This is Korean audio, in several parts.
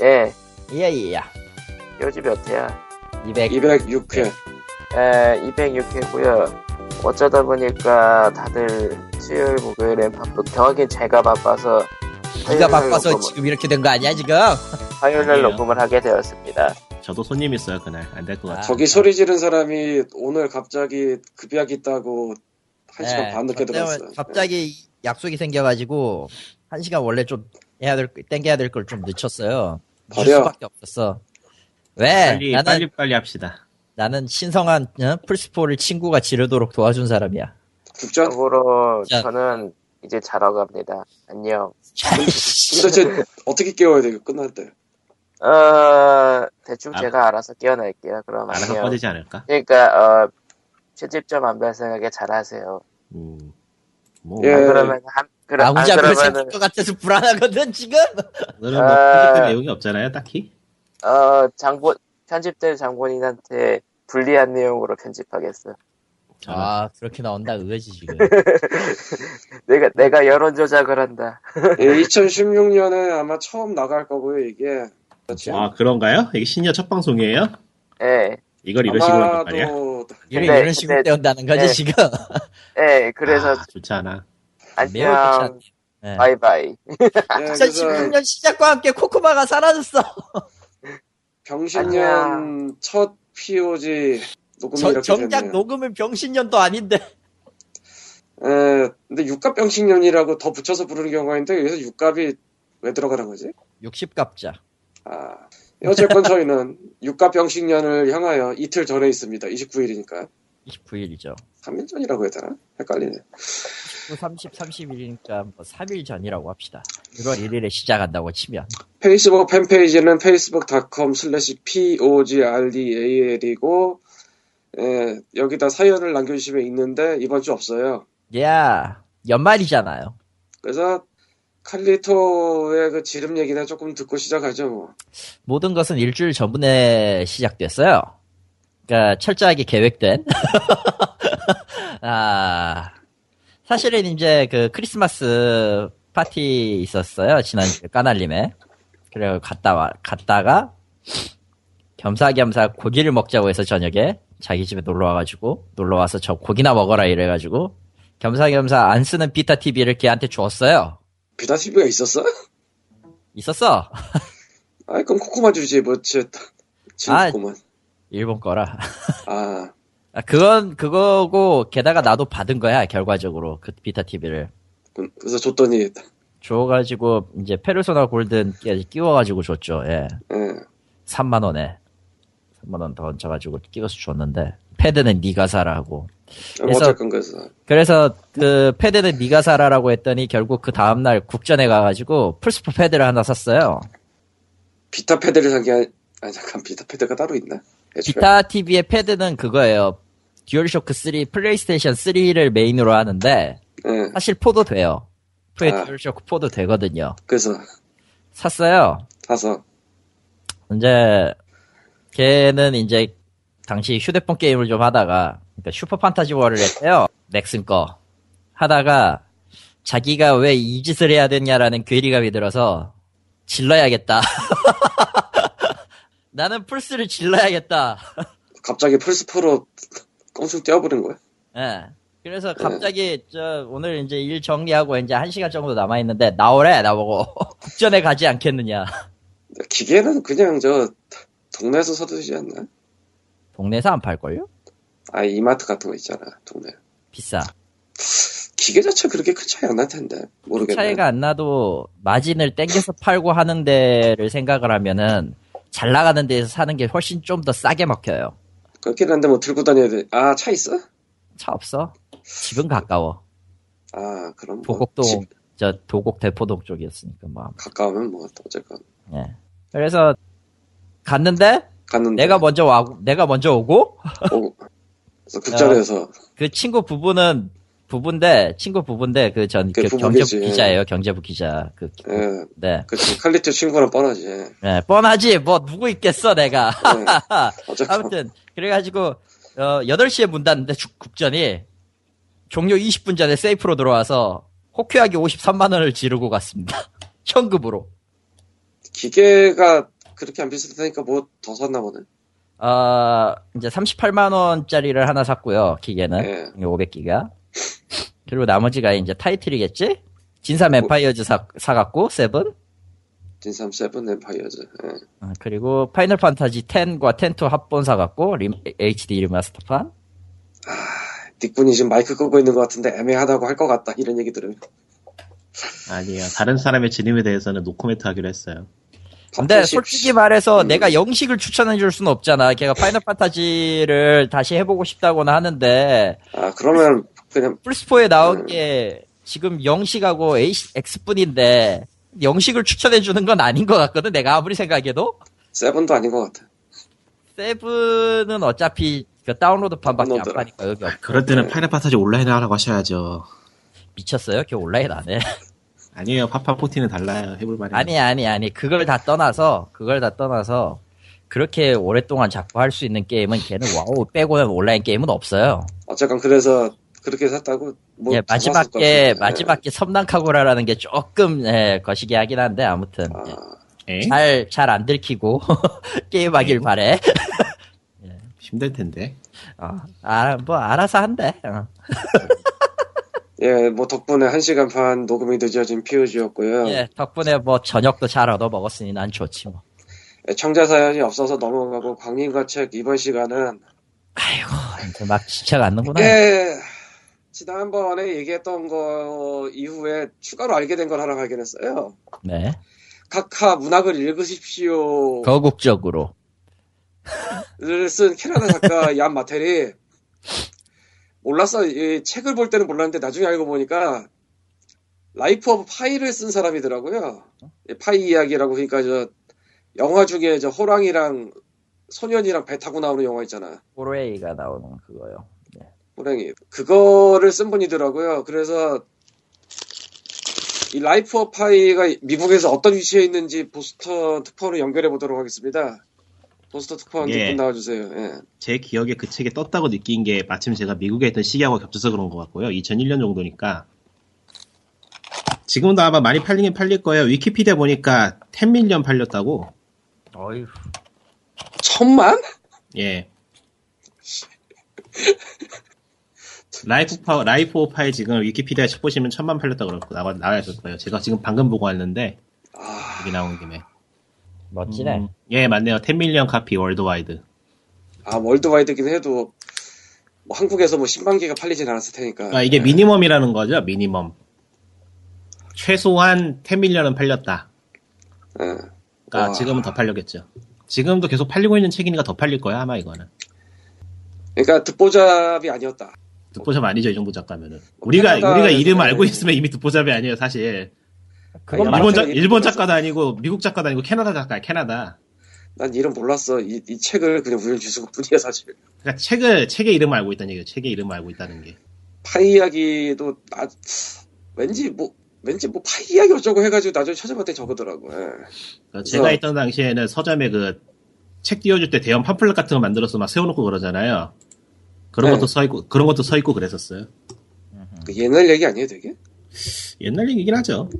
예, 이야이야. 요지 몇 회야? 200. 네. 206회. 에, 206회고요. 어쩌다 보니까 다들 수요일, 목요일엔 바쁘, 저하긴 제가 바빠서 네가 화요일 날 바빠서 녹음을- 지금 이렇게 된 거 아니야 지금? 화요일 날 아니에요. 녹음을 하게 되었습니다. 저도 손님 있어요 그날 안 될 것 같아. 저기 소리 지른 사람이 오늘 갑자기 급약이 있다고 한 시간 네, 반 늦게 저 때문에 들어갔어요. 갑자기 예. 약속이 생겨가지고 한 시간 원래 좀 해야 될 땡겨야 될 걸 좀 늦췄어요. 늦을 버려. 수밖에 없었어. 왜? 빨리 나는 빨리 빨리 합시다. 나는 신성한 어? 플스4를 친구가 지르도록 도와준 사람이야. 네. 국전? 참고로 자. 저는 이제 자러 갑니다. 안녕. 근데 쟤 어떻게 깨워야 돼요? 끝날 때. 어, 대충 아. 제가 알아서 끼워낼게요. 그럼 알아서 안녕. 꺼지지 않을까? 그러니까, 어, 채집점 안 발생하게 잘 하세요. 음. 뭐 예. 안 그러면, 한, 아, 그러, 나 안 네. 아, 혼자 별 생길 그러면은, 것 같아서 불안하거든 지금. 오늘은 뭐 아. 편집할 내용이 없잖아요 딱히. 어, 장본, 편집될 장본인한테 불리한 내용으로 편집하겠어. 저는 아 그렇게 나온다 의외지 지금. 내가, 내가 여론 조작을 한다. 예, 2016년에 아마 처음 나갈 거고요, 이게. 그렇죠? 그렇지? 아 그런가요? 이게 신년 첫 방송이에요? 예, 이걸 이런 식으로 한단 말이야? 아마도 네, 이런 근데- 이런 식으로 근데- 때운다는 거지 네. 지금. 예, 그래서, 아, 좋지 않아. 매우 좋지 안녕, 않네. 네. 바이바이. 예, 그래서 2016년 시작과 함께 코코마가 사라졌어. 병신년 첫 POG 녹음이 저- 이렇게 정작 됐네요. 녹음은 병신년도 아닌데. 예, 근데 육갑 병신년이라고 더 붙여서 부르는 경우가 있는데 여기서 육갑이 왜 들어가는 거지? 60갑자. 아, 어쨌건 저희는 육갑 병신년을 향하여 이틀 전에 있습니다. 29일이니까. 29일이죠. 3일 전이라고 해야 되나? 헷갈리네. 19, 30, 31이니까 뭐 3일 전이라고 합시다. 1월 1일에 시작한다고 치면. 페이스북 팬페이지는 facebook.com slash pogrdal이고, 예, 여기다 사연을 남겨주시면 있는데, 이번 주 없어요. 야 연말이잖아요. 그래서, 칼리토의 그 지름 얘기나 조금 듣고 시작하죠, 뭐. 모든 것은 일주일 전분에 시작됐어요. 그러니까 철저하게 계획된. 아 사실은 이제 그 크리스마스 파티 있었어요 지난 그 까날림에. 그래고 갔다 와 갔다가 겸사겸사 고기를 먹자고 해서 저녁에 자기 집에 놀러 와가지고 놀러 와서 저 고기나 먹어라 이래가지고 겸사겸사 안 쓰는 비타 TV를 걔한테 주었어요. 비타 TV가 있었어? 있었어. 아이, 그럼 코코만 주지, 뭐, 쟤, 아. 지코만 일본 거라. 아, 아, 그건 그거고 게다가 나도 받은 거야 결과적으로 그 비타 TV를 그- 그래서 줬더니, 줘가지고 이제 페르소나 골든까지 끼워가지고 줬죠. 예, 예. 3만 원에 3만 원 더 얹혀가지고 끼워서 줬는데 패드는 네가 사라고. 그래서- 어쨌건 그래서. 그래서 그 패드는 네가 사라라고 했더니 결국 그 다음 날 국전에 가가지고 플스포 패드를 하나 샀어요. 비타 패드를 산 게, 아니, 아, 잠깐, 비타 패드가 따로 있나? 애초에. 기타 TV의 패드는 그거예요. 듀얼쇼크 3 플레이스테이션 3를 메인으로 하는데 예, 사실 4도 돼요. 푸에 아. 듀얼쇼크 4도 되거든요. 그래서, 샀어요. 사서, 이제 걔는 이제 당시 휴대폰 게임을 좀 하다가 그러니까 슈퍼 판타지 월을 했대요. 넥슨 거 하다가 자기가 왜 이 짓을 해야 되냐라는 괴리감이 들어서 질러야겠다. 나는 플스를 질러야겠다. 갑자기 플스4로 껑충 뛰어버린 거야. 예. 그래서 갑자기 저 오늘 이제 일 정리하고 이제 한 시간 정도 남아 있는데 나오래 나보고 국전에 가지 않겠느냐. 기계는 그냥 저 동네에서 사두지 않나? 동네에서 안 팔걸요? 아 이마트 같은 거 있잖아 동네. 비싸. 기계 자체 그렇게 큰 차이 안 날 텐데 모르겠네. 차이가 안 나도 마진을 땡겨서 팔고 하는 데를 생각을 하면은 잘 나가는 데에서 사는 게 훨씬 좀 더 싸게 먹혀요. 그렇긴 한데 뭐 들고 다녀야 돼. 아 차 있어? 차 없어? 집은 가까워. 아 그럼 뭐 도곡동, 집 저 도곡 대포동 쪽이었으니까 뭐. 가까우면 뭐 어쨌건 예. 그래서 갔는데 갔는데 내가 뭐- 먼저 와, 내가 먼저 오고 오, 그래서 극장에서 그 친구 부부는 부부인데 친구 부부인데 그 전 그 부부겠지. 경제부 기자예요. 경제부 기자. 그 예 네. 그치 칼리트 친구랑 뻔하지. 예. 네, 뻔하지. 뭐 누구 있겠어 내가. 네. 어쨌건 아무튼 그래가지고 어, 8시에 문 닫는데 주- 국전이 종료 20분 전에 세이프로 들어와서 호쾌하게 53만 원을 지르고 갔습니다. 현금으로. 기계가 그렇게 안 비슷하니까 뭐 더 샀나 보네. 어, 이제 38만원짜리를 하나 샀고요, 기계는. 예. 500기가. 그리고 나머지가 이제 타이틀이겠지? 진삼 엠파이어즈 사, 사갖고, 세븐. 진삼 세븐 엠파이어즈. 예. 어, 그리고 파이널 판타지 10과 10-2 합본 사갖고, 림, HD 리마스터판. 닉분이 지금 마이크 끄고 있는 것 같은데 애매하다고 할 것 같다 이런 얘기 들으면 아니에요. 다른 사람의 진임에 대해서는 노코멘트 하기로 했어요. 근데 팝콘 솔직히 씹- 말해서 내가 영식을 추천해줄 수는 없잖아. 걔가 파이널 판타지를 다시 해보고 싶다고는 하는데, 아 그러면 그냥 플스4에 나온 음. 게 지금 영식하고 X뿐인데, 영식을 추천해주는 건 아닌 것 같거든, 내가 아무리 생각해도. 세븐도 아닌 것 같아 세븐은 어차피 그 다운로드판밖에 안 다운로드라. 파니까 여기 없- 그럴 때는 파이널 파타지 온라인을 하라고 하셔야죠. 미쳤어요? 걔 온라인 안 해. 아니에요. 파파 포티는 달라요. 해볼 만해요. 아니, 아니, 아니. 그걸 다 떠나서, 그걸 다 떠나서, 그렇게 오랫동안 자꾸 할 수 있는 게임은 걔는 와우 빼고는 온라인 게임은 없어요. 어쨌건 그래서 그렇게 샀다고 뭐 예, 마지막 게, 마지막 게 섬난카고라라는 게 조금, 예, 거시기 하긴 한데, 아무튼. 예. 에? 잘, 잘 안 들키고, 게임하길 바래. 힘들 텐데. 어, 아, 뭐, 알아서 한대. 어. 예뭐 덕분에 한 시간 반 녹음이 늦어진 피우지였고요 예, 덕분에 뭐, 저녁도 잘 얻어먹었으니 난 좋지 뭐. 예, 청자 사연이 없어서 넘어가고 광림과 책 이번 시간은 아이고, 이제 막 지쳐갔는구나. 예 지난번에 얘기했던 거 이후에 추가로 알게 된 걸 하나 발견했어요 네. 각하 문학을 읽으십시오 거국적으로. 를 쓴 캐나다 작가 얀 마텔이 몰랐어. 이 책을 볼 때는 몰랐는데 나중에 알고 보니까 라이프 오브 파이를 쓴 사람이더라고요. 이 파이 이야기라고 그러니까 저 영화 중에 저 호랑이랑 소년이랑 배 타고 나오는 영화 있잖아. 호레이가 나오는 그거요. 호랑이 그거를 쓴 분이더라고요. 그래서 이 라이프 오브 파이가 미국에서 어떤 위치에 있는지 보스턴 특파원을 연결해 보도록 하겠습니다. 보스턴 특파원 예. 분 나와주세요. 예. 제 기억에 그 책이 떴다고 느낀 게 마침 제가 미국에 있던 시기하고 겹쳐서 그런 것 같고요. 2001년 정도니까. 지금도 아마 많이 팔리긴 팔릴 거예요. 위키피디아 보니까 10밀리언 팔렸다고. 어휴. 천만? 예. 라이프 파 라이프 오파이 지금 위키피디아 책 보시면 천만 팔렸다 그러고 나와 나와 있을 거예요. 제가 지금 방금 보고 왔는데 아. 여기 나온 김에. 멋지네. 음, 예 맞네요. 10밀리언 카피 월드와이드. 아 월드와이드긴 해도 뭐 한국에서 뭐 10만 개가 팔리진 않았을 테니까. 그러니까 이게 예. 미니멈이라는 거죠. 미니멈. 최소한 10밀리언은 팔렸다. 예. 그러니까 와. 지금은 더 팔렸겠죠. 지금도 계속 팔리고 있는 책이니까 더 팔릴 거야 아마 이거는. 그러니까 듣보잡이 아니었다. 듣보잡 아니죠 이 정도 뭐 작가면은. 우리가 우리가 이름 알고 있으면 이미 듣보잡이 아니에요 사실. 그건 아, 일본 작 네. 맞아요. 일본 작가도 아니고 미국 작가도 아니고 캐나다 작가야 캐나다. 난 이름 몰랐어. 이, 이 책을 그냥 우연히 주신 것 뿐이야 사실. 그러니까 책을 책의 이름을 알고 있다는 얘기예요. 책의 이름을 알고 있다는 게. 파이 이야기도 나 왠지 뭐 왠지 뭐 파이 이야기 어쩌고 해가지고 나중에 찾아봤더니 저거더라고. 예. 그러니까 제가 그래서- 있던 당시에는 서점에 그 책 띄워줄 때 대형 팜플렛 같은 거 만들어서 막 세워놓고 그러잖아요. 그런 네. 것도 서 있고 그런 것도 서 있고 그랬었어요. 음. 그 옛날 얘기 아니에요, 되게? 옛날 얘기긴 하죠.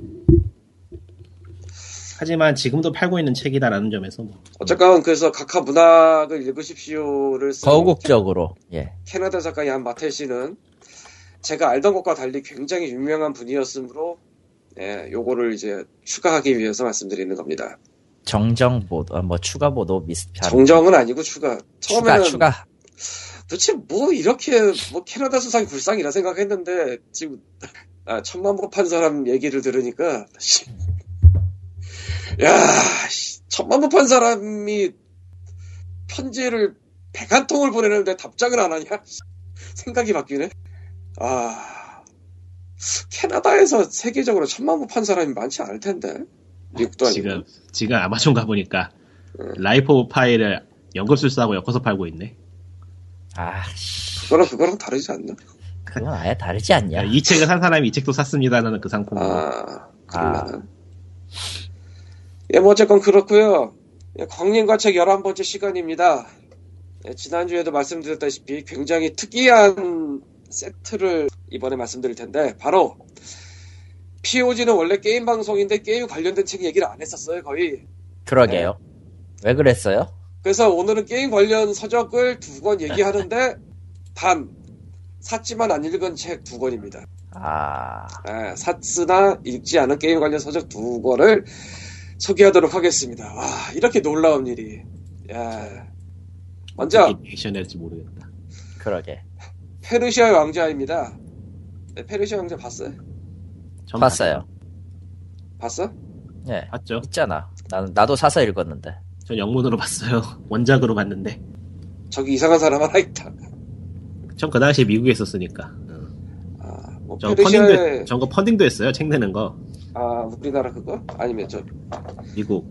하지만 지금도 팔고 있는 책이다라는 점에서 뭐. 어쨌건 그래서 각하 문학을 읽으십시오를 쓴 음. 거국적으로. 예. 캐나다 작가 얀 마텔 씨는 제가 알던 것과 달리 굉장히 유명한 분이었으므로 예, 요거를 이제 추가하기 위해서 말씀드리는 겁니다. 정정보도, 아, 뭐, 추가보도 미스피아. 정정은 아니고 추가. 추가, 처음에는 추가. 도대체 뭐 이렇게 뭐 캐나다 수상이 불쌍이라 생각했는데 지금 아, 천만 법한 사람 얘기를 들으니까 씨. 야 씨, 천만 법한 사람이 편지를 백한 통을 보내는데 답장을 안 하냐 씨, 생각이 바뀌네 아 캐나다에서 세계적으로 천만 법한 사람이 많지 않을 텐데 미국도 아니고 지금 지금 아마존 가보니까 음. 라이프 오브 파이를 연금술사하고 엮어서 팔고 있네. 아, 씨. 그거랑 그거랑 다르지 않나 그건 아예 다르지 않냐. 그러니까 이 책을 산 사람이 이 책도 샀습니다라는 그 상품. 으로 아, 그렇구나. 예, 뭐 어쨌건 그렇고요. 예, 광림과 책 11번째 시간입니다. 예, 지난주에도 말씀드렸다시피 굉장히 특이한 세트를 이번에 말씀드릴 텐데 바로 POG는 원래 게임 방송인데 게임 관련된 책 얘기를 안 했었어요, 거의. 그러게요. 왜 그랬어요? 그래서 오늘은 게임 관련 서적을 두 권 얘기하는데 단 샀지만 안 읽은 책 두 권입니다. 아, 아, 샀으나 읽지 않은 게임 관련 서적 두 권을 소개하도록 하겠습니다. 와 이렇게 놀라운 일이. 야 음. 먼저 액션할지 모르겠다. 그러게. 페르시아의 왕자입니다. 네, 페르시아 왕자 봤어요? 전 봤어요. 봤어? 예. 봤죠. 있잖아. 나는, 나도 사서 읽었는데. 전 영문으로 봤어요. 원작으로 봤는데. 저기 이상한 사람 하나 있다. 전 그 당시에 미국에 있었으니까. 아, 뭐 저 펀딩도, 페르시아의 전거 펀딩도 했어요. 책 내는 거. 아 우리나라 그거 아니면 저 미국.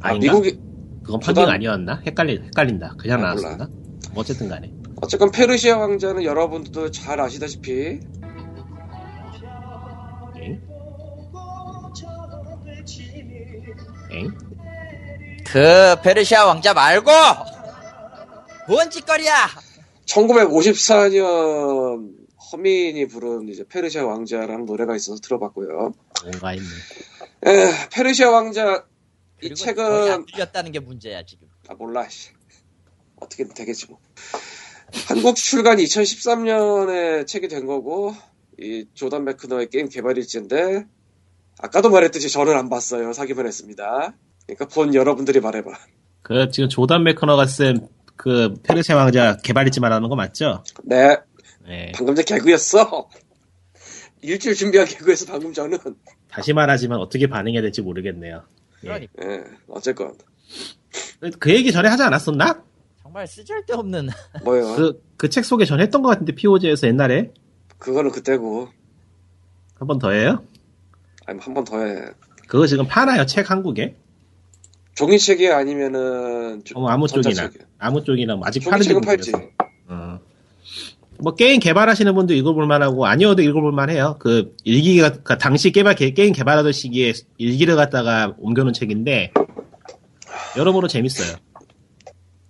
아, 아닌가? 미국이 그건 펀딩 그건- 아니었나? 헷갈리, 헷갈린다. 그냥 아, 나왔었나? 뭐 어쨌든 간에. 어쨌건 페르시아 왕자는 여러분들도 잘 아시다시피 엥? 엥? 그, 페르시아 왕자 말고! 뭔 짓거리야! 1954년 허민이 부른 이제 페르시아 왕자라는 노래가 있어서 들어봤고요. 뭔가 있네. 에, 페르시아 왕자 이 그리고 거의 안 책은 들렸다는 게 문제야, 지금. 아 몰라 씨. 어떻게든 되겠지 뭐. 한국 출간 2013년에 책이 된 거고 이 조던 맥크너의 게임 개발 일지인데 아까도 말했듯이 저는 안 봤어요. 사기만 했습니다. 그러니까 본 여러분들이 말해봐. 그, 지금 조던 맥커너가 쓴, 그, 페르시아 왕자 개발일지 말하는 거 맞죠? 네, 네. 방금 전 개그였어. 일주일 준비한 개그에서 방금 전은 다시 말하지만 어떻게 반응해야 될지 모르겠네요. 예. 그러니까. 예, 어쨌건 그 얘기 전에 하지 않았었나? 정말 쓰잘데없는. 뭐요. 그, 그 책 소개 전에 했던 것 같은데, POJ에서 옛날에. 그거는 그때고 한 번 더 해요? 아니 한 번 더 해. 그거 지금 파나요, 책 한국에? 종이책이 아니면은 저- 어, 아무 쪽이나. 전자책이요. 아무 쪽이나, 뭐 아직 파는지 종이책은 팔지. 모르겠어. 어. 뭐 게임 개발하시는 분도 읽어볼 만하고 아니어도 읽어볼 만해요. 그 일기가 그 당시 개발 게, 임 개발하던 시기에 일기를 갖다가 옮겨놓은 책인데 여러모로 재밌어요.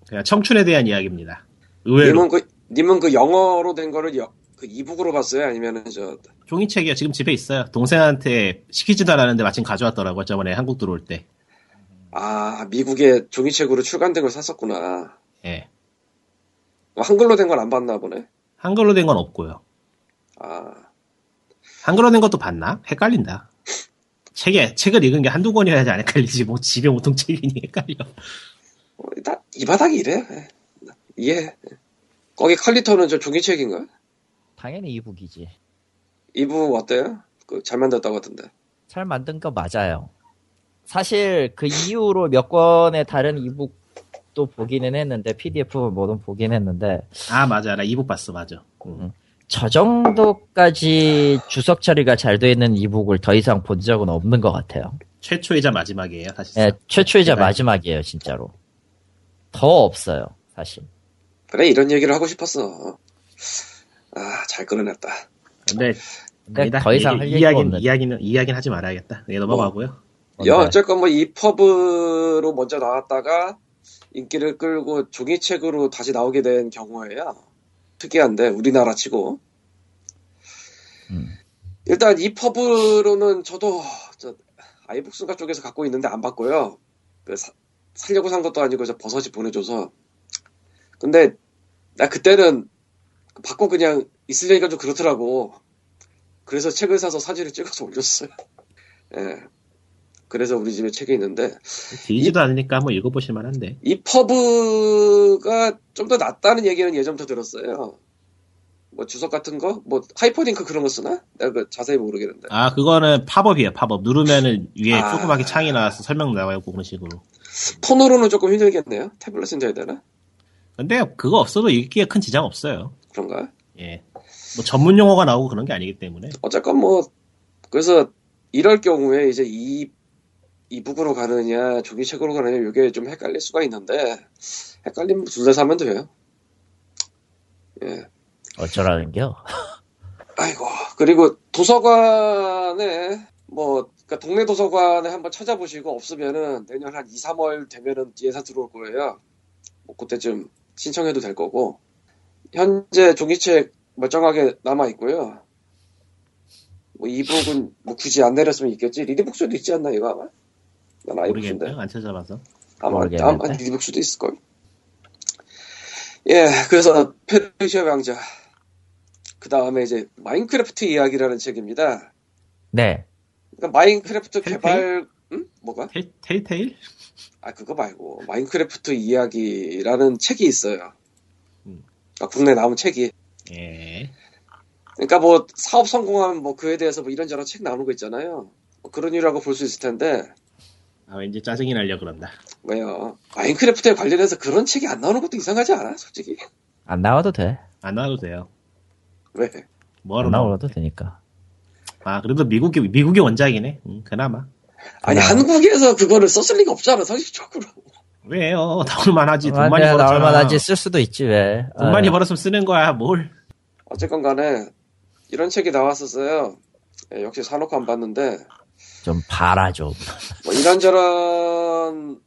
그냥 청춘에 대한 이야기입니다. 의외로 님은 그 님은 그 영어로 된 거를 여, 그 이북으로 봤어요? 아니면은 저 종이책이요. 지금 집에 있어요. 동생한테 시키지도 않았는데 마침 가져왔더라고요. 저번에 한국 들어올 때. 아, 미국의 종이책으로 출간된 걸 샀었구나. 예. 뭐 한글로 된 건 안 봤나 보네. 한글로 된 건 없고요. 아, 한글로 된 것도 봤나? 헷갈린다. 책에 책을 읽은 게 한두 권이라야지 안 헷갈리지. 뭐 집에 온통 책이니 헷갈려. 어, 나- 이 바닥이 이래. 예. 이해해. 거기 칼리터는 저 종이책인가? 당연히 이북이지. 이북 어때요? 그 잘 만들었다고 하던데. 잘 만든 거 맞아요. 사실 그 이후로 몇 권의 다른 이북도 보기는 했는데 PDF 뭐든 보긴 했는데 아 맞아 나 이북 봤어 맞아 응. 음. 저 정도까지 주석 처리가 잘 돼 있는 이북을 더 이상 본 적은 없는 것 같아요. 최초이자 마지막이에요 사실 예, 상 최초이자 대단히. 마지막이에요, 진짜로. 더 없어요, 사실. 그래, 이런 얘기를 하고 싶었어. 아, 잘 끌어냈다. 근데 근데 그러니까 아니다. 더 이상 얘기- 할 얘기가 이야기는 없는. 이야기는 이야기는 하지 말아야겠다 예 넘어가고요 건데. 여, 어쨌건 뭐 이 펍으로 먼저 나왔다가 인기를 끌고 종이책으로 다시 나오게 된 경우에요. 특이한데 우리나라 치고 음. 일단 이 펍으로는 저도 저 아이북스가 쪽에서 갖고 있는데 안 받고요. 그 사- 살려고 산 것도 아니고 저 버섯이 보내줘서 근데 나 그때는 받고 그냥 있으려니까 좀 그렇더라고. 그래서 책을 사서 사진을 찍어서 올렸어요. 예. 그래서 우리 집에 책이 있는데 뒤지도 않으니까 한번 읽어보실 만한데 이 퍼브가 좀 더 낫다는 얘기는 예전부터 들었어요. 뭐 주석 같은 거, 뭐 하이퍼링크 그런 거 쓰나? 내가 그 자세히 모르겠는데. 아 그거는 팝업이에요 팝업 누르면은 위에 아. 조그맣게 창이 나와서 설명 나와요 그런 식으로 폰으로는 조금 힘들겠네요. 태블릿은 돼야 되나? 근데 그거 없어도 읽기에 큰 지장 없어요 그런가? 예뭐 전문 용어가 나오고 그런 게 아니기 때문에 어쨌건 뭐 그래서 이럴 경우에 이제 이 이북으로 가느냐 종이책으로 가느냐 이게 좀 헷갈릴 수가 있는데 헷갈리면 둘 다 사면 돼요. 예. 어쩌라는 겨? 아이고 그리고 도서관에 뭐 그러니까 동네 도서관에 한번 찾아보시고 없으면은 내년 한 2, 3월 되면은 예산 들어올 거예요. 뭐 그때쯤 신청해도 될 거고 현재 종이책 멀쩡하게 남아 있고요. 뭐 이북은 뭐 굳이 안 내렸으면 있겠지 리디북스도 있지 않나 이거 아마 난 아이북인데. 모르겠네요. 안 찾아봐서. 아마 모르겠는데. 아마 리북스도 있을 걸. 예, 그래서 페르시아 왕자. 그 다음에 이제 마인크래프트 이야기라는 책입니다. 네. 그러니까 마인크래프트 텔테일? 개발, 응? 뭐가? 텔, 텔테일? 아 그거 말고 마인크래프트 이야기라는 책이 있어요. 음. 아, 국내 나온 책이. 예. 그러니까 뭐 사업 성공하면 뭐 그에 대해서 뭐 이런저런 책 나오는 거 있잖아요. 뭐 그런 이유라고 볼 수 있을 텐데 아, 왠지 짜증이 날려 그런다. 왜요? 마인크래프트에 관련해서 그런 책이 안 나오는 것도 이상하지 않아? 솔직히 안 나와도 돼. 안 나와도 돼요. 왜? 뭐하러 안 나와? 나와도 되니까. 아, 그래도 미국이, 미국이 원작이네. 음, 그나마. 아니 그냥- 한국에서 그거를 썼을 리가 없잖아 상식적으로. 왜요? 나올만 하지. 돈 많이 맞아, 네, 벌었잖아. 나올 만하지. 쓸 수도 있지, 왜. 돈 어, 많이 벌었으면 쓰는 거야, 뭘. 어쨌건 간에 이런 책이 나왔었어요. 예, 역시 사놓고 안 봤는데 좀 봐라, 좀. 뭐 이런저런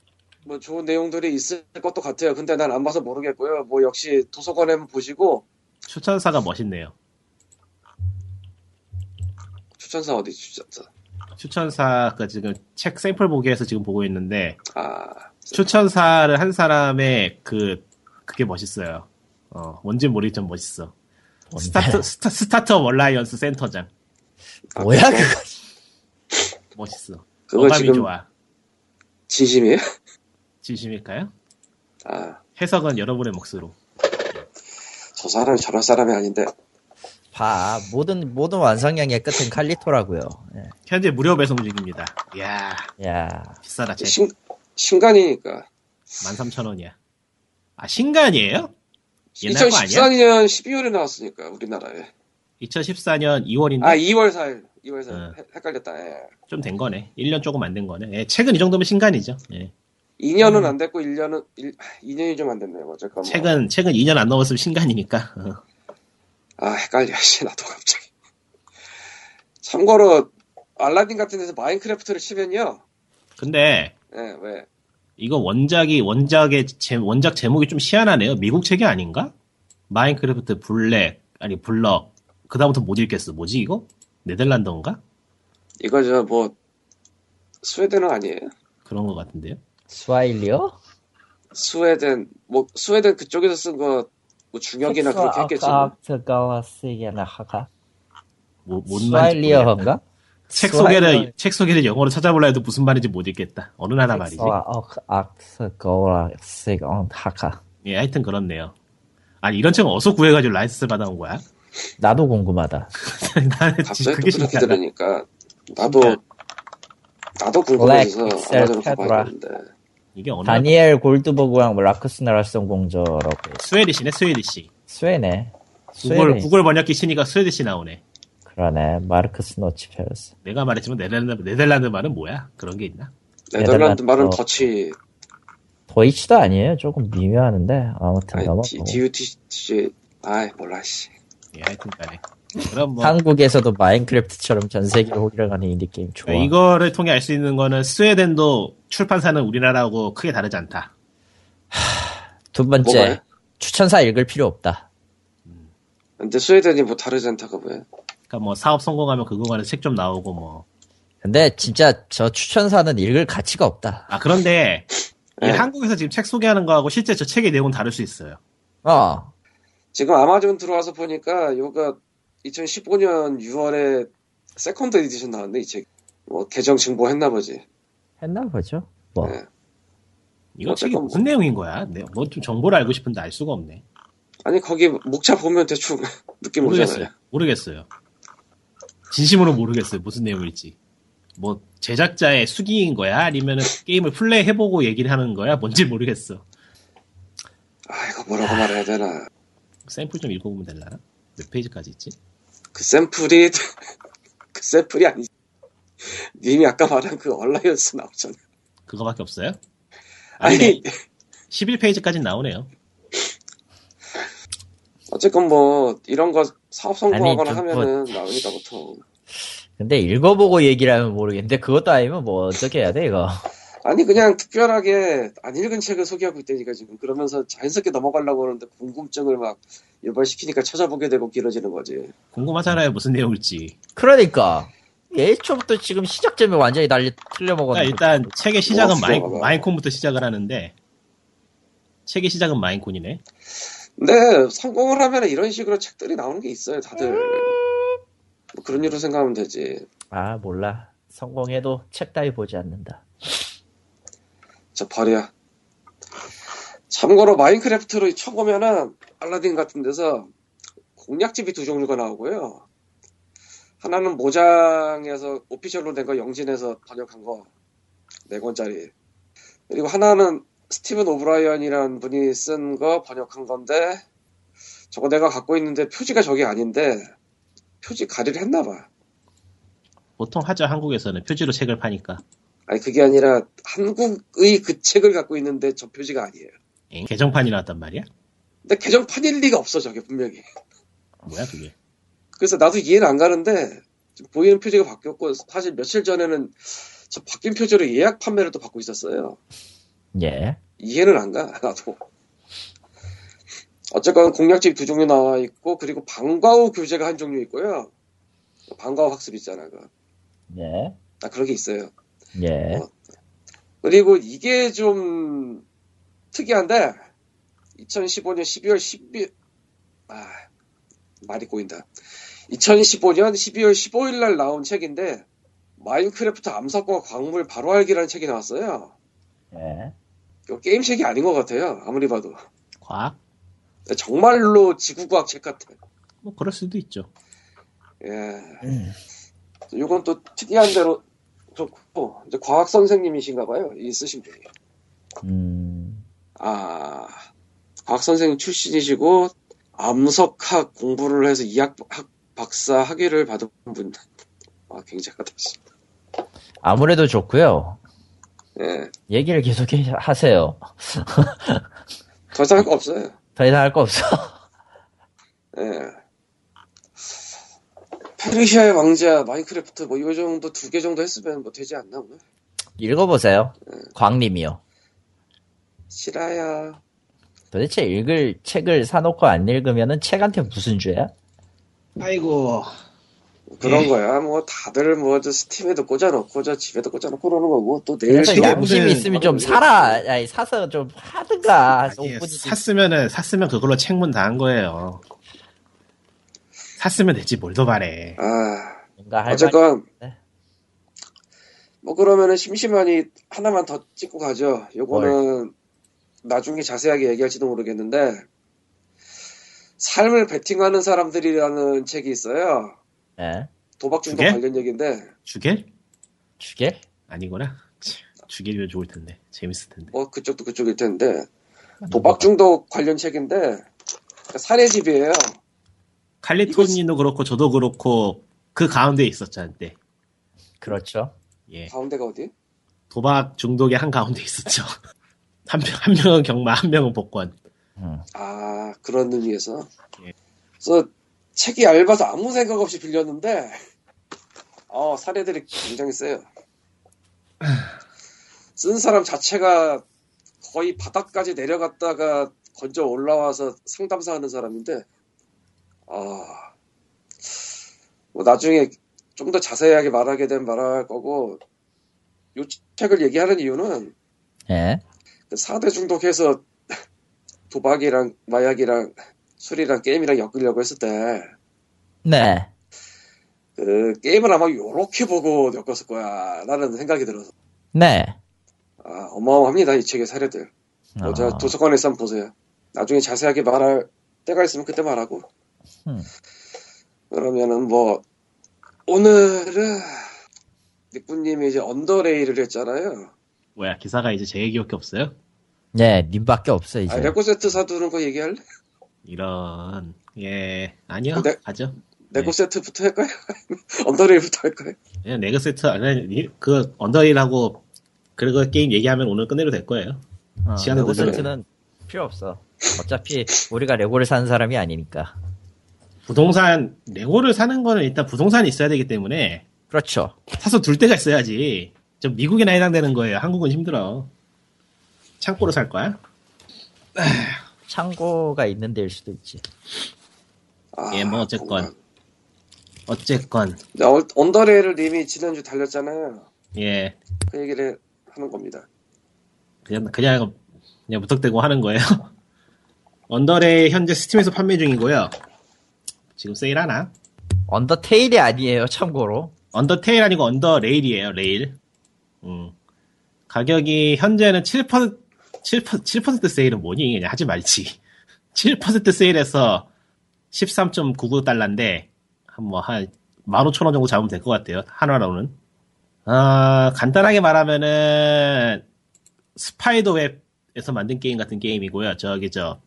뭐 좋은 내용들이 있을 것도 같아요. 근데 난 안 봐서 모르겠고요. 뭐 역시 도서관에 한번 보시고 추천사가 멋있네요. 추천사 어디 추천사? 추천사, 그 지금 책 샘플 보기에서 지금 보고 있는데, 아 추천사를 한 사람의 그, 그게 멋있어요. 어, 뭔지 모르겠지만 멋있어. 뭔데? 스타트, 스타, 스타트업 얼라이언스 센터장. 아, 뭐야, 그거? 그거. 멋있어. 그거 어감이 지금- 좋아. 진심이에요? 진심일까요? 아, 해석은 여러분의 몫으로. 저 사람이 저럴 사람이 아닌데. 봐. 모든, 모든 완성형의 끝은 칼리토라고요. 현재 무료 배송 중입니다. 이야, 예. 야 비싸다, 책. 신, 신간이니까. 13,000원이야. 아, 신간이에요? 옛날 거 아니야? 2014년 12월에 나왔으니까, 우리나라에. 2014년 2월인데? 아, 2월 4일. 2월 4일. 응. 헷- 헷갈렸다. 예. 좀 된 거네. 1년 조금 안 된 거네. 예, 책은 이 정도면 신간이죠. 예. 2년은 안 됐고, 1년은, 1, 2년이 좀 안 됐네요. 어쨌건. 뭐. 책은, 책은 2년 안 넘었으면 신간이니까. 어. 아, 헷갈려. 씨, 나도 갑자기. 참고로, 알라딘 같은 데서 마인크래프트를 치면요. 근데, 예, 왜. 이거 원작이, 원작의, 제, 원작 제목이 좀 희한하네요. 미국 책이 아닌가? 마인크래프트 블랙, 아니, 블럭. 그다음부터 못 읽겠어. 뭐지, 이거? 네덜란드인가? 이거 저 뭐, 스웨덴은 아니에요. 그런 것 같은데요. 스와일리요? 스웨덴, 뭐, 스웨덴 그쪽에서 쓴 거, 뭐, 중역이나 아, 그렇게 했겠지. 아, 뭐. 아트가와스이나 하가. 뭐, 뭔 말인지 모르겠다. 스와일리어인가? 책 스와일리어. 소개를, 책 소개를 영어로 찾아보려 해도 무슨 말인지 못 읽겠다. 어느 나라 말이지? 그, 아, 아트가와스이나 어, 하가. 예, 하여튼 그렇네요. 아니, 이런 책은 어디서 구해가지고 라이센스 받아온 거야? 나도 궁금하다. 나는 진짜 갑자기 그게 또 그렇게 신기하다. 네. 들으니까 나도 진짜. 나도 궁금해져서 Black Excel 아마존을 Fedora. 가봐야겠는데 이게 어느 나라? 다니엘 골드버그랑 뭐 라크스나 랄성 공저라고. 스웨디시네, 스웨디시. 스웨네. 구글, 스웨네. 구글 번역기 치니까 스웨디시 나오네. 그러네. 마르크스 노치페르스. 내가 말했지만 네덜란드, 네덜란드 말은 뭐야? 그런 게 있나? 네덜란드 네덜란드 말은 뭐 어. 더치 도이치도 아니에요. 조금 미묘하는데 아무튼 아니 넘어. DUTC 아이 몰라 씨 예, 하여튼 간에. 그럼 뭐, 한국에서도 마인크래프트처럼 전 세계로 호기려가는 인디 게임 좋아. 네, 이거를 통해 알 수 있는 거는 스웨덴도 출판사는 우리나라하고 크게 다르지 않다. 두 번째 뭐가요? 추천사 읽을 필요 없다. 근데 스웨덴이 뭐 다르지 않다가 뭐야 그러니까 뭐 사업 성공하면 그거 관해서 책 좀 나오고 뭐. 근데 진짜 저 추천사는 읽을 가치가 없다. 아, 그런데 이 예. 한국에서 지금 책 소개하는 거하고 실제 저 책의 내용은 다를 수 있어요. 어. 지금 아마존 들어와서 보니까 요거 2015년 6월에 세컨드 에디션 나왔네 이책뭐 개정 증보했나 보지 했나 보죠. 뭐 어. 네. 이거 책이 어쨌건 무슨 내용인 거야? 뭐 좀 정보를 알고 싶은데 알 수가 없네. 아니 거기 목차 보면 대충 느낌 모르겠어요. 오잖아요 모르겠어요. 진심으로 모르겠어요. 무슨 내용일지. 뭐 제작자의 수기인 거야? 아니면 게임을 플레이 해보고 얘기를 하는 거야? 뭔지 모르겠어. 아 이거 뭐라고 말해야 되나 샘플 좀 읽어보면 될라나? 몇 페이지까지 있지? 그 샘플이 그 샘플이 아니지 님이 아까 말한 그 얼라이언스 나오잖아 그거밖에 없어요? 아니 11페이지까지 나오네요. 어쨌건 뭐 이런 거 사업 성공하거나 아니, 좀 하면은 뭐 나오니까 보통 근데 읽어보고 얘기를 하면 모르겠는데 그것도 아니면 뭐 어떻게 해야 돼 이거. 아니 그냥 특별하게 안 읽은 책을 소개하고 있다니까 지금 그러면서 자연스럽게 넘어가려고 하는데 궁금증을 막 유발시키니까 찾아보게 되고 길어지는 거지 음. 궁금하잖아요. 무슨 내용일지. 그러니까 애초부터 지금 시작점이 완전히 달리 그러니까 틀려먹었네. 일단 책의 시작은 없어, 마인, 봐봐. 마인콘부터 시작을 하는데 책의 시작은 마인콘이네. 근데 성공을 하면 이런 식으로 책들이 나오는 게 있어요, 다들. 뭐 그런 일로 생각하면 되지. 아, 몰라. 성공해도 책 따위 보지 않는다. 저 버려. 참고로 마인크래프트로 쳐보면은 알라딘 같은 데서 공략집이 두 종류가 나오고요. 하나는 모장에서 오피셜로 된 거 영진에서 번역한 거, 네 권짜리. 그리고 하나는 스티븐 오브라이언이라는 분이 쓴 거 번역한 건데, 저거 내가 갖고 있는데 표지가 저게 아닌데, 표지 가리를 했나봐. 보통 하죠 한국에서는 표지로 책을 파니까. 아니, 그게 아니라 한국의 그 책을 갖고 있는데 저 표지가 아니에요. 엥? 개정판이 나왔단 말이야? 근데 개정판일 리가 없어 저게 분명히 뭐야 그게? 그래서 나도 이해는 안 가는데 지금 보이는 표지가 바뀌었고 사실 며칠 전에는 저 바뀐 표지로 예약 판매를 또 받고 있었어요 예. 이해는 안가 나도 어쨌건 공략집 두 종류 나와 있고 그리고 방과후 교재가 한 종류 있고요 방과후 학습 있잖아 그거 예. 나 그런 게 있어요 예. 그리고 이게 좀 특이한데 2015년 12월 12 아, 말이 꼬인다. 2015년 12월 15일 날 나온 책인데 마인크래프트 암사과 광물 바로 알기라는 책이 나왔어요. 예. 이거 게임 책이 아닌 것 같아요. 아무리 봐도 과학? 정말로 지구과학 책 같아. 뭐 그럴 수도 있죠. 예. 이건 또 특이한 대로 좋고 이제 과학 선생님이신가 봐요. 이 쓰신 분이. 음. 아, 박 선생님 출신이시고 암석학 공부를 해서 이학 학- 박사 학위를 받은 분. 아, 굉장하다. 씨. 아무래도 좋고요 예. 얘기를 계속 하세요. 더 이상 할 거 없어요. 더 이상 할 거 없어. 예. 페르시아의 왕자, 마인크래프트 뭐 이 정도 두 개 정도 했으면 뭐 되지 않나 오늘? 읽어보세요. 광님이요. 실화야. 도대체 읽을 책을 사놓고 안 읽으면은 책한테 무슨 죄야? 아이고 그런 예. 거야. 뭐 다들 뭐저 스팀에도 꽂아놓고 저 집에도 꽂아놓고 그러는 거고 또 내일 그래서 또 양심이 양심이 있으면 좀 사라. 아니, 사서 좀 하든가. 아니, 옷 뿐이지. 샀으면은 샀으면 그걸로 책문 다 한 거예요. 샀으면 되지 뭘 더 바래. 아. 뭔가 할 말이 어쨌건 네. 뭐 그러면은 심심하니 하나만 더 찍고 가죠. 요거는 나중에 자세하게 얘기할지도 모르겠는데 삶을 베팅하는 사람들이라는 책이 있어요. 예. 도박 중독 그게? 관련 얘기인데 주겔? 주게? 아니구나. 참, 주겔이면 좋을 텐데 재밌을 텐데. 뭐 그쪽도 그쪽일 텐데 도박 중독 관련 책인데 그러니까 사례집이에요. 칼리토니도 그렇고 저도 그렇고 그 가운데 있었죠 한때. 그렇죠. 예. 가운데가 어디? 도박 중독의 한 가운데 있었죠. 한, 명, 한 명은 경마, 한 명은 복권. 음. 아 그런 의미에서. 예. 그래서 책이 얇아서 아무 생각 없이 빌렸는데 어 사례들이 굉장히 세요. 쓴 사람 자체가 거의 바닥까지 내려갔다가 건져 올라와서 상담사 하는 사람인데 아, 뭐 나중에 좀 더 자세하게 말하게 되면 말할 거고 요 책을 얘기하는 이유는 예. 4대 중독해서 도박이랑 마약이랑 술이랑 게임이랑 엮으려고 했을 때, 네. 그, 게임을 아마 요렇게 보고 엮었을 거야. 라는 생각이 들어서. 네. 아, 어마어마합니다. 이 책의 사례들. 뭐, 저 어, 도서관에서 한번 보세요. 나중에 자세하게 말할 때가 있으면 그때 말하고. 음. 그러면은 뭐, 오늘은, 닉부님이 이제 언더레이를 했잖아요. 뭐야, 기사가 이제 제 얘기밖에 없어요? 네, 님밖에 없어, 이제. 아, 레고세트 사두는 거 얘기할래? 이런, 예, 아니요, 네. 가죠. 레고세트부터 할까요? 언더레이부터 할까요? 그냥 레그세트, 그, 언더힐하고, 그리고 게임 얘기하면 오늘 끝내도 될 거예요. 어, 시간을 레고 보자면. 세트는 필요 없어. 어차피 우리가 레고를 사는 사람이 아니니까. 부동산, 레고를 사는 거는 일단 부동산이 있어야 되기 때문에, 그렇죠. 사서 둘 데가 있어야지. 좀 미국이나 해당되는 거예요. 한국은 힘들어. 창고로 살 거야? 창고가 있는 데일 수도 있지. 아, 예, 뭐 어쨌건. 정말. 어쨌건 근데 언- 언더레일을 님이 지난주 달렸잖아요. 예 그 얘기를 하는 겁니다. 그냥 그냥 그냥 무턱대고 하는 거예요. 언더레 현재 스팀에서 판매 중이고요. 지금 세일하나? 언더테일이 아니에요, 참고로. 언더테일 아니고 언더레일이에요, 레일. 음. 가격이 현재는 7%, 7%, 7% 세일은 뭐니? 그냥 하지 말지. 7% 세일에서 13.99달러인데, 한 뭐, 한 15,000원 정도 잡으면 될 것 같아요. 한화로는. 아, 간단하게 말하면은, 스파이더웹에서 만든 게임 같은 게임이고요. 저기, 저,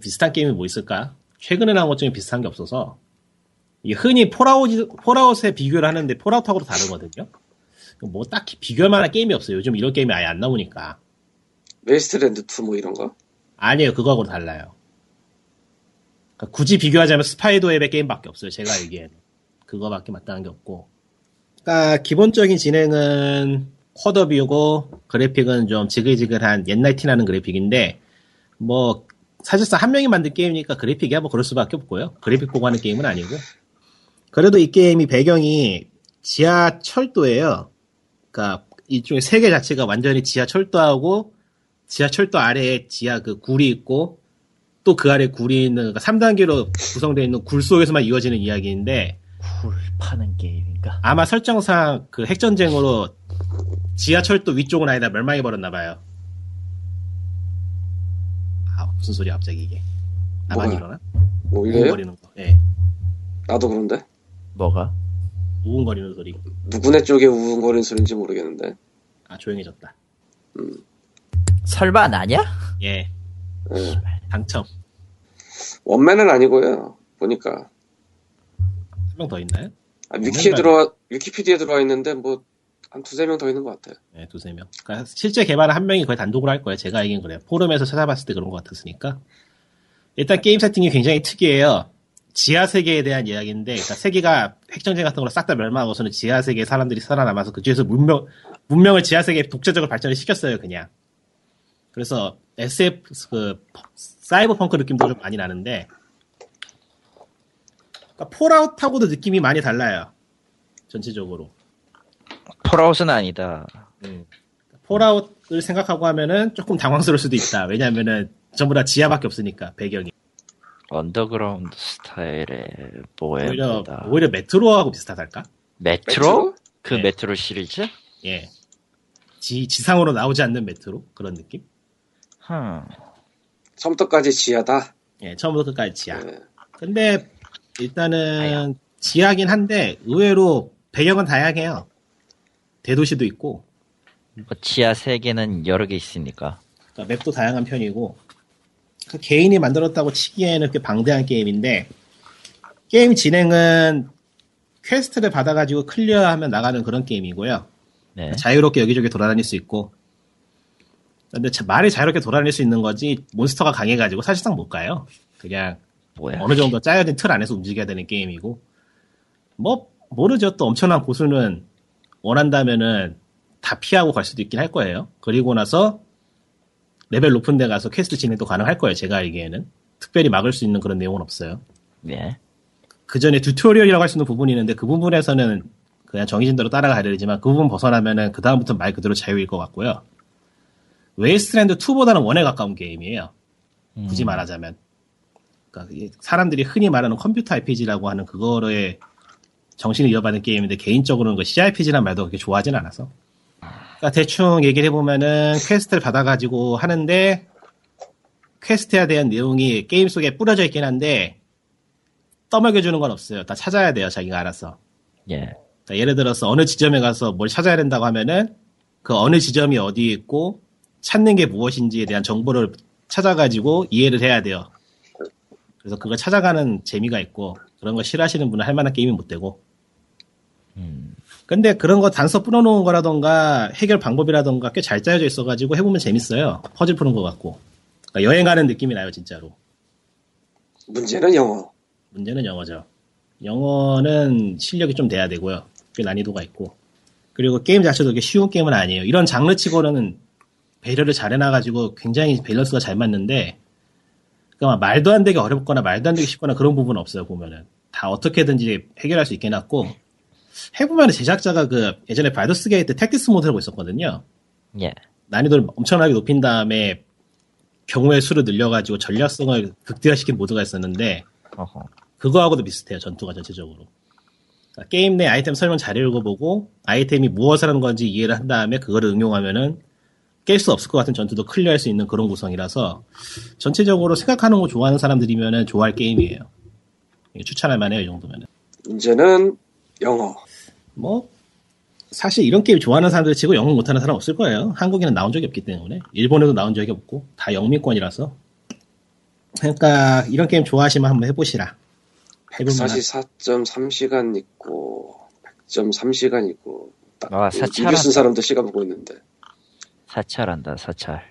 비슷한 게임이 뭐 있을까? 최근에 나온 것 중에 비슷한 게 없어서. 이게 흔히 폴아웃, 폴아웃에 비교를 하는데 폴아웃하고도 다르거든요. 뭐 딱히 비교할 만한 게임이 없어요. 요즘 이런 게임이 아예 안 나오니까. 웨스트랜드 2 뭐 이런 거? 아니에요. 그거하고는 달라요. 그러니까 굳이 비교하자면 스파이더웹의 게임밖에 없어요. 제가 알기에는. 그거밖에 마땅한 게 없고. 그러니까 기본적인 진행은 쿼더뷰고 그래픽은 좀 지글지글한 옛날 티나는 그래픽인데 뭐 사실상 한 명이 만든 게임이니까 그래픽이야 뭐 그럴 수밖에 없고요. 그래픽 보고 하는 게임은 아니고. 그래도 이 게임이 배경이 지하철도예요. 그러니까 이쪽에 세계 자체가 완전히 지하철도하고 지하철도 아래에 지하 그 굴이 있고 또 그 아래 굴이 있는 그러니까 3단계로 구성되어 있는 굴 속에서만 이어지는 이야기인데 굴 파는 게임인가? 아마 설정상 그 핵전쟁으로 지하철도 위쪽은 아니다 멸망해 버렸나 봐요. 아 무슨 소리야 갑자기 이게 나만 뭐가? 일어나? 뭐 이래요? 우웅거리는 거. 예. 나도 그런데 뭐가? 우웅거리는 소리. 누구네 쪽에 우웅거리는 소리인지 모르겠는데 아 조용해졌다. 설마 나냐? 예. 예. 당첨. 원맨은 아니고요. 보니까 한 명 더 있나요? 아, 위키에 원맨만- 들어와 위키피디에 들어와 있는데 뭐 한 두세 명 더 있는 것 같아요. 네, 두세 명. 그러니까 실제 개발은 한 명이 거의 단독으로 할 거예요. 제가 알긴 그래요. 포럼에서 찾아봤을 때 그런 것 같았으니까. 일단 게임 세팅이 굉장히 특이해요. 지하 세계에 대한 이야기인데, 그러니까 세계가 핵전쟁 같은 걸로 싹 다 멸망하고서는 지하 세계 사람들이 살아남아서 그 중에서 문명 문명을 지하 세계에 독자적으로 발전을 시켰어요, 그냥. 그래서 SF 그 사이버 펑크 느낌도 좀 많이 나는데, 그러니까 폴아웃하고도 느낌이 많이 달라요. 전체적으로. 폴아웃은 아니다. 폴아웃을 생각하고 하면은 조금 당황스러울 수도 있다. 왜냐면은 전부 다 지하밖에 없으니까 배경이 언더그라운드 스타일의 네, 오히려 모엠보다 오히려 메트로하고 비슷하달까? 메트로? 그 네. 메트로 시리즈? 예. 지 지상으로 나오지 않는 메트로 그런 느낌? 흠. 처음부터까지 지하다. 예, 처음부터 끝까지 지하. 예. 근데 네. 아야. 일단은 지하긴 한데 의외로 배경은 다양해요. 대도시도 있고 뭐 지하 세계는 여러 개 있으니까. 그러니까 맵도 다양한 편이고 그 개인이 만들었다고 치기에는 꽤 방대한 게임인데 게임 진행은 퀘스트를 받아가지고 클리어하면 나가는 그런 게임이고요. 네. 자유롭게 여기저기 돌아다닐 수 있고 근데 자- 말이 자유롭게 돌아다닐 수 있는 거지 몬스터가 강해가지고 사실상 못 가요. 그냥 뭐야? 어느 정도 짜여진 틀 안에서 움직여야 되는 게임이고 뭐 모르죠 또 엄청난 고수는 원한다면은 다 피하고 갈 수도 있긴 할 거예요 그리고 나서 레벨 높은 데 가서 퀘스트 진행도 가능할 거예요 제가 알기에는 특별히 막을 수 있는 그런 내용은 없어요 예. 그 전에 튜토리얼이라고 할 수 있는 부분이 있는데 그 부분에서는 그냥 정해진 대로 따라가야 되지만 그 부분 벗어나면은 그 다음부터는 말 그대로 자유일 것 같고요 웨이스트랜드 2보다는 원에 가까운 게임이에요 굳이 말하자면. 그러니까 이게 사람들이 흔히 말하는 컴퓨터 RPG라고 하는 그거의 정신을 이어받는 게임인데 개인적으로는 그 CRPG란 말도 그렇게 좋아하진 않아서. 그러니까 대충 얘기를 해보면은 퀘스트를 받아가지고 하는데 퀘스트에 대한 내용이 게임 속에 뿌려져 있긴 한데 떠먹여주는 건 없어요. 다 찾아야 돼요. 자기가 알아서. 예. 그러니까 예를 들어서 어느 지점에 가서 뭘 찾아야 된다고 하면은 그 어느 지점이 어디에 있고 찾는 게 무엇인지에 대한 정보를 찾아가지고 이해를 해야 돼요. 그래서 그걸 찾아가는 재미가 있고 그런 거 싫어하시는 분은 할 만한 게임이 못 되고 음. 근데 그런 거 단서 뿌려놓은 거라던가 해결 방법이라던가 꽤 잘 짜여져 있어가지고 해보면 재밌어요. 퍼즐 푸는 것 같고 그러니까 여행 가는 느낌이 나요 진짜로. 문제는 영어. 문제는 영어죠. 영어는 실력이 좀 돼야 되고요. 꽤 난이도가 있고. 그리고 게임 자체도 그렇게 쉬운 게임은 아니에요. 이런 장르 치고는 배려를 잘 해놔가지고 굉장히 밸런스가 잘 맞는데, 그러니까 막 말도 안 되게 어렵거나 말도 안 되게 쉽거나 그런 부분은 없어요, 보면은. 다 다 어떻게든지 해결할 수 있게 놨고 해보면 제작자가 그 예전에 바이더스 게이트 택티스 모드라고 있었거든요. 예. 난이도를 엄청나게 높인 다음에 경우의 수를 늘려가지고 전략성을 극대화시킨 모드가 있었는데 어허. 그거하고도 비슷해요 전투가 전체적으로 그러니까 게임 내 아이템 설명 잘 읽어보고 아이템이 무엇을 하는 건지 이해를 한 다음에 그거를 응용하면은 깰 수 없을 것 같은 전투도 클리어할 수 있는 그런 구성이라서 전체적으로 생각하는 거 좋아하는 사람들이면은 좋아할 게임이에요 이거 추천할 만해요 이 정도면은 이제는 영어. 뭐 사실 이런 게임 좋아하는 사람들 치고 영어 못하는 사람 없을 거예요 한국에는 나온 적이 없기 때문에 일본에도 나온 적이 없고 다 영미권이라서 그러니까 이런 게임 좋아하시면 한번 해보시라 해볼 만한 44.3시간 있고 100.3시간 있고 딱 아, 사찰. 리뷰 쓴 사람도 시간 보고 있는데 사찰한다, 사찰.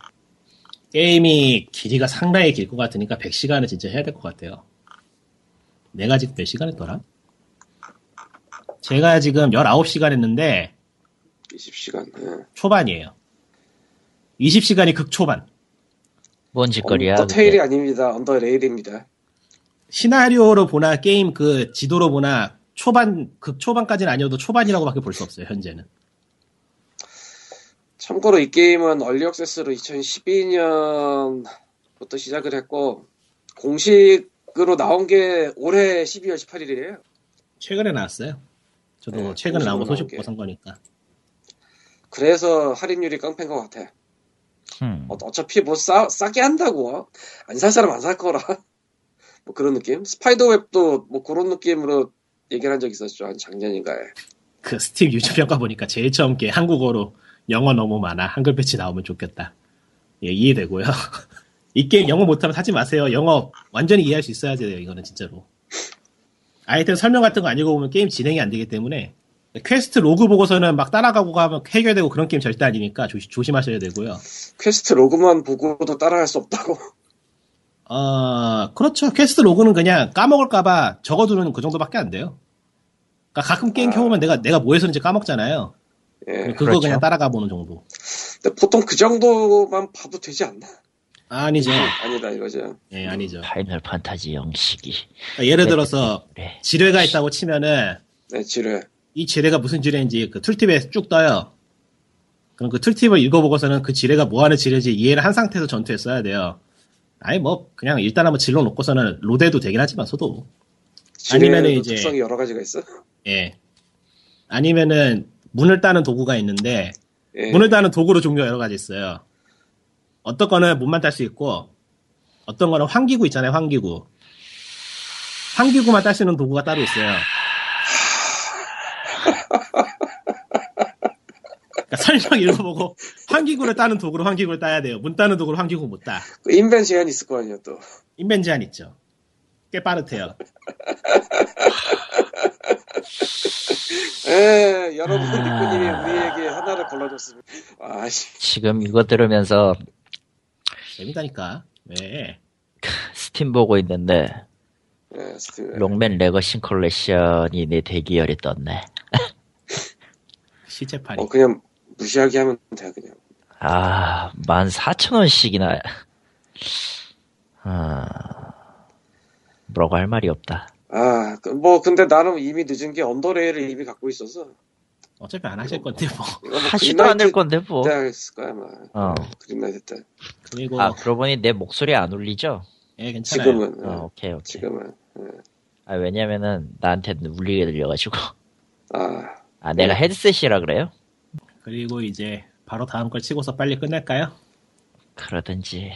게임이 길이가 상당히 길 것 같으니까 100시간은 진짜 해야 될 것 같아요. 내가 지금 몇 시간 했더라? 제가 지금 19시간 했는데 20시간. 예. 초반이에요. 20시간이 극초반. 뭔 짓거리야. 어, 언더테일이 그게. 아닙니다. 언더레일입니다. 시나리오로 보나 게임 그 지도로 보나 초반, 극초반까지는 아니어도 초반이라고밖에 볼 수 없어요, 현재는. 참고로 이 게임은 얼리 액세스로 2012년부터 시작을 했고 공식으로 나온 게 올해 12월 18일이에요. 최근에 나왔어요. 저도 네, 최근에 나온 거 소식으로 나온 게. 소식 보고 산 거니까. 그래서 할인율이 깡패인 것 같아. 음. 어, 어차피 뭐 싸, 싸게 한다고 안 살 사람 안 살 거라 뭐 그런 느낌. 스파이더 웹도 뭐 그런 느낌으로 얘기를 한 적 있었죠 한 작년인가에. 그 스팀 유저 평가 보니까 제일 처음 게 한국어로 영어 너무 많아 한글 패치 나오면 좋겠다. 예, 이해되고요. 이 게임 영어 못하면 사지 마세요. 영어 완전히 이해할 수 있어야 돼요. 이거는 진짜로. 아이템 설명 같은 거 안 읽어보면 게임 진행이 안 되기 때문에 퀘스트 로그 보고서는 막 따라가고 가면 해결되고 그런 게임 절대 아니니까 조시, 조심하셔야 되고요. 퀘스트 로그만 보고도 따라할 수 없다고. 어, 그렇죠. 퀘스트 로그는 그냥 까먹을까봐 적어두는 그 정도밖에 안 돼요. 그러니까 가끔 게임 켜보면 내가 내가 뭐 했었는지 까먹잖아요. 예. 그거 그렇죠. 그냥 따라가 보는 정도. 근데 보통 그 정도만 봐도 되지 않나? 아니죠. 아니다 이거죠. 예, 아니죠. 파이널 판타지 영식이. 네. 그러니까 예를 들어서 그래. 지뢰가 있다고 치면은 네 지뢰. 이 지뢰가 무슨 지뢰인지 그 툴팁에 쭉 떠요. 그럼 그 툴팁을 읽어보고서는 그 지뢰가 뭐하는 지뢰인지 이해를 한 상태에서 전투에 써야 돼요. 아니 뭐 그냥 일단 한번 질러 놓고서는 로데도 되긴 하지만 서도 아니면은 지뢰의 이제- 특성이 여러 가지가 있어. 예 아니면은 문을 따는 도구가 있는데 예. 문을 따는 도구로 종류 가 여러 가지 있어요. 어떤 거는 문만 딸 수 있고, 어떤 거는 환기구 있잖아요, 환기구. 환기구만 딸 수 있는 도구가 따로 있어요. 그러니까 설명 읽어보고, 환기구를 따는 도구로 환기구를 따야 돼요. 문 따는 도구로 환기구 못 따. 그 인벤 제한이 있을 거 아니에요 또. 인벤 제한 있죠. 꽤 빠듯해요. 예, 여러분 아. 흔디코님이 우리에게 하나를 걸러줬습니다. 아씨. 지금 이거 들으면서 재밌다니까. 네. 스팀 보고 있는데, 예, 스팀. 롱맨 레거신 컬렉션이 내 대기열에 떴네. 시체판이. 어 그냥 무시하게 하면 돼 그냥. 아, 14,000원씩이나. 아, 뭐라고 할 말이 없다. 아, 그, 뭐 근데 나는 이미 늦은 게 언더레일을 이미 갖고 있어서. 어차피 안 하실 건데, 뭐. 이거 뭐 하지도 않을 그린라이트 건데, 뭐. 때 했을 거야 아마. 어. 그린라이트 때. 그리고, 뭐 아, 그러고 보니 내 목소리 안 울리죠? 예, 괜찮아요. 지금은. 어, 예, 오케이, 오케이. 지금은. 아, 왜냐면은 나한테 울리게 들려가지고. 아, 아, 내가 헤드셋이라 그래요? 그리고 이제 바로 다음 걸 치고서 빨리 끝낼까요? 그러든지.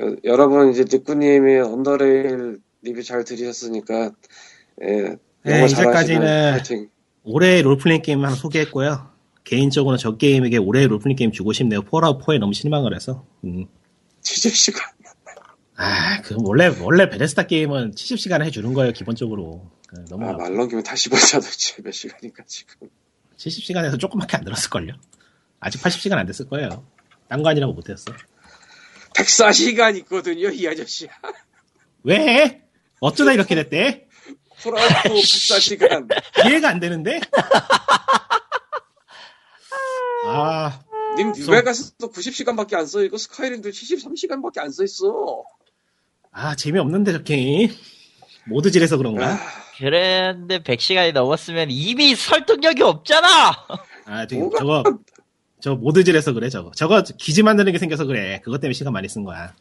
여- 여러분 이제 니꾸님이 언더레일 리뷰 잘 들으셨으니까. 예. 네, 영어 잘하시는 이제까지는- 파이팅. 올해의 롤플레잉 게임 하나 소개했고요. 개인적으로는 저 게임에게 올해의 롤플레잉 게임 주고 싶네요. 폴아웃 4에 너무 실망을 해서. 음. 취재 시간. 아, 그 원래 원래 베레스타 게임은 70시간 해주는 거예요 기본적으로. 그, 음. 너무 아, 말 넘기면 다시 보자 도대체 몇 시간이니까 지금. 70시간에서 조금밖에 안 들었을걸요. 아직 80시간 안 됐을 거예요. 딴거 아니라고 못했어. 104시간 있거든요, 이 아저씨. 왜? 어쩌다 이렇게 됐대? 프라이프 104시간. 이해가 안 되는데? 아, 님 뉴베가스도 90시간밖에 안 써 있고 스카이림도 73시간밖에 안 써 있어. 아 재미없는데 저 게임. 모드질해서 그런가? 아, 그런데 100시간이 넘었으면 이미 설득력이 없잖아! 아, 저기, 뭐가- 저거, 저 모드질해서 그래, 저거. 저거 기지 만드는 게 생겨서 그래. 그것 때문에 시간 많이 쓴 거야.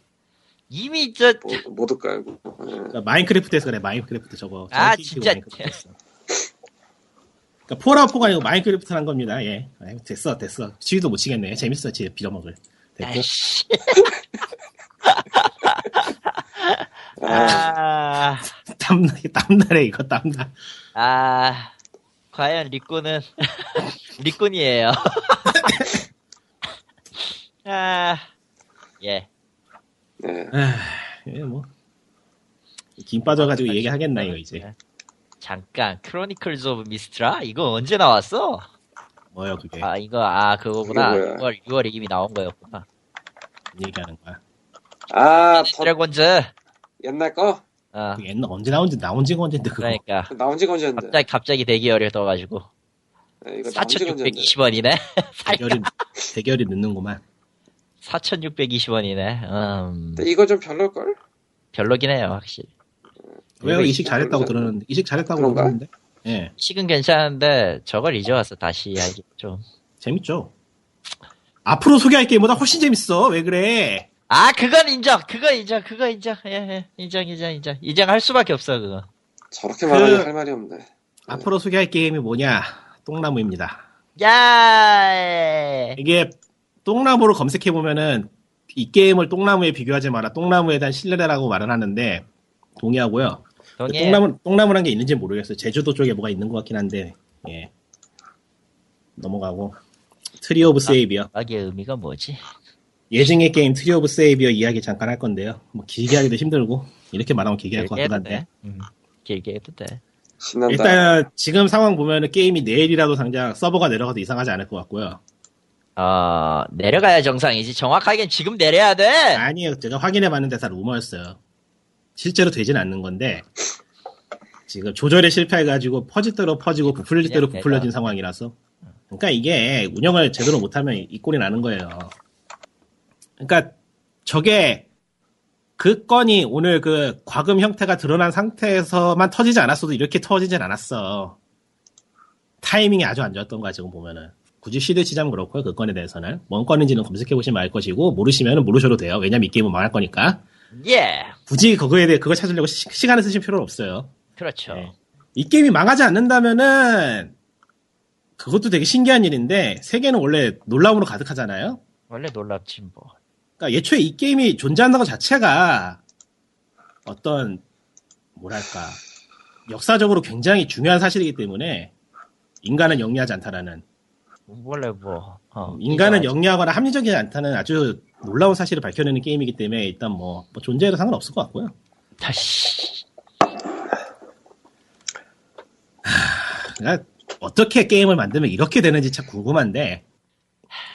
이미 저, 모- 모두 깔고. 예. 그러니까 마인크래프트에서 그래, 마인크래프트 저거. 저거 아, 키키고 진짜. 마인크래프트에서. 그러니까 포라포가 아니고 마인크래프트란 겁니다. 예. 아유, 됐어, 됐어. 지휘도 못 치겠네. 재밌어, 지 빌어먹을. 네. 됐고. 아이씨. 아, 땀나, 땀나래, 이거 땀나. 아, 과연 리꾼은, 리꾼이에요. 아, 예. 예. 예, 뭐. 김 아, 빠져가지고 얘기하겠나, 이거 이제. 잠깐, 크로니클즈 오브 미스트라? 이거 언제 나왔어? 뭐요, 그게. 아, 이거, 아, 그거구나. 이게 뭐야? 6월, 6월에 이미 나온 거였구나. 얘기하는 거야. 아, 더 드래곤즈! 옛날 거? 어, 그게 옛날 언제 나온지, 나온 지가 언젠데, 그거. 그러니까. 나온 지가 언제였는데? 갑자기, 갑자기 대기열이 떠가지고. 예, 이거 나온 지가 언제였는데? 4,620원이네? 대결이, 대결이 늦는구만. 4,620원이네. 음, 근데 이거 좀 별로걸? 별로긴 해요, 확실히. 왜요? 이식 그런가? 잘했다고 들었는데, 이식 잘했다고 그런가? 들었는데. 예, 식은 괜찮은데, 저걸 이제 와서 다시 하기 좀. 재밌죠. 앞으로 소개할 게임보다 훨씬 재밌어. 왜 그래? 아, 그건 인정! 그거 인정! 그거 인정! 예, 예. 인정, 인정, 인정. 인정할 수밖에 없어, 그거. 저렇게 말하니 그- 할 말이 없네. 앞으로 소개할 게임이 뭐냐? 똥나무입니다. 야! 이게 똥나무로 검색해 보면은 이 게임을 똥나무에 비교하지 마라. 똥나무에 대한 신뢰라고 말은 하는데 동의하고요. 동해. 그 똥나무 똥나무란 게 있는지 모르겠어요. 제주도 쪽에 뭐가 있는 것 같긴 한데 예. 넘어가고 트리 오브 세이비어 악의 의미가 뭐지? 예증의 게임 트리 오브 세이비어 이야기 잠깐 할 건데요. 뭐 길게 하기도 힘들고 이렇게 말하면 길게 할 것 길게 해도 같긴 한데 돼. 음, 길게 해도 돼. 신난다. 일단 지금 상황 보면은 게임이 내일이라도 당장 서버가 내려가도 이상하지 않을 것 같고요. 어, 내려가야 정상이지. 정확하게는 지금 내려야 돼! 아니에요. 제가 확인해 봤는데 다 루머였어요. 실제로 되진 않는 건데 지금 조절에 실패해가지고 퍼질 대로 퍼지고 부풀릴 대로 부풀려진 상황이라서 그러니까 이게 운영을 제대로 못하면 이 꼴이 나는 거예요. 그러니까 저게 그 건이 오늘 그 과금 형태가 드러난 상태에서만 터지지 않았어도 이렇게 터지진 않았어. 타이밍이 아주 안 좋았던 거야 지금 보면은. 굳이 시대 치자면 그렇고요. 그 건에 대해서는 뭔 건인지는 검색해 보시면 알 것이고 모르시면 모르셔도 돼요. 왜냐면 이 게임은 망할 거니까. 예! 굳이 그거에 대해 그걸 찾으려고 시, 시간을 쓰실 필요는 없어요. 그렇죠. 네. 이 게임이 망하지 않는다면은 그것도 되게 신기한 일인데 세계는 원래 놀라움으로 가득하잖아요. 원래 놀랍지, 뭐. 그러니까 예초에 이 게임이 존재한다는 것 자체가 어떤 뭐랄까 역사적으로 굉장히 중요한 사실이기 때문에 인간은 영리하지 않다라는 원래 뭐, 어, 인간은 이상하지. 영리하거나 합리적이지 않다는 아주 놀라운 사실을 밝혀내는 게임이기 때문에 일단 뭐, 뭐 존재해도 상관없을 것 같고요. 다시. 그러니까 어떻게 게임을 만들면 이렇게 되는지 참 궁금한데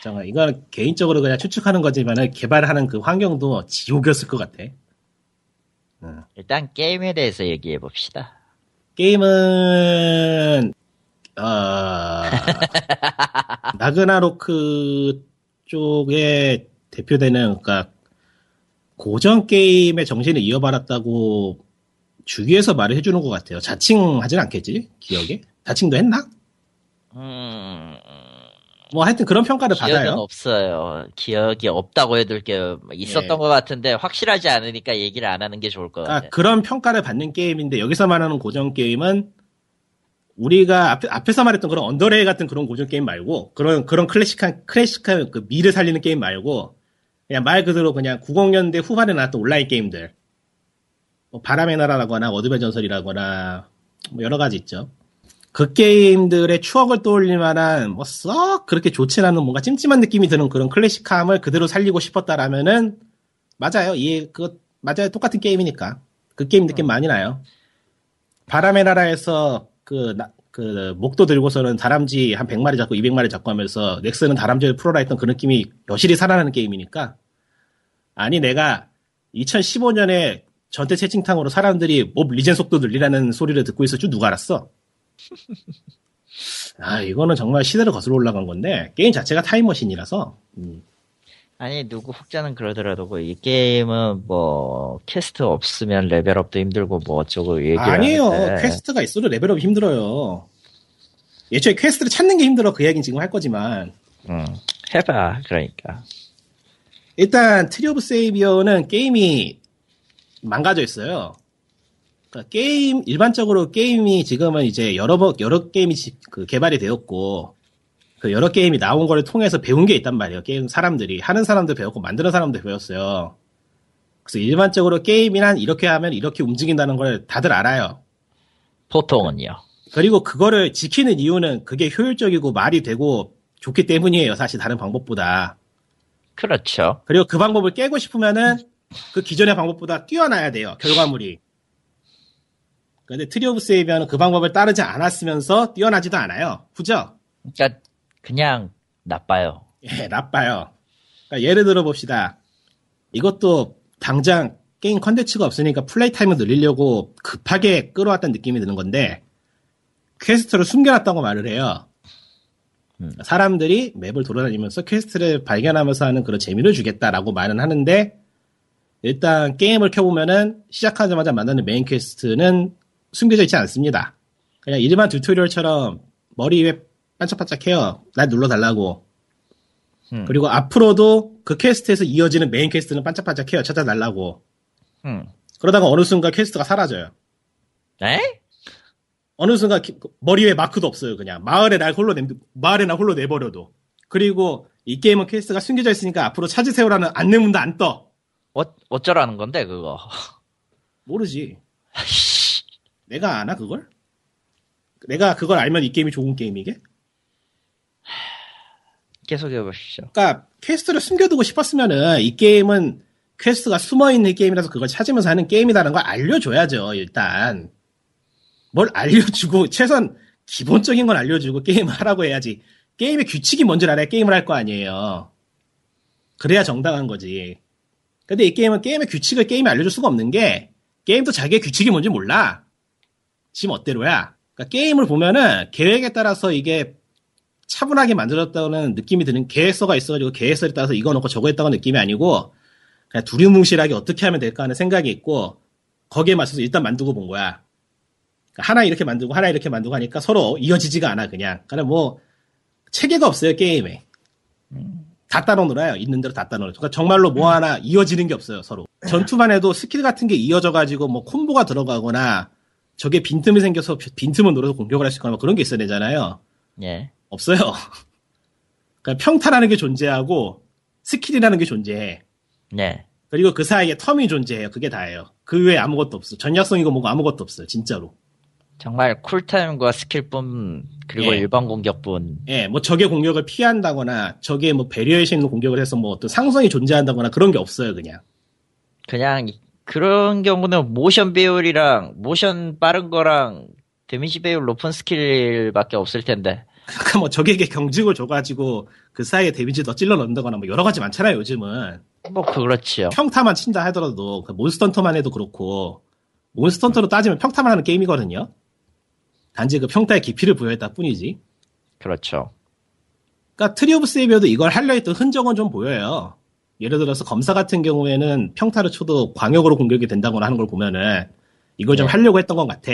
정말 이건 개인적으로 그냥 추측하는 거지만 개발하는 그 환경도 지옥이었을 것 같아. 일단 게임에 대해서 얘기해 봅시다. 게임은 어, 나그나로크 쪽에 대표되는 그러니까 고전 게임의 정신을 이어받았다고 주위에서 말을 해주는 것 같아요. 자칭하진 않겠지 기억에 자칭도 했나? 음, 뭐 하여튼 그런 평가를 기억은 받아요. 없어요. 기억이 없다고 해도 이렇게 있었던 예. 것 같은데 확실하지 않으니까 얘기를 안 하는 게 좋을 것 그러니까 같아요. 그런 평가를 받는 게임인데 여기서 말하는 고전 게임은 우리가 앞, 앞에서 말했던 그런 언더레이 같은 그런 고전 게임 말고 그런 그런 클래식한 클래식한 그 미를 살리는 게임 말고 그냥 말 그대로 그냥 90년대 후반에 나왔던 온라인 게임들 뭐 바람의 나라라거나 어둠의 전설이라거나 뭐 여러 가지 있죠. 그 게임들의 추억을 떠올릴 만한 뭐 썩 그렇게 좋진 않은 뭔가 찜찜한 느낌이 드는 그런 클래식함을 그대로 살리고 싶었다라면은 맞아요. 이, 그, 맞아요. 똑같은 게임이니까. 그 게임 느낌 많이 나요. 바람의 나라에서 그, 나- 그, 목도 들고서는 다람쥐 한 100마리 잡고 200마리 잡고 하면서 넥슨은 다람쥐를 풀어라 했던 그 느낌이 여실히 살아나는 게임이니까. 아니, 내가 2015년에 전태 채팅탕으로 사람들이 몹 리젠 속도 늘리라는 소리를 듣고 있을 줄 누가 알았어? 아, 이거는 정말 시대를 거슬러 올라간 건데, 게임 자체가 타임머신이라서, 음, 아니 누구 혹자는 그러더라도 그이 게임은 뭐 퀘스트 없으면 레벨업도 힘들고 뭐 어쩌고 얘기를 아니에요. 하는데 퀘스트가 있어도 레벨업이 힘들어요. 예초에 퀘스트를 찾는 게 힘들어. 그 이야기는 지금 할 거지만. 응. 음, 해봐 그러니까 일단 트리 오브 세이비어는 게임이 망가져 있어요. 그러니까 게임 일반적으로 게임이 지금은 이제 여러 번 여러 게임이 지- 그 개발이 되었고 그 여러 게임이 나온 거를 통해서 배운 게 있단 말이에요. 게임 사람들이 하는 사람도 배웠고 만드는 사람도 배웠어요. 그래서 일반적으로 게임이란 이렇게 하면 이렇게 움직인다는 걸 다들 알아요. 보통은요 그리고 그거를 지키는 이유는 그게 효율적이고 말이 되고 좋기 때문이에요. 사실 다른 방법보다. 그렇죠 그리고 그 방법을 깨고 싶으면은 그 기존의 방법보다 뛰어나야 돼요. 결과물이. 근데 트리 오브 세이비어는 그 방법을 따르지 않았으면서 뛰어나지도 않아요. 그죠? 그러니까 그냥 나빠요 예, 나빠요. 그러니까 예를 들어 봅시다. 이것도 당장 게임 컨텐츠가 없으니까 플레이 타임을 늘리려고 급하게 끌어왔던 느낌이 드는 건데 퀘스트를 숨겨놨다고 말을 해요. 음. 사람들이 맵을 돌아다니면서 퀘스트를 발견하면서 하는 그런 재미를 주겠다라고 말은 하는데 일단 게임을 켜보면은 시작하자마자 만나는 메인 퀘스트는 숨겨져 있지 않습니다. 그냥 일반 튜토리얼처럼 머리 위에 반짝반짝해요. 날 눌러달라고. 음. 그리고 앞으로도 그 퀘스트에서 이어지는 메인 퀘스트는 반짝반짝해요. 찾아달라고. 음. 그러다가 어느 순간 퀘스트가 사라져요. 에? 어느 순간 키- 머리 위에 마크도 없어요. 그냥 마을에 날 홀로 내, 마을에 날 홀로 내버려도. 그리고 이 게임은 퀘스트가 숨겨져 있으니까 앞으로 찾으세요라는 안내문도 안 떠. 어, 어쩌라는 건데 그거 모르지. 내가 아나 그걸? 내가 그걸 알면 이 게임이 좋은 게임이게? 계속 해보시죠 그러니까 퀘스트를 숨겨두고 싶었으면은 이 게임은 퀘스트가 숨어있는 게임이라서 그걸 찾으면서 하는 게임이라는 걸 알려줘야죠 일단 뭘 알려주고 최소한 기본적인 건 알려주고 게임을 하라고 해야지 게임의 규칙이 뭔지 알아야 게임을 할 거 아니에요 그래야 정당한 거지 근데 이 게임은 게임의 규칙을 게임에 알려줄 수가 없는 게 게임도 자기의 규칙이 뭔지 몰라 지 멋대로야 그러니까 게임을 보면은 계획에 따라서 이게 차분하게 만들었다는 느낌이 드는 계획서가 있어가지고 계획서에 따라서 이거 넣고 저거 했다는 느낌이 아니고 그냥 두리뭉실하게 어떻게 하면 될까 하는 생각이 있고 거기에 맞춰서 일단 만들고 본 거야. 그러니까 하나 이렇게 만들고 하나 이렇게 만들고 하니까 서로 이어지지가 않아 그냥. 그냥 뭐 체계가 없어요 게임에. 다 따로 놀아요. 있는 대로 다 따로 놀아요. 그러니까 정말로 뭐 하나 이어지는 게 없어요 서로. 전투만 해도 스킬 같은 게 이어져가지고 뭐 콤보가 들어가거나 저게 빈틈이 생겨서 빈틈을 노려서 공격을 할 수 있거나 뭐 그런 게 있어야 되잖아요. 예 없어요. 그러니까 평타라는 게 존재하고 스킬이라는 게 존재해. 네. 그리고 그 사이에 텀이 존재해요. 그게 다예요. 그 외에 아무것도 없어. 전략성이고 뭐고 아무것도 없어요. 진짜로. 정말 쿨타임과 스킬뿐 그리고 예. 일반 공격뿐 예, 뭐 적의 공격을 피한다거나 적의 뭐 배려의식 있는 공격을 해서 뭐 어떤 상성이 존재한다거나 그런 게 없어요. 그냥. 그냥 이- 그런 경우는 모션 배율이랑 모션 빠른 거랑 데미지 배율 높은 스킬밖에 없을 텐데 그러니까 뭐 적에게 경직을 줘가지고 그 사이에 데미지 더 찔러 넣는다거나 뭐 여러 가지 많잖아요. 요즘은. 뭐 그렇지요. 평타만 친다 하더라도 그 몬스턴터만 해도 그렇고 몬스턴터로 따지면 평타만 하는 게임이거든요. 단지 그 평타의 깊이를 부여했다 뿐이지. 그렇죠. 그러니까 트리 오브 세이비어도 이걸 하려 했던 흔적은 좀 보여요. 예를 들어서 검사 같은 경우에는 평타를 쳐도 광역으로 공격이 된다거나 하는 걸 보면은 이걸 좀 네. 하려고 했던 것 같아.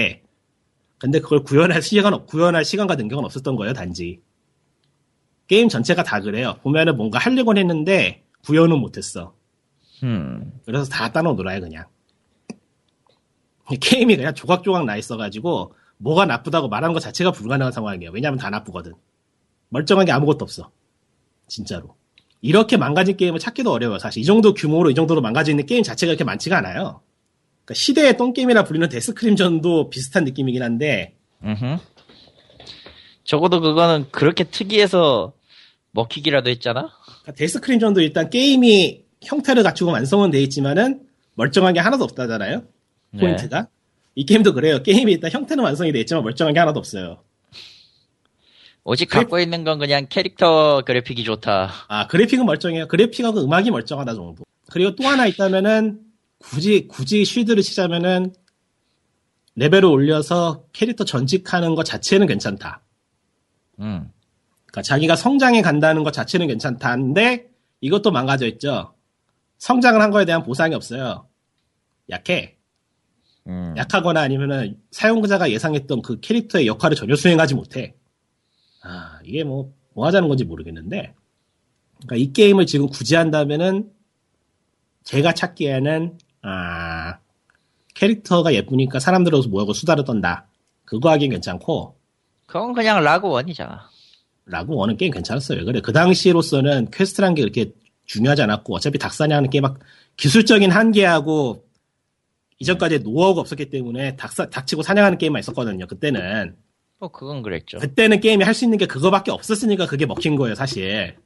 근데 그걸 구현할 시간 없, 구현할 시간과 능력은 없었던 거예요, 단지. 게임 전체가 다 그래요. 보면은 뭔가 하려고는 했는데 구현은 못했어. 음. 그래서 다 따로 놀아요 그냥 게임이 그냥 조각조각 나 있어가지고 뭐가 나쁘다고 말하는 것 자체가 불가능한 상황이에요 왜냐하면 다 나쁘거든 멀쩡한 게 아무것도 없어 진짜로 이렇게 망가진 게임을 찾기도 어려워요 사실 이 정도 규모로 이 정도로 망가져 있는 게임 자체가 그렇게 많지가 않아요 그러니까 시대의 똥게임이라 불리는 데스크림전도 비슷한 느낌이긴 한데 음. 적어도 그거는 그렇게 특이해서 먹히기라도 했잖아. 그러니까 데스크림전도 일단 게임이 형태를 갖추고 완성은 돼 있지만은 멀쩡한 게 하나도 없다잖아요 네. 포인트가 이 게임도 그래요 게임이 일단 형태는 완성이 돼 있지만 멀쩡한 게 하나도 없어요 오직 갖고 있는 건 그냥 캐릭터 그래픽이 좋다. 아 그래픽은 멀쩡해요 그래픽하고 음악이 멀쩡하다 정도 그리고 또 하나 있다면은 굳이 굳이 쉴드를 치자면은 레벨을 올려서 캐릭터 전직하는 것 자체는 괜찮다 음. 그러니까 자기가 성장해 간다는 것 자체는 괜찮다는데 이 이것도 망가져 있죠. 성장을 한 거에 대한 보상이 없어요. 약해. 음. 약하거나 아니면은 사용자가 예상했던 그 캐릭터의 역할을 전혀 수행하지 못해. 아, 이게 뭐, 뭐 하자는 건지 모르겠는데. 그러니까 이 게임을 지금 굳이 한다면은 제가 찾기에는, 아, 캐릭터가 예쁘니까 사람들 와서 모여서 수다를 떤다. 그거 하긴 괜찮고, 그건 그냥 라고 원이잖아. 라고 원은 게임 괜찮았어요. 왜 그래? 그 당시로서는 퀘스트란 게 그렇게 중요하지 않았고 어차피 닥사냐 하는 게 막 기술적인 한계하고 이전까지 노하우가 없었기 때문에 닥사, 닥치고 사냥하는 게임만 있었거든요. 그때는 뭐 그건 그랬죠. 그때는 게임이 할 수 있는 게 그거밖에 없었으니까 그게 먹힌 거예요, 사실.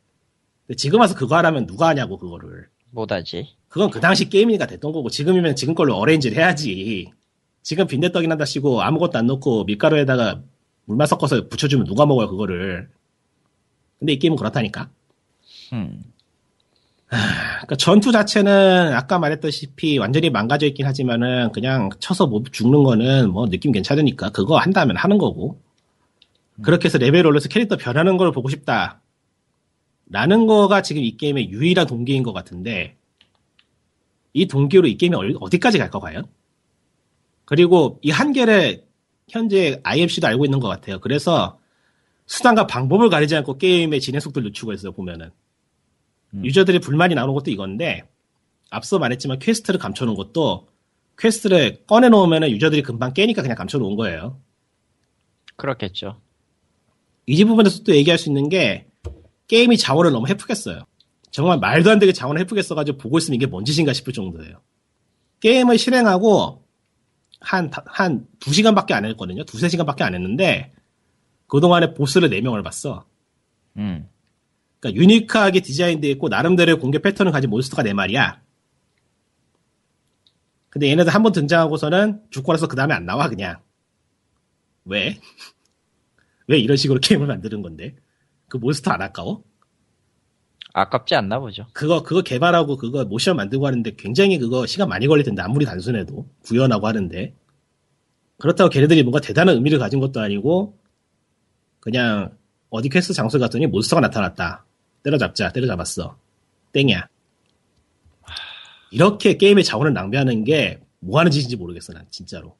근데 지금 와서 그거 하라면 누가 하냐고 그거를. 못하지. 그건 그 당시 게임이니까 됐던 거고 지금이면 지금 걸로 어레인지를 해야지. 지금 빈대떡이나 다시고 아무것도 안 넣고 밀가루에다가 물만 섞어서 부쳐주면 누가 먹어요 그거를. 근데 이 게임은 그렇다니까. 음. 그러니까 전투 자체는 아까 말했다시피 완전히 망가져 있긴 하지만은 그냥 쳐서 뭐 죽는 거는 뭐 느낌 괜찮으니까 그거 한다면 하는 거고. 그렇게 해서 레벨 올려서 캐릭터 변하는 걸 보고 싶다. 라는 거가 지금 이 게임의 유일한 동기인 것 같은데, 이 동기로 이 게임이 얼- 어디까지 갈까 과연? 그리고 이 한계를 현재 IMC도 알고 있는 것 같아요. 그래서 수단과 방법을 가리지 않고 게임의 진행 속도를 늦추고 있어요, 보면은. 음. 유저들의 불만이 나오는 것도 이건데, 앞서 말했지만 퀘스트를 감춰놓은 것도 퀘스트를 꺼내놓으면 유저들이 금방 깨니까 그냥 감춰놓은 거예요. 그렇겠죠. 이 부분에서 또 얘기할 수 있는 게 게임이 자원을 너무 헤프겠어요. 정말 말도 안 되게 자원을 헤프겠어가지고 보고 있으면 이게 뭔 짓인가 싶을 정도예요. 게임을 실행하고 한, 다- 한 2시간밖에 안 했거든요. 2, 3시간밖에 안 했는데 그동안에 보스를 4명을 봤어. 음. 그러니까 유니크하게 디자인되어 있고 나름대로의 공격 패턴을 가진 몬스터가 4마리야. 근데 얘네들 한 번 등장하고서는 죽고 나서 그 다음에 안 나와 그냥. 왜? 왜 이런 식으로 게임을 만드는 건데? 그 몬스터 안 아까워? 아깝지 않나 보죠. 그거 그거 개발하고 그거 모션 만들고 하는데 굉장히 그거 시간 많이 걸릴 텐데 아무리 단순해도 구현하고 하는데 그렇다고 걔네들이 뭔가 대단한 의미를 가진 것도 아니고 그냥 어디 퀘스트 장소 갔더니 몬스터가 나타났다 때려잡자 때려잡았어 땡이야 이렇게 게임의 자원을 낭비하는 게 뭐 하는 짓인지 모르겠어 난 진짜로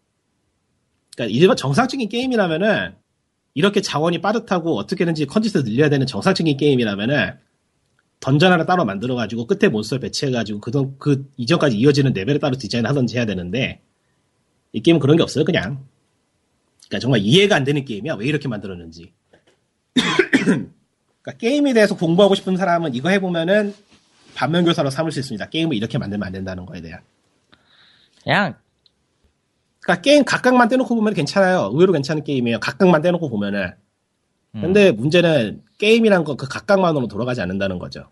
그러니까 일반 정상적인 게임이라면은 이렇게 자원이 빠듯하고 어떻게든지 컨디션을 늘려야 되는 정상적인 게임이라면은 던전 하나 따로 만들어가지고 끝에 몬스터 배치해가지고 그동 그 이전까지 이어지는 레벨을 따로 디자인하던지 해야 되는데 이 게임은 그런 게 없어요 그냥 그러니까 정말 이해가 안 되는 게임이야 왜 이렇게 만들었는지 그러니까 게임에 대해서 공부하고 싶은 사람은 이거 해보면은 반면교사로 삼을 수 있습니다 게임을 이렇게 만들면 안 된다는 거에 대한 그냥 그러니까 게임 각각만 떼놓고 보면 괜찮아요 의외로 괜찮은 게임이에요 각각만 떼놓고 보면은 음, 근데 문제는 게임이란 건 그 각각만으로 돌아가지 않는다는 거죠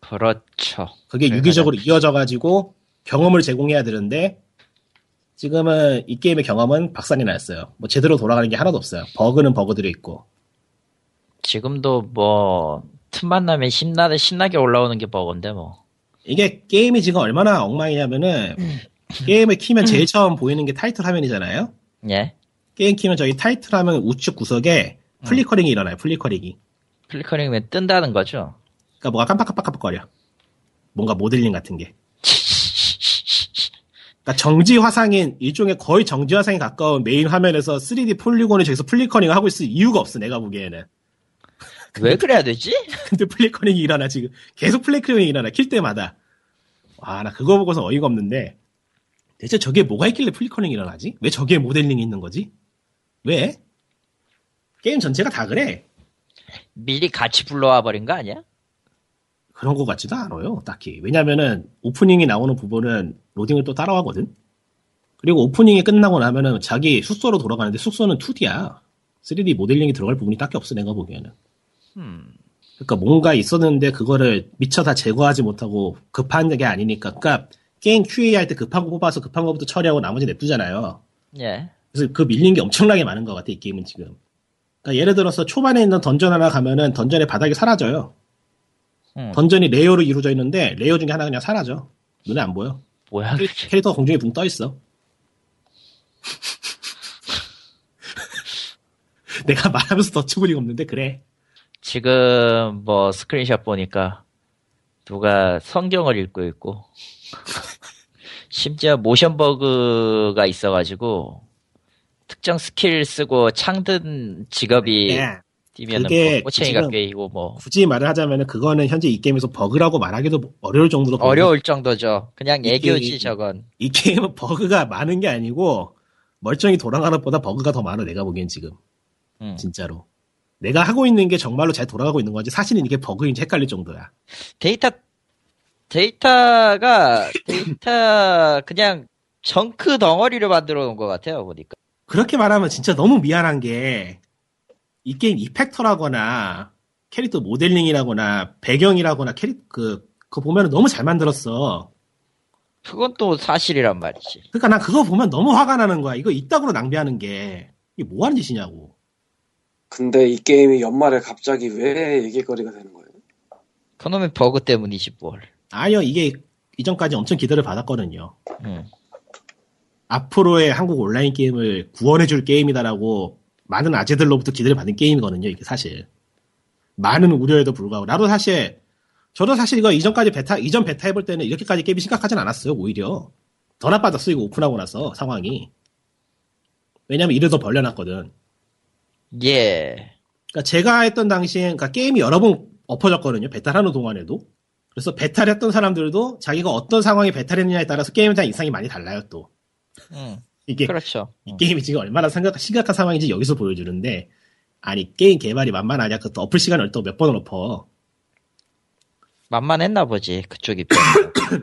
그렇죠. 그게 그래서 유기적으로 이어져가지고 경험을 제공해야 되는데 지금은 이 게임의 경험은 박살이 났어요. 뭐 제대로 돌아가는 게 하나도 없어요. 버그는 버그들이 있고 지금도 뭐 틈만 나면 신나 신나게 올라오는 게 버건데 뭐. 이게 게임이 지금 얼마나 엉망이냐면은 게임을 키면 제일 처음 보이는 게 타이틀 화면이잖아요. 예. 게임 키면 저기 타이틀 화면 우측 구석에 플리커링이 일어나요. 플리커링이. 플리커링면 뜬다는 거죠. 그러니까 뭐가 깜빡깜빡깜빡거려. 뭔가 모델링 같은 게. 그러니까 정지 화상인 일종의 거의 정지 화상에 가까운 메인 화면에서 3D 폴리곤을 저기서 플리커링을 하고 있을 이유가 없어 내가 보기에는. 왜 그래야 되지? 근데 플리커링이 일어나 지금 계속 플리커링이 일어나 킬 때마다. 와 나 그거 보고서 어이가 없는데 대체 저게 뭐가 있길래 플리커링이 일어나지? 왜 저게 모델링이 있는 거지? 왜? 게임 전체가 다 그래. 미리 같이 불러와 버린 거 아니야? 그런 것 같지도 않아요, 딱히. 왜냐면은, 오프닝이 나오는 부분은 로딩을 또 따라하거든? 그리고 오프닝이 끝나고 나면은 자기 숙소로 돌아가는데 숙소는 2D야. 3D 모델링이 들어갈 부분이 딱히 없어, 내가 보기에는. 음. 그러니까 뭔가 있었는데 그거를 미처 다 제거하지 못하고 급한 게 아니니까. 그러니까 게임 QA 할 때 급한 거 뽑아서 급한 거부터 처리하고 나머지 냅두잖아요. 예. 그래서 그 밀린 게 엄청나게 많은 것 같아, 이 게임은 지금. 그러니까 예를 들어서 초반에 있는 던전 하나 가면은 던전의 바닥이 사라져요. 음. 던전이 레이어로 이루어져 있는데 레이어 중에 하나 그냥 사라져. 눈에 안 보여. 뭐야? 캐- 그게. 캐릭터가 공중에 붕 떠 있어. 내가 말하면서 더 충분히 없는데 그래. 지금 뭐 스크린샷 보니까 누가 성경을 읽고 있고 심지어 모션 버그가 있어가지고 특정 스킬 쓰고 창든 직업이 예. 뛰면은 그게 뭐 꼬챙이가 지금 꿰이고 뭐 굳이 말을 하자면 그거는 현재 이 게임에서 버그라고 말하기도 어려울 정도로 버그- 어려울 정도죠. 그냥 이게- 애교지 저건. 이 게임은 버그가 많은 게 아니고 멀쩡히 돌아가는 것보다 버그가 더 많아 내가 보기엔 지금 음. 진짜로 내가 하고 있는 게 정말로 잘 돌아가고 있는 건지 사실은 이게 버그인지 헷갈릴 정도야 데이터 데이터가 데이터 그냥 정크 덩어리를 만들어 놓은 것 같아요 보니까. 그렇게 말하면 진짜 너무 미안한 게 이 게임 이펙터라거나 캐릭터 모델링이라거나 배경이라거나 캐릭 그 그거 보면 너무 잘 만들었어 그건 또 사실이란 말이지. 그러니까 난 그거 보면 너무 화가 나는 거야 이거 이따구로 낭비하는 게 이게 뭐 하는 짓이냐고 근데 이 게임이 연말에 갑자기 왜 얘기거리가 되는 거예요? 그놈의 버그 때문이지 뭘. 아니요, 이게 이전까지 엄청 기대를 받았거든요. 음. 앞으로의 한국 온라인 게임을 구원해줄 게임이다라고 많은 아재들로부터 기대를 받은 게임이거든요, 이게 사실. 많은 우려에도 불구하고. 나도 사실, 저도 사실 이거 이전까지 베타, 이전 베타 해볼 때는 이렇게까지 게임이 심각하진 않았어요, 오히려. 더 나빠졌어, 이거 오픈하고 나서 상황이. 왜냐면 이래서 벌려놨거든. 예. 그러니까 제가 했던 당시엔 그러니까 게임이 여러 번 엎어졌거든요. 베타를 하는 동안에도. 그래서 베타를 했던 사람들도 자기가 어떤 상황에 베타를 했느냐에 따라서 게임에 대한 인상이 많이 달라요, 또. 음. 이게 그렇죠. 이 게임이 지금 얼마나 생각, 심각한 상황인지 여기서 보여주는데, 아니, 게임 개발이 만만하냐. 그것도 어플 시간을 또 몇 번을 엎어. 만만했나 보지 그쪽 입장.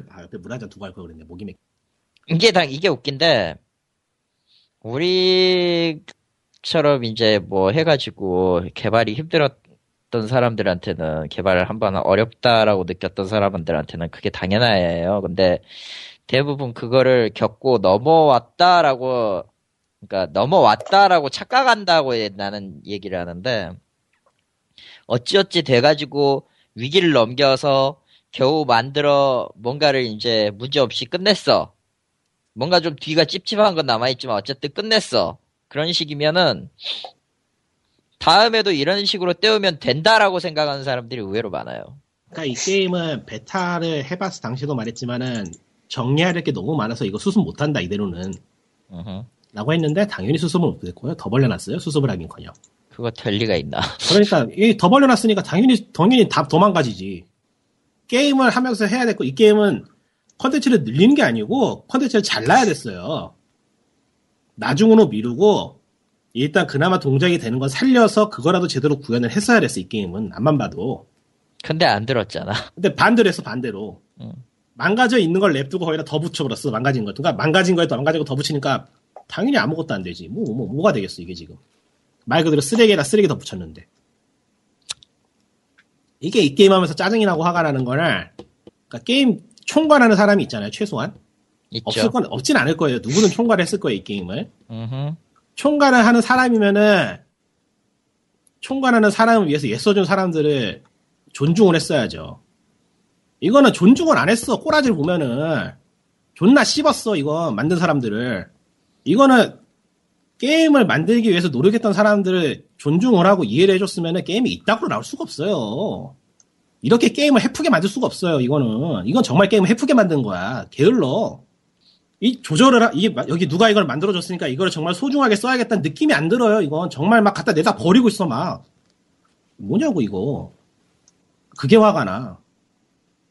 아, 옆에 물 한 잔 두고 할 걸 그랬네, 목이 맥. 이게 당 이게 웃긴데 우리처럼 이제 뭐 해가지고 개발이 힘들었던 사람들한테는 개발을 한번 어렵다라고 느꼈던 사람들한테는 그게 당연해요. 근데 대부분 그거를 겪고 넘어왔다라고 그러니까 넘어왔다라고 착각한다고 나는 얘기를 하는데 어찌어찌 돼가지고 위기를 넘겨서 겨우 만들어 뭔가를 이제 문제 없이 끝냈어. 뭔가 좀 뒤가 찝찝한 건 남아있지만 어쨌든 끝냈어. 그런 식이면은 다음에도 이런 식으로 때우면 된다라고 생각하는 사람들이 의외로 많아요. 그러니까 이 게임은 베타를 해봤어, 당시도 말했지만은, 정리할 게 너무 많아서 이거 수습 못한다, 이대로는. 음흠. 라고 했는데, 당연히 수습을 못했고요. 더 벌려놨어요, 수습을 하긴 커녕. 그거 될 리가 있나? 그러니까 이 더 벌려놨으니까 당연히 당연히 다 도망가지지. 게임을 하면서 해야 됐고 이 게임은 컨텐츠를 늘리는 게 아니고 컨텐츠를 잘라야 됐어요. 나중으로 미루고 일단 그나마 동작이 되는 건 살려서 그거라도 제대로 구현을 했어야 됐어 이 게임은 안만 봐도. 근데 안 들었잖아. 근데 반대로 해서 반대로 음. 망가져 있는 걸 냅두고 거기다 더 붙여버렸어 망가진 걸. 그러니까 망가진 거에 더 망가지고 더 붙이니까 당연히 아무것도 안 되지. 뭐 뭐, 뭐가 되겠어 이게 지금 말 그대로 쓰레기에다 쓰레기 더 붙였는데. 이게 이 게임 하면서 짜증이 나고 화가 나는 거를 그러니까 게임 총괄하는 사람이 있잖아요 최소한 없을 있죠. 건 없진 않을 거예요 누구든 총괄했을 거예요 이 게임을 음흠. 총괄을 하는 사람이면은 총괄하는 사람을 위해서 애써준 사람들을 존중을 했어야죠 이거는 존중을 안 했어 꼬라지를 보면은 존나 씹었어 이거 만든 사람들을 이거는 게임을 만들기 위해서 노력했던 사람들을 존중을 하고 이해를 해줬으면 게임이 이따구로 나올 수가 없어요. 이렇게 게임을 해프게 만들 수가 없어요. 이거는 이건 정말 게임을 해프게 만든 거야. 게을러. 이 조절을 하- 이게 마- 여기 누가 이걸 만들어줬으니까 이걸 정말 소중하게 써야겠다는 느낌이 안 들어요. 이건 정말 막 갖다 내다 버리고 있어 막 뭐냐고 이거 그게 화가 나.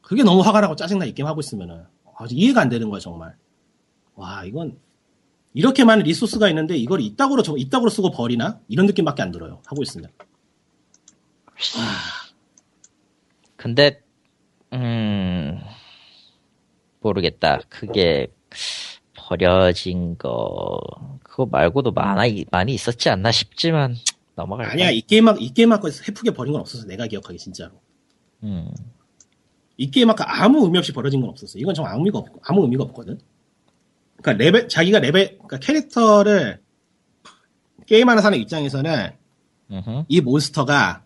그게 너무 화가 나고 짜증나 이 게임 하고 있으면은 아, 이해가 안 되는 거야 정말. 와 이건 이렇게 많은 리소스가 있는데 이걸 이따구로 저 이따구로 쓰고 버리나 이런 느낌밖에 안 들어요 하고 있으면 근데 음 모르겠다. 그게 버려진 거 그거 말고도 많아 많이 있었지 않나 싶지만 넘어갈. 아니야 이 게임 막- 이 게임 아까 해프게 버린 건 없어서 내가 기억하기 진짜로 음. 이 게임 아까 아무 의미 없이 벌어진 건 없었어 이건 정말 아무 의미가 없 아무 의미가 없거든 그러니까 레벨 자기가 레벨 그러니까 캐릭터를 게임하는 사람 입장에서는 음흠. 이 몬스터가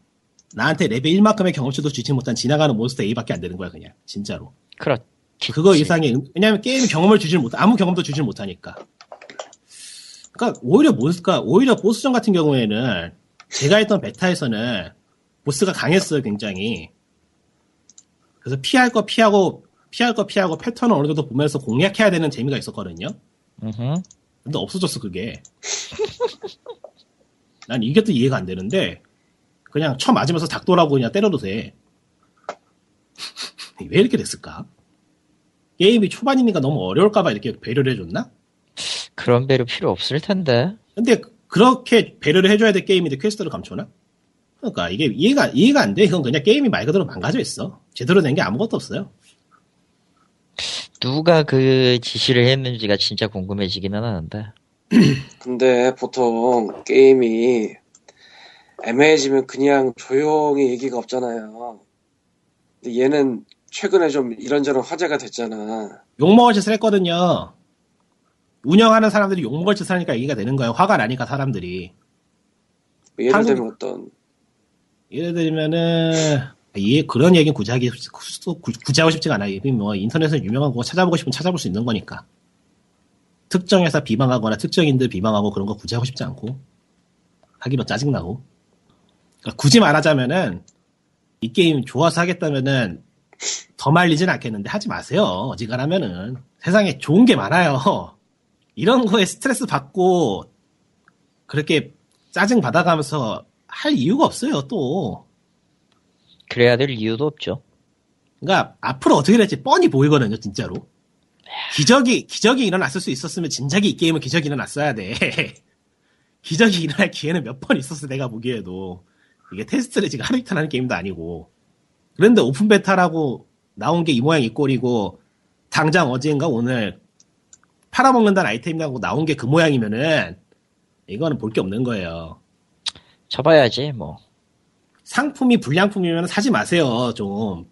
나한테 레벨 1만큼의 경험치도 주지 못한 지나가는 몬스터 A밖에 안 되는 거야 그냥 진짜로 그렇지. 그거 이상의 음- 왜냐면 게임 경험을 주질 못 아무 경험도 주질 못하니까. 그러니까 오히려 몬스가 오히려 보스전 같은 경우에는 제가 했던 베타에서는 보스가 강했어요 굉장히. 그래서 피할 거 피하고 피할 거 피하고 패턴을 어느 정도 보면서 공략해야 되는 재미가 있었거든요. 음흠. 근데 없어졌어 그게. 난 이게 또 이해가 안 되는데 그냥 처 맞으면서 닥돌하고 그냥 때려도 돼. 왜 이렇게 됐을까? 게임이 초반이니까 너무 어려울까봐 이렇게 배려를 해줬나? 그런 배려 필요 없을 텐데. 근데 그렇게 배려를 해줘야 될 게임인데 퀘스트를 감춰나? 그러니까 이게 이해가 이해가 안 돼. 이건 그냥 게임이 말 그대로 망가져 있어. 제대로 된 게 아무것도 없어요. 누가 그 지시를 했는지가 진짜 궁금해지기는 하는데. 근데 보통 게임이 애매해지면 그냥 조용히 얘기가 없잖아요. 근데 얘는 최근에 좀 이런저런 화제가 됐잖아. 뭐 욕먹을 짓을 했거든요. 운영하는 사람들이 욕먹을 짓을 하니까 얘기가 되는 거예요. 화가 나니까 사람들이. 뭐 예를 한국- 들면 어떤 예를 들면은 예, 그런 얘기는 굳이 하기 쉽- 구- 굳이 하고 싶지가 않아요. 이게 뭐 인터넷에 유명한 거 찾아보고 싶으면 찾아볼 수 있는 거니까. 특정 회사 비방하거나 특정인들 비방하고 그런 거 굳이 하고 싶지 않고 하기로 짜증 나고. 그러니까 굳이 말하자면은 이 게임 좋아서 하겠다면은 더 말리진 않겠는데 하지 마세요. 어지간하면은 세상에 좋은 게 많아요. 이런 거에 스트레스 받고 그렇게 짜증 받아가면서 할 이유가 없어요, 또. 그래야 될 이유도 없죠. 그러니까 앞으로 어떻게 될지 뻔히 보이거든요, 진짜로. 기적이 기적이 일어났을 수 있었으면 진작에 이 게임은 기적이 일어났어야 돼. 기적이 일어날 기회는 몇 번 있었어 내가 보기에도 이게 테스트를 지금 하루 이틀 하는 게임도 아니고 그런데 오픈 베타라고 나온 게 이 모양 이 꼴이고 당장 어제인가 오늘 팔아먹는다는 아이템이라고 나온 게 그 모양이면은 이거는 볼 게 없는 거예요. 쳐봐야지, 뭐. 상품이 불량품이면 사지 마세요, 좀.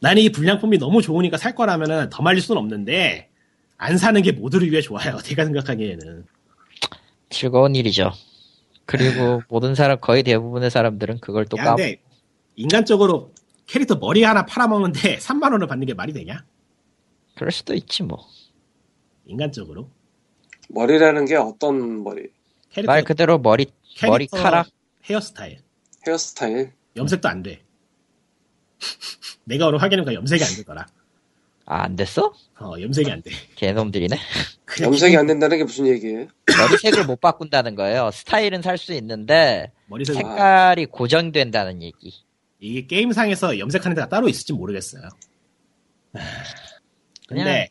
나는 이 불량품이 너무 좋으니까 살 거라면 더 말릴 수는 없는데, 안 사는 게 모두를 위해 좋아요. 제가 생각하기에는. 즐거운 일이죠. 그리고 모든 사람, 거의 대부분의 사람들은 그걸 또 야, 까먹, 근데, 인간적으로 캐릭터 머리 하나 팔아먹는데 3만원을 받는 게 말이 되냐? 그럴 수도 있지, 뭐. 인간적으로. 머리라는 게 어떤 머리? 캐릭터, 말 그대로 머리, 캐릭터 머리카락? 헤어스타일. 헤어스타일? 염색도 안 돼. 내가 오늘 확인해보니까 염색이 안 되더라. 아, 안 됐어? 어, 염색이 안 돼. 개놈들이네. 그냥 염색이 안 된다는 게 무슨 얘기예요? 머리색을 못 바꾼다는 거예요. 스타일은 살 수 있는데, 머리색 색깔이 고정된다는 얘기. 이게 게임상에서 염색하는 데가 따로 있을지 모르겠어요. 하, 근데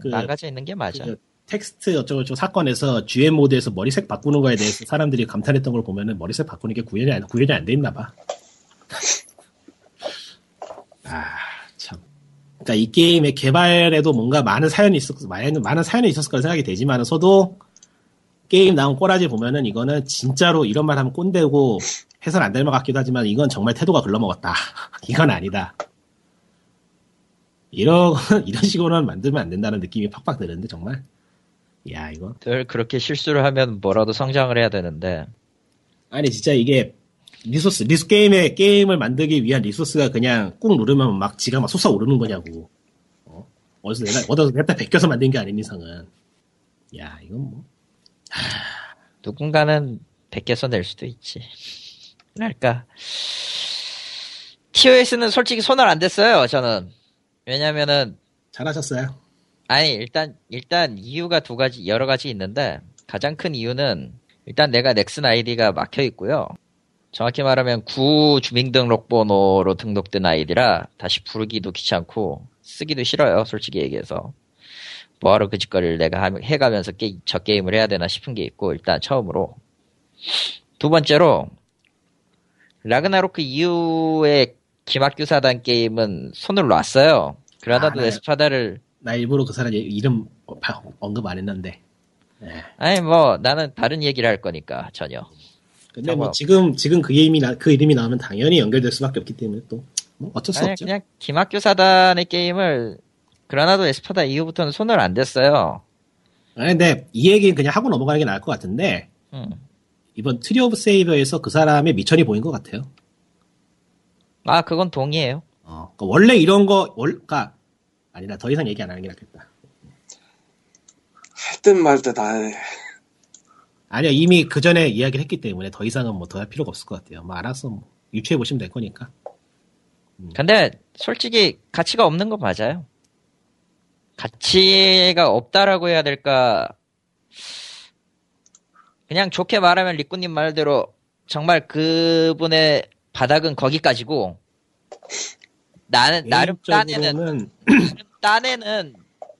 그, 망가져 있는 게 맞아. 그 텍스트 어쩌고저쩌고 사건에서 GM 모드에서 머리색 바꾸는 거에 대해서 사람들이 감탄했던 걸 보면은 머리색 바꾸는 게 구현이 안, 구현이 안 돼 있나 봐. 아, 참. 그니까 그러니까 이 게임의 개발에도 뭔가 많은 사연이 있었, 많은, 많은 사연이 있었을 거라 생각이 되지만서도 게임 나온 꼬라지 보면은 이거는 진짜로 이런 말 하면 꼰대고 해선 안 될 것 같기도 하지만 이건 정말 태도가 글러먹었다. 이건 아니다. 이런, 이런 식으로는 만들면 안 된다는 느낌이 팍팍 드는데, 정말. 야, 이거. 늘 그렇게 실수를 하면 뭐라도 성장을 해야 되는데, 아니, 진짜 이게, 리소스, 리소 게임에, 게임을 만들기 위한 리소스가 그냥 꾹 누르면 막 지가 막 솟아오르는 거냐고. 어? 어디서 내가, 어디서 냅다 베껴서 만든 게 아닌 이상은. 야, 이건 뭐. 누군가는 베껴서 낼 수도 있지. 그러니까 TOS는 솔직히 손을 안 댔어요. 저는 왜냐면은 잘하셨어요. 아니 일단 일단 이유가 두 가지 여러 가지 있는데 가장 큰 이유는 일단 내가 넥슨 아이디가 막혀 있고요. 정확히 말하면 구 주민등록번호로 등록된 아이디라 다시 부르기도 귀찮고 쓰기도 싫어요. 솔직히 얘기해서 뭐하러 그 짓거리를 내가 함- 해가면서 게, 저 게임을 해야 되나 싶은 게 있고 일단 처음으로 두 번째로 라그나로크 이후에 기막규사단 게임은 손을 놨어요. 그라나도 아, 네. 에스파다를 나 일부러 그 사람 이름 어, 바- 언급 안 했는데. 아니 뭐 나는 다른 얘기를 할 거니까 전혀 근데 뭐 잠깐만. 지금, 지금 그 이름이, 나, 그 이름이 나오면 당연히 연결될 수밖에 없기 때문에 또, 뭐 어쩔 수 아니 없죠. 그냥 김학교 사단의 게임을 그라나도 에스파다 이후부터는 손을 안 댔어요 아니, 근데 이 얘기는 그냥 하고 넘어가는 게 나을 것 같은데, 음. 이번 트리 오브 세이버에서 그 사람의 미천이 보인 것 같아요. 아 그건 동의해요 어, 그러니까 원래 이런 거, 월, 까 아니다, 더 이상 얘기 안 하는 게 낫겠다. 할 듯 말듯 안 해. 아니요, 이미 그 전에 이야기를 했기 때문에 더 이상은 뭐 더 할 필요가 없을 것 같아요. 뭐 알아서 뭐 유추해 보시면 될 거니까. 근데 솔직히 가치가 없는 거 맞아요. 가치가 없다라고 해야 될까? 그냥 좋게 말하면 리꾸님 말대로 정말 그분의 바닥은 거기까지고 나는 나름 딴에는 개인적으로는 딴에는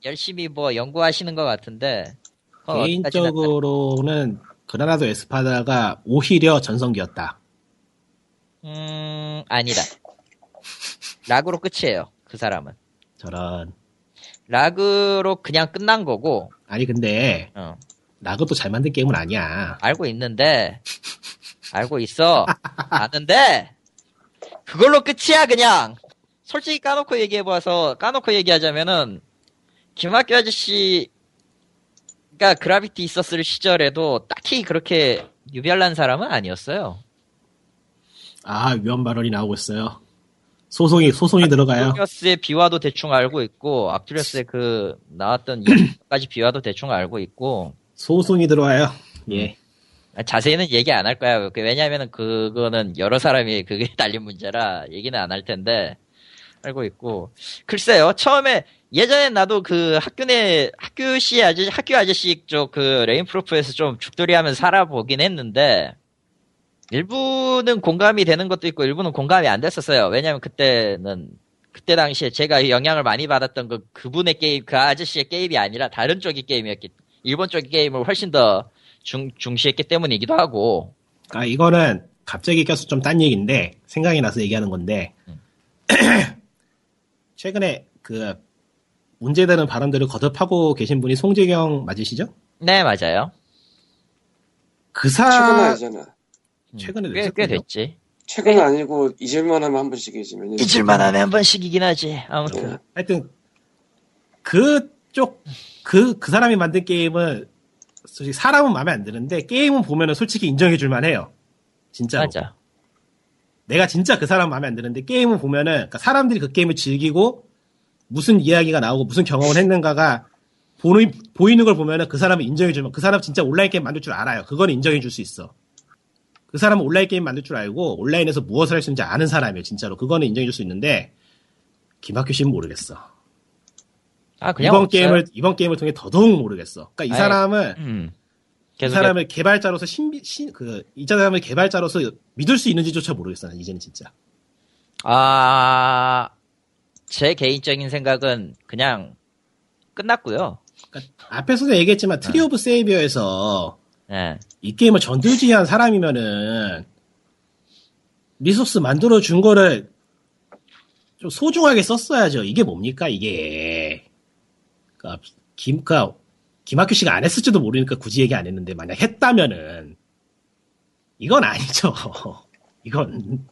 열심히 뭐 연구하시는 것 같은데 그건 어디까지나 개인적으로는 그나라도 에스파다가 오히려 전성기였다. 음, 아니다. 락으로 끝이에요. 그 사람은. 저런. 락으로 그냥 끝난 거고, 아니 근데 어, 나그도 잘 만든 게임은 아니야. 알고 있는데, 알고 있어. 아는데, 그걸로 끝이야, 그냥! 솔직히 까놓고 얘기해봐서, 까놓고 얘기하자면은, 김학규 아저씨가 그러니까 그라비티 있었을 시절에도 딱히 그렇게 유별난 사람은 아니었어요. 아 위험 발언이 나오고 있어요. 소송이 소송이 들어가요. 악듀리어스의 비와도 대충 알고 있고 악듀리어스의 그 나왔던 이까지 비와도 대충 알고 있고 소송이 들어와요. 예. 아, 자세히는 얘기 안 할 거야. 그 왜냐하면 그거는 여러 사람이 그게 달린 문제라 얘기는 안 할 텐데 알고 있고 글쎄요 처음에 예전에 나도 그 학교 내 학교 씨 아저씨 학교 아저씨 쪽 그 레인프로프에서 좀 죽돌이하면 살아보긴 했는데 일부는 공감이 되는 것도 있고 일부는 공감이 안 됐었어요. 왜냐면 그때는 그때 당시에 제가 영향을 많이 받았던 그 그분의 게임 그 아저씨의 게임이 아니라 다른 쪽의 게임이었기 일본 쪽의 게임을 훨씬 더 중, 중시했기 때문이기도 하고 아 이거는 갑자기 껴서 좀 딴 얘기인데 생각이 나서 얘기하는 건데 최근에 그 문제되는 발언들을 거듭하고 계신 분이 송재경 맞으시죠? 네 맞아요 그 최근에 사 하잖아. 최근에 음, 꽤, 꽤 됐었군요. 됐지 최근 아니고 잊을만 하면 한 번씩 잊으면 네. 잊을만 하면 한 번씩이긴 하지 아무튼 하여튼 그쪽 그 그 사람이 만든 게임은 솔직히 사람은 마음에 안 드는데 게임은 보면은 솔직히 인정해 줄만 해요. 진짜로. 맞아 내가 진짜 그 사람 마음에 안 드는데 게임을 보면은 그러니까 사람들이 그 게임을 즐기고 무슨 이야기가 나오고 무슨 경험을 했는가가 보는 보이는 걸 보면은 그 사람을 인정해 주면 그 사람 진짜 온라인 게임 만들 줄 알아요. 그건 인정해 줄 수 있어. 그 사람은 온라인 게임 만들 줄 알고 온라인에서 무엇을 할 수 있는지 아는 사람이에요. 진짜로 그거는 인정해 줄 수 있는데 김학규 씨는 모르겠어. 아 그냥 이번 없어요. 게임을 이번 게임을 통해 더더욱 모르겠어. 그러니까 이 아예. 사람은 음. 이 계속 그 사람을 개발자로서 신비 신그이 사람을 개발자로서 믿을 수 있는지조차 모르겠어. 난 이제는 진짜. 아제 개인적인 생각은 그냥 끝났고요 그러니까 앞에서도 얘기했지만 트리 오브 세이비어에서 네. 이 게임을 전두지한 사람이면은 리소스 만들어 준 거를 좀 소중하게 썼어야죠. 이게 뭡니까 이게. 그러니까 김 그러니까 김학규 씨가 안 했을지도 모르니까 굳이 얘기 안 했는데 만약 했다면은 이건 아니죠. 이건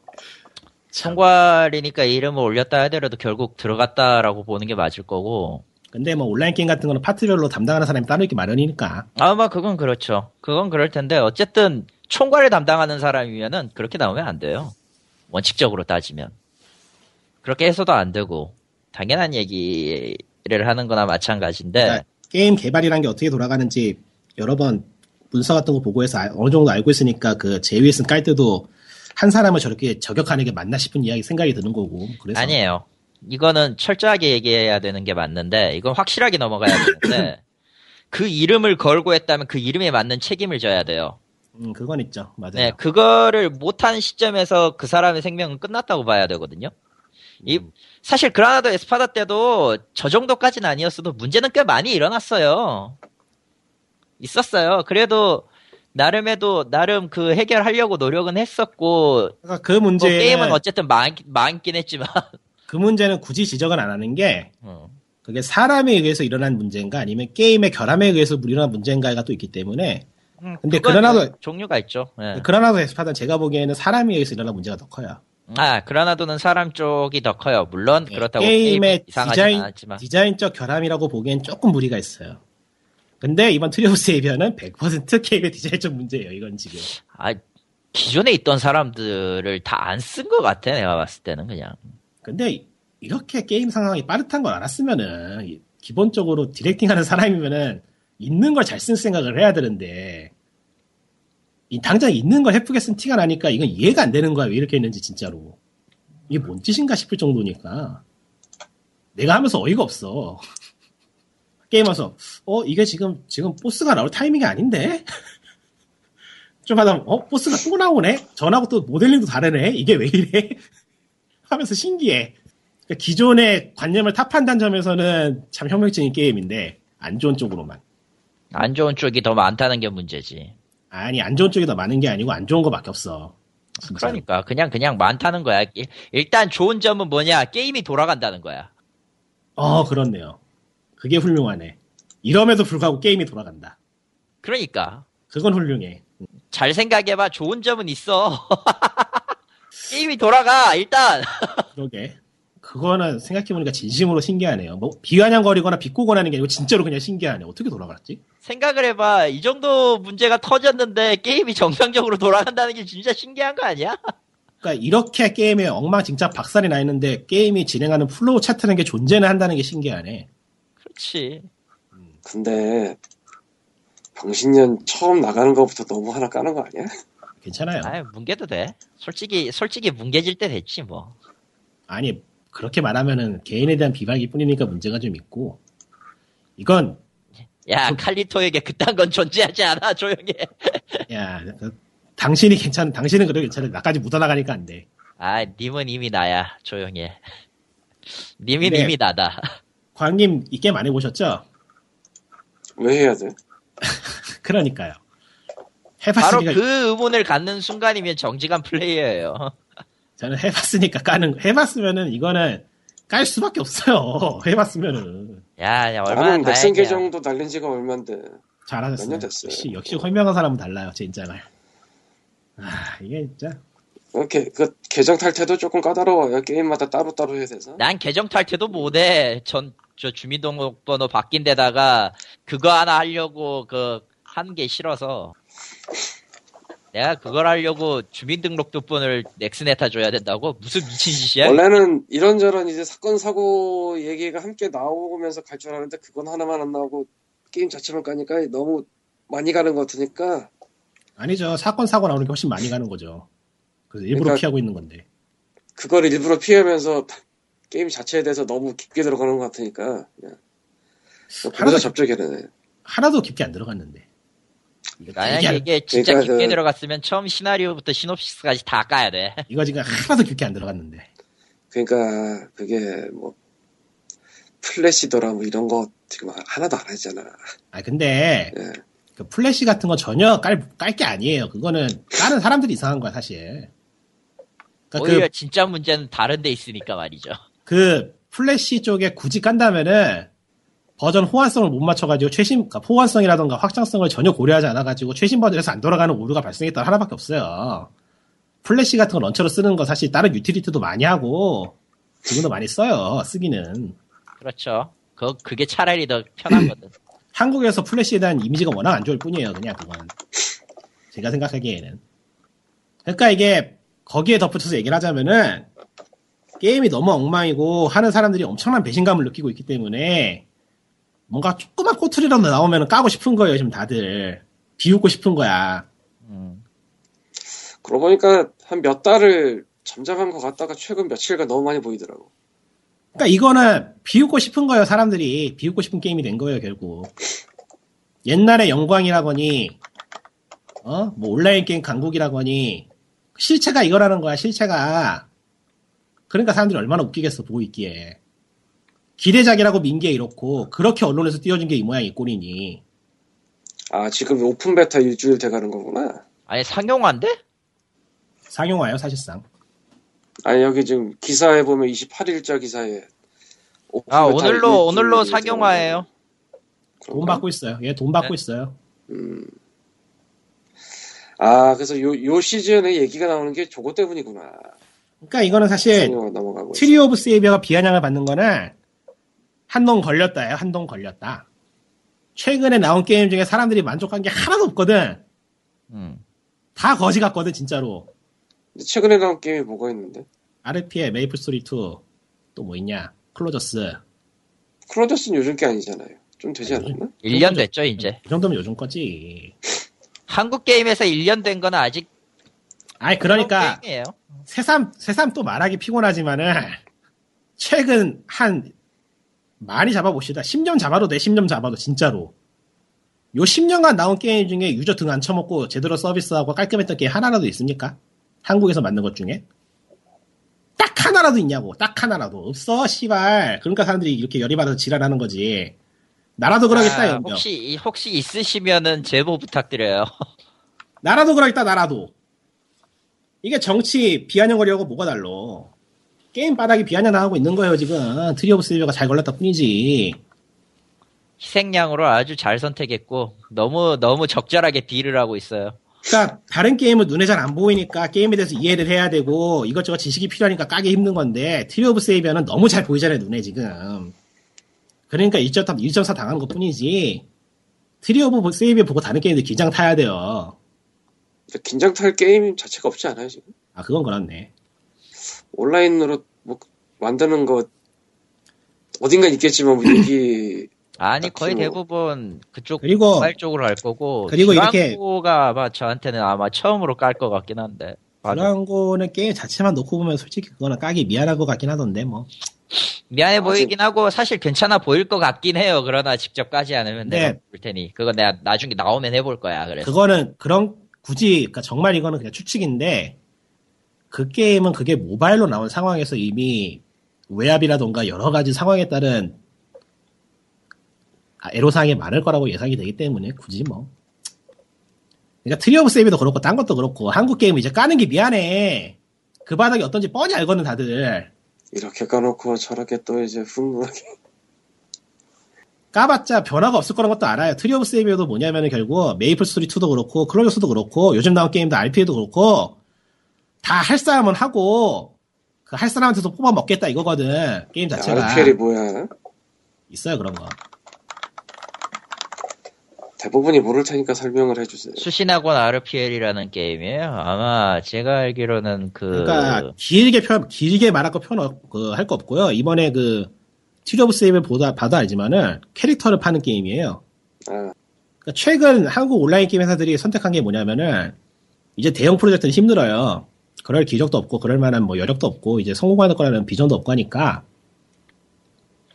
성괄이니까 이름을 올렸다 하더라도 결국 들어갔다라고 보는 게 맞을 거고 근데 뭐 온라인 게임 같은 거는 파트별로 담당하는 사람이 따로 있기 마련이니까. 아마 그건 그렇죠. 그건 그럴 텐데 어쨌든 총괄을 담당하는 사람이면은 그렇게 나오면 안 돼요. 원칙적으로 따지면 그렇게 해서도 안 되고 당연한 얘기를 하는거나 마찬가지인데 그러니까 게임 개발이란 게 어떻게 돌아가는지 여러 번 문서 같은 거 보고해서 아- 어느 정도 알고 있으니까 그 JWSN 깔 때도 한 사람을 저렇게 저격하는 게 맞나 싶은 이야기 생각이 드는 거고. 그래서 아니에요. 이거는 철저하게 얘기해야 되는 게 맞는데 이건 확실하게 넘어가야 되는데 그 이름을 걸고 했다면 그 이름에 맞는 책임을 져야 돼요. 음, 그건 있죠. 맞아요. 네, 그거를 못한 시점에서 그 사람의 생명은 끝났다고 봐야 되거든요. 이, 음. 사실 그라나다 에스파다 때도 저 정도까지는 아니었어도 문제는 꽤 많이 일어났어요. 있었어요. 그래도 나름에도 나름 그 해결하려고 노력은 했었고 그러니까 그 뭐 문제 게임은 어쨌든 망, 망긴 했지만 그 문제는 굳이 지적은 안 하는 게 어, 그게 사람에 의해서 일어난 문제인가 아니면 게임의 결함에 의해서 일어난 문제인가가 또 있기 때문에 음, 근데 그건 그라나도- 종류가 있죠. 예. 그러나도 에스파는 제가 보기에는 사람에 의해서 일어난 문제가 더 커요. 아 그라나도는 사람 쪽이 더 커요. 물론 예. 그렇다고 게임의 이상하지 디자인, 않았지만 디자인적 결함이라고 보기엔 조금 무리가 있어요. 근데 이번 트리오스 에비어는 100% 게임의 디자인적 문제예요, 이건 지금. 아, 기존에 있던 사람들을 다 안 쓴 것 같아, 내가 봤을 때는 그냥. 근데 이렇게 게임 상황이 빠듯한 걸 알았으면은, 이- 기본적으로 디렉팅 하는 사람이면은, 있는 걸 잘 쓸 생각을 해야 되는데, 이 당장 있는 걸 해프게 쓴 티가 나니까 이건 이해가 안 되는 거야, 왜 이렇게 있는지, 진짜로. 이게 뭔 짓인가 싶을 정도니까 내가 하면서 어이가 없어. 게임하면서 어 이게 지금 지금 보스가 나올 타이밍이 아닌데 좀 하다 보면, 어 보스가 또 나오네 전하고 또 모델링도 다르네 이게 왜 이래 하면서 신기해. 그러니까 기존의 관념을 타판단 점에서는 참 혁명적인 게임인데 안 좋은 쪽으로만. 안 좋은 쪽이 더 많다는 게 문제지. 아니 안 좋은 쪽이 더 많은 게 아니고 안 좋은 거밖에 없어. 진짜. 그러니까 그냥 그냥 많다는 거야. 이- 일단 좋은 점은 뭐냐? 게임이 돌아간다는 거야. 어 그렇네요. 그게 훌륭하네. 이럼에도 불구하고 게임이 돌아간다. 그러니까 그건 훌륭해. 잘 생각해봐. 좋은 점은 있어. 게임이 돌아가 일단. 그러게. 그거는 생각해보니까 진심으로 신기하네요. 뭐 비아냥거리거나 비꼬거나 하는 게 아니고 진짜로 그냥 신기하네. 어떻게 돌아갔지? 생각을 해봐. 이 정도 문제가 터졌는데 게임이 정상적으로 돌아간다는 게 진짜 신기한 거 아니야? 그러니까 이렇게 게임에 엉망진창 박살이 나 있는데 게임이 진행하는 플로우 차트라는 게 존재는 한다는 게 신기하네. 그렇지. 근데 병신년 처음 나가는 것부터 너무 하나 까는 거 아니야? 괜찮아요. 아, 뭉개도 돼. 솔직히 솔직히 뭉개질 때 됐지 뭐. 아니 그렇게 말하면은 개인에 대한 비방일 뿐이니까 문제가 좀 있고 이건 아, 야 칼리토에게 그딴 건 존재하지 않아. 조용히. 해. 야 그, 당신이 괜찮은 당신은 그래도 괜찮은 나까지 묻어나가니까 안 돼. 아, 님은 이미 나야. 조용히 해. 님은 네. 이미 나다. 광님 이 게임 안 해보셨죠? 왜 해야 돼? 그러니까요. 바로 해봤으니까 그 의문을 갖는 순간이면 정직한 플레이어예요. 저는 해봤으니까 까는 해봤으면은 이거는 깔 수밖에 없어요. 해봤으면은 야, 야 얼마나 나는 백생 다행이야. 계정도 날린 지가 얼만데 잘하셨어요. 몇년 됐어요. 역시 역시 헐명한 사람은 달라요. 진짜 말. 아 이게 진짜 이렇게 그 계정 탈퇴도 조금 까다로워요. 게임마다 따로따로 해야 돼서. 난 계정 탈퇴도 못해. 전 저 주민등록번호 바뀐 데다가 그거 하나 하려고 그 하는 게 싫어서 내가 그걸 하려고 주민등록번호를 넥슨에다 줘야 된다고 무슨 미친 짓이야? 원래는 이런저런 이제 사건 사고 얘기가 함께 나오면서 갈 줄 알았는데 그건 하나만 안 나오고 게임 자체만 까니까 너무 많이 가는 것 같으니까 아니죠. 사건 사고 나오는 게 훨씬 많이 가는 거죠. 그래서 일부러 그러니까- 피하고 있는 건데. 그걸 일부러 피하면서 게임 자체에 대해서 너무 깊게 들어가는 것 같으니까 그냥 뭐 보다 하나도- 접촉이 되네. 하나도 깊게 안 들어갔는데. 이거 되게 그러니까 만약에 안- 이게 진짜 그러니까 깊게 그- 들어갔으면 처음 시나리오부터 시놉시스까지 다 까야 돼. 이거 지금 하나도 깊게 안 들어갔는데. 그러니까 그게 뭐 플래시더라 뭐 이런 거 지금 하나도 안 하잖아. 아 근데 예. 그 플래시 같은 건 전혀 깔 깔 게 아니에요. 그거는 다른 사람들이 이상한 거야 사실. 그러니까 그 오히려 진짜 문제는 다른 데 있으니까 말이죠. 그 플래시 쪽에 굳이 깐다면은 버전 호환성을 못 맞춰가지고 최신 그러니까 호환성이라던가 확장성을 전혀 고려하지 않아가지고 최신 버전에서 안 돌아가는 오류가 발생했다 하나밖에 없어요. 플래시 같은 거 런처로 쓰는 거 사실 다른 유틸리티도 많이 하고 그거도 많이 써요. 쓰기는 그렇죠. 그 그게 차라리 더 편하거든. 한국에서 플래시에 대한 이미지가 워낙 안 좋을 뿐이에요. 그냥 그건 제가 생각하기에는 그러니까 이게 거기에 덧붙여서 얘기를 하자면은 게임이 너무 엉망이고 하는 사람들이 엄청난 배신감을 느끼고 있기 때문에 뭔가 조그만 꼬투리라도 나오면 까고 싶은 거예요. 지금 다들 비웃고 싶은 거야. 음. 그러고 보니까 한 몇 달을 잠잠한 것 같다가 최근 며칠간 너무 많이 보이더라고. 그러니까 이거는 비웃고 싶은 거예요. 사람들이 비웃고 싶은 게임이 된 거예요. 결국 옛날에 영광이라거니 어? 뭐 온라인 게임 강국이라거니 실체가 이거라는 거야. 실체가 그러니까 사람들이 얼마나 웃기겠어 보고 있기에 기대작이라고 민게 이렇고 그렇게 언론에서 띄워준 게 이 모양 이 꼴이니 아 지금 오픈 베타 일주일 돼가는 거구나. 아니 상용화인데? 상용화예요 사실상. 아니 여기 지금 기사에 보면 28일자 기사에 오픈 아 베타 오늘로 일주일 오늘로 돼가는 상용화예요. 돈 그런가? 받고 있어요. 얘 돈 받고 있어요. 음. 아 그래서 요, 요 시즌에 얘기가 나오는 게 저거 때문이구나. 그러니까 이거는 사실 상용화 넘어가고. 트리 오브 세이비어가 비아냥을 받는 거는 한동 걸렸다예요. 한동 걸렸다. 최근에 나온 게임 중에 사람들이 만족한 게 하나도 없거든. 음. 다 거지 같거든 진짜로. 있어. 최근에 나온 게임이 뭐가 있는데? RP에 메이플 스토리 2 또 뭐 있냐? 클로저스. 클로저스는 요즘 게 아니잖아요. 좀 되지 않았나? 1년 됐죠 이제. 이 정도면 요즘 거지. 한국 게임에서 1년 된 거는 아직 아니 그러니까 그런 게임이에요. 새삼 새삼 또 말하기 피곤하지만은 최근 한 많이 잡아봅시다. 10년 잡아도 돼. 10년 잡아도 진짜로. 요 10년간 나온 게임 중에 유저 등 안 쳐먹고 제대로 서비스하고 깔끔했던 게임 하나라도 있습니까? 한국에서 만든 것 중에 딱 하나라도 있냐고. 딱 하나라도 없어. 씨발. 그러니까 사람들이 이렇게 열이 받아서 지랄하는 거지. 나라도 그러겠다. 아, 아, 혹시 혹시 있으시면은 제보 부탁드려요. 나라도 그러겠다 나라도 이게 정치 비아냥거리하고 뭐가 달라 게임 바닥이 비아냥 당하고 있는 거예요 지금 트리 오브 실버가 잘 걸렸다 뿐이지 희생양으로 아주 잘 선택했고 너무 너무 적절하게 비를 하고 있어요. 그러니까 다른 게임은 눈에 잘 안 보이니까 게임에 대해서 이해를 해야 되고 이것저것 지식이 필요하니까 까기 힘든 건데 트리 오브 세이비아는 너무 잘 보이잖아요 눈에 지금 그러니까 1.4, 1.4 당하는 것 뿐이지 트리 오브 세이비아 보고 다른 게임들 긴장 타야 돼요 그러니까 긴장 탈 게임 자체가 없지 않아요 지금? 아 그건 그렇네 온라인으로 뭐 만드는 거 어딘가 있겠지만 뭐 여기 아니 딱히 거의 뭐. 대부분 그쪽 그리고- 발 쪽으로 갈 거고 그리고 이렇게- 가 아마 저한테는 아마 처음으로 깔 것 같긴 한데. 맞아. 그런 거는 게임 자체만 놓고 보면 솔직히 그거는 까기 미안할 것 같긴 하던데 뭐 미안해 아직- 보이긴 하고 사실 괜찮아 보일 것 같긴 해요. 그러나 직접 까지 않으면 네. 내가 볼 테니 그건 내가 나중에 나오면 해볼 거야. 그래서 그거는 그런 굳이 그러니까 정말 이거는 그냥 추측인데 그 게임은 그게 모바일로 나온 상황에서 이미 외압이라던가 여러 가지 상황에 따른 아, 애로사항이 많을 거라고 예상이 되기 때문에 굳이 뭐 그러니까 트리 오브 세이비도 그렇고 딴 것도 그렇고 한국 게임 이제 까는 게 미안해 그 바닥이 어떤지 뻔히 알거든 다들 이렇게 까놓고 저렇게 또 이제 흥분하게 까봤자 변화가 없을 거란 것도 알아요. 트리 오브 세이비어도 뭐냐면은 결국 메이플 스토리 2도 그렇고 크로저스도 그렇고 요즘 나온 게임도 RPA도 그렇고 다 할 사람은 하고 그 할 사람한테서 뽑아 먹겠다 이거거든 게임 자체가 RPL이 뭐야? 있어요 그런 거. 대부분이 모를 테니까 설명을 해주세요. 그 수신학원 RPL이라는 게임이에요. 아마 제가 알기로는 그 그러니까 길게 펴 길게 말할 거 펴놓 그할 거 없고요. 이번에 그 트리 오브 세이비어 보다 봐도 알지만은 캐릭터를 파는 게임이에요. 아, 그러니까 최근 한국 온라인 게임 회사들이 선택한 게 뭐냐면은 이제 대형 프로젝트는 힘들어요. 그럴 기적도 없고 그럴 만한 뭐 여력도 없고 이제 성공하는 거라는 비전도 없고 하니까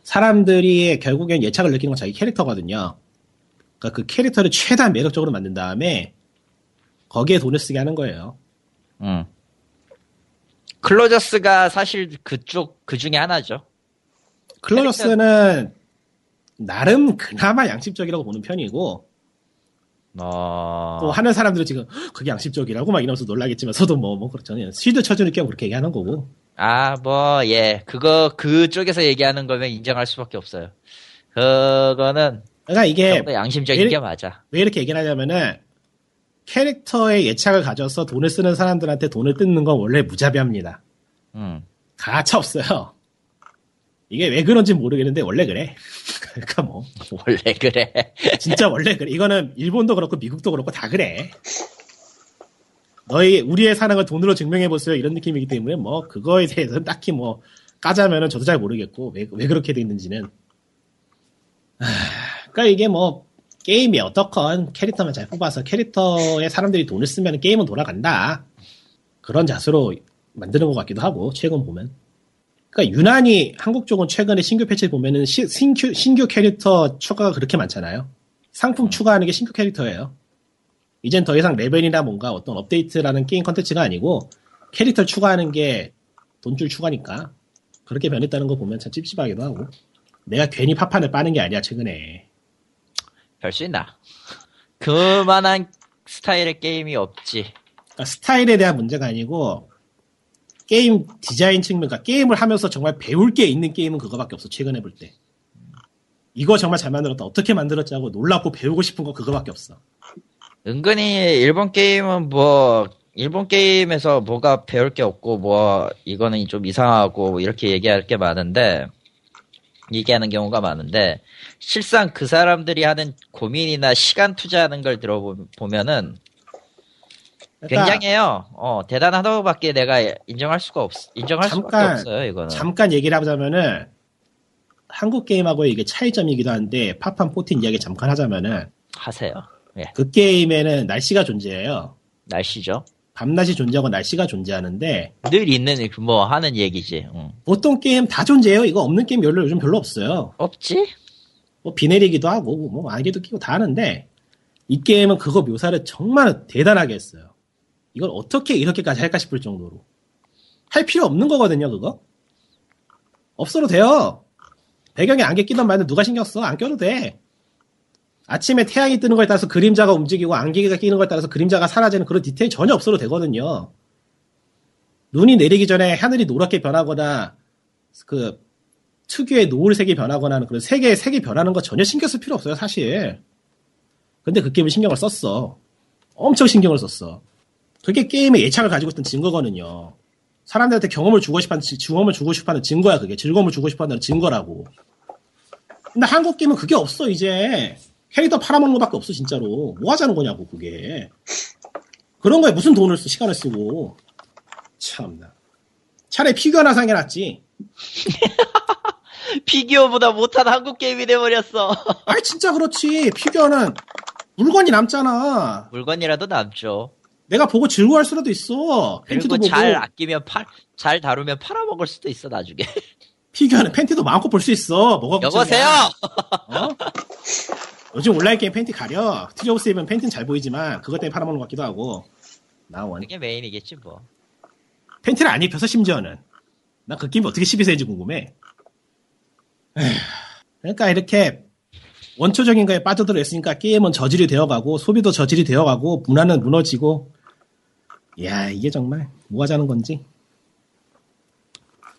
사람들이 결국엔 예착을 느끼는 건 자기 캐릭터거든요. 그러니까 그 캐릭터를 최대한 매력적으로 만든 다음에 거기에 돈을 쓰게 하는 거예요. 음. 클로저스가 사실 그쪽 그 중에 하나죠. 클로저스는 나름 그나마 양심적이라고 보는 편이고 어. 또 하는 사람들은 지금 "헉, 그게 양심적이라고 막 이러면서 놀라겠지만서도 뭐 뭐 그렇잖아요. 시드 쳐주는 게임 그렇게 얘기하는 거고. 아, 뭐, 예. 그거, 그쪽에서 얘기하는 거면 인정할 수밖에 없어요. 그거는 그러니까 이게 좀 더 양심적인 일- 게 맞아. 왜 이렇게 얘기를 하냐면은 캐릭터의 예착을 가져서 돈을 쓰는 사람들한테 돈을 뜯는 건 원래 무자비합니다. 음. 가차 없어요. 이게 왜 그런지 모르겠는데 원래 그래. 그러니까 뭐 원래 그래. 진짜 원래 그래. 이거는 일본도 그렇고 미국도 그렇고 다 그래. 너희 우리의 사랑을 돈으로 증명해 보세요 이런 느낌이기 때문에 뭐 그거에 대해서는 딱히 뭐 까자면은 저도 잘 모르겠고 왜, 왜 그렇게 돼 있는지는. 하, 그러니까 이게 뭐 게임이 어떻건 캐릭터만 잘 뽑아서 캐릭터에 사람들이 돈을 쓰면 게임은 돌아간다. 그런 자세로 만드는 것 같기도 하고 최근 보면. 그러니까 유난히 한국 쪽은 최근에 신규 패치 보면은 시- 신규, 신규 캐릭터 추가가 그렇게 많잖아요. 음. 상품 추가하는 게 신규 캐릭터예요. 이젠 더 이상 레벨이나 뭔가 어떤 업데이트라는 게임 컨텐츠가 아니고 캐릭터 추가하는 게 돈줄 추가니까 그렇게 변했다는 거 보면 참 찝찝하기도 하고 내가 괜히 파판을 빠는 게 아니야 최근에 별 수 있나? 그만한 스타일의 게임이 없지. 그러니까 스타일에 대한 문제가 아니고 게임 디자인 측면, 그러니까 게임을 하면서 정말 배울 게 있는 게임은 그거밖에 없어 최근에 볼 때. 이거 정말 잘 만들었다. 어떻게 만들었지 하고 놀랍고 배우고 싶은 거 그거밖에 없어. 은근히 일본 게임은 뭐, 일본 게임에서 뭐가 배울 게 없고, 뭐, 이거는 좀 이상하고, 이렇게 얘기할 게 많은데, 얘기하는 경우가 많은데, 실상 그 사람들이 하는 고민이나 시간 투자하는 걸 들어보면은, 그러니까 굉장해요. 어, 대단하다고밖에 내가 인정할 수가 없, 인정할 잠깐, 수밖에 없어요, 이거는. 잠깐 얘기를 하자면은 한국 게임하고의 이게 차이점이기도 한데 파판 포틴 이야기 잠깐 하자면은 하세요. 그 게임에는 날씨가 존재해요. 날씨죠. 밤낮이 존재하고 날씨가 존재하는데 늘 있는 그 뭐 하는 얘기지. 응. 보통 게임 다 존재해요. 이거 없는 게임 별로 요즘 별로 없어요. 없지? 뭐 비 내리기도 하고 뭐 안개도 끼고 다 하는데 이 게임은 그거 묘사를 정말 대단하게 했어요. 이걸 어떻게 이렇게까지 할까 싶을 정도로 할 필요 없는 거거든요. 그거 없어도 돼요. 배경에 안개 끼던 말든 누가 신경 써? 안 껴도 돼. 아침에 태양이 뜨는 거에 따라서 그림자가 움직이고 안개가 끼는 거에 따라서 그림자가 사라지는 그런 디테일 전혀 없어도 되거든요. 눈이 내리기 전에 하늘이 노랗게 변하거나 그 특유의 노을색이 변하거나 하는 그런 색의 색이 변하는 거 전혀 신경 쓸 필요 없어요, 사실. 근데 그 게임을 신경을 썼어. 엄청 신경을 썼어. 그게 게임의 예착을 가지고 있던 증거거든요. 사람들한테 경험을 주고 싶어 하는, 경험을 주고 싶어 하는 증거야, 그게. 즐거움을 주고 싶어 하는 증거라고. 근데 한국 게임은 그게 없어, 이제. 캐릭터 팔아먹는 거밖에 없어, 진짜로. 뭐 하자는 거냐고, 그게. 그런 거에 무슨 돈을 쓰, 시간을 쓰고. 참나. 차라리 피규어나 상게 낫지. 피규어보다 못한 한국 게임이 돼버렸어. 아니, 진짜 그렇지. 피규어는 물건이 남잖아. 물건이라도 남죠. 내가 보고 즐거워할 수라도 있어. 팬티도 그리고 보고 잘 아끼면 팔, 잘 다루면 팔아먹을 수도 있어, 나중에. 피규어는 팬티도 마음껏 볼 수 있어. 뭐가 걱정이야. 여보세요! 어? 요즘 온라인 게임 팬티 가려. 트리오스 입은 팬티는 잘 보이지만 그것 때문에 팔아먹는 것 같기도 하고. 나원 그게 메인이겠지, 뭐. 팬티를 안 입혀서 심지어는 난 그 게임 어떻게 12세인지 궁금해. 에휴, 그러니까 이렇게 원초적인 거에 빠져들어 있으니까 게임은 저질이 되어가고 소비도 저질이 되어가고 문화는 무너지고 야 이게 정말 뭐 하자는 건지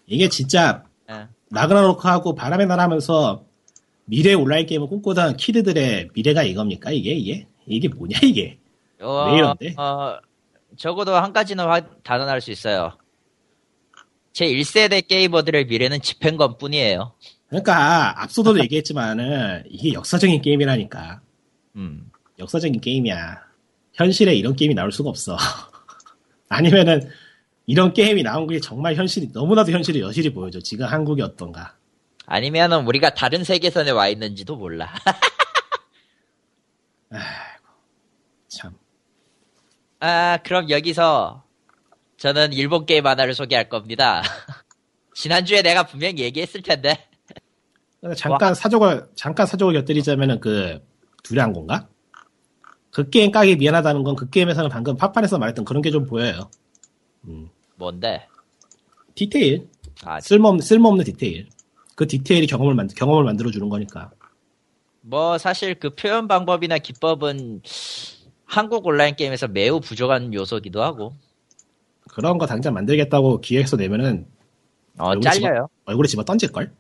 이게 진짜 예. 라그나로크하고 바람의 나라면서 미래 온라인 게임을 꿈꾸던 키드들의 미래가 이겁니까 이게 이게 이게 뭐냐 이게 어, 왜 이런데? 어, 적어도 한 가지는 화- 단언할 수 있어요. 제 1세대 게이머들의 미래는 집행 건 뿐이에요. 그러니까 앞서도 얘기했지만은 이게 역사적인 게임이라니까 음. 역사적인 게임이야. 현실에 이런 게임이 나올 수가 없어. 아니면은 이런 게임이 나온 게 정말 현실이 너무나도 현실이 여실히 보여줘. 지금 한국이 어떤가. 아니면은 우리가 다른 세계선에 와 있는지도 몰라. 참. 아, 그럼 여기서 저는 일본 게임 하나를 소개할 겁니다. 지난주에 내가 분명 히 얘기했을 텐데. 그러니까 잠깐 사족을 잠깐 사족을 곁들이자면은 그 두려한 건가? 그 게임 까기 미안하다는 건 그 게임에서는 방금 팝판에서 말했던 그런 게 좀 보여요. 뭔데? 디테일 아, 쓸모없는 쓸모없는 디테일. 그 디테일이 경험을 만 경험을 만들어 주는 거니까. 뭐 사실 그 표현 방법이나 기법은 한국 온라인 게임에서 매우 부족한 요소기도 하고. 그런 거 당장 만들겠다고 기획서 내면은 어, 얼굴 집어- 잘려요. 얼굴에 집어 던질 걸.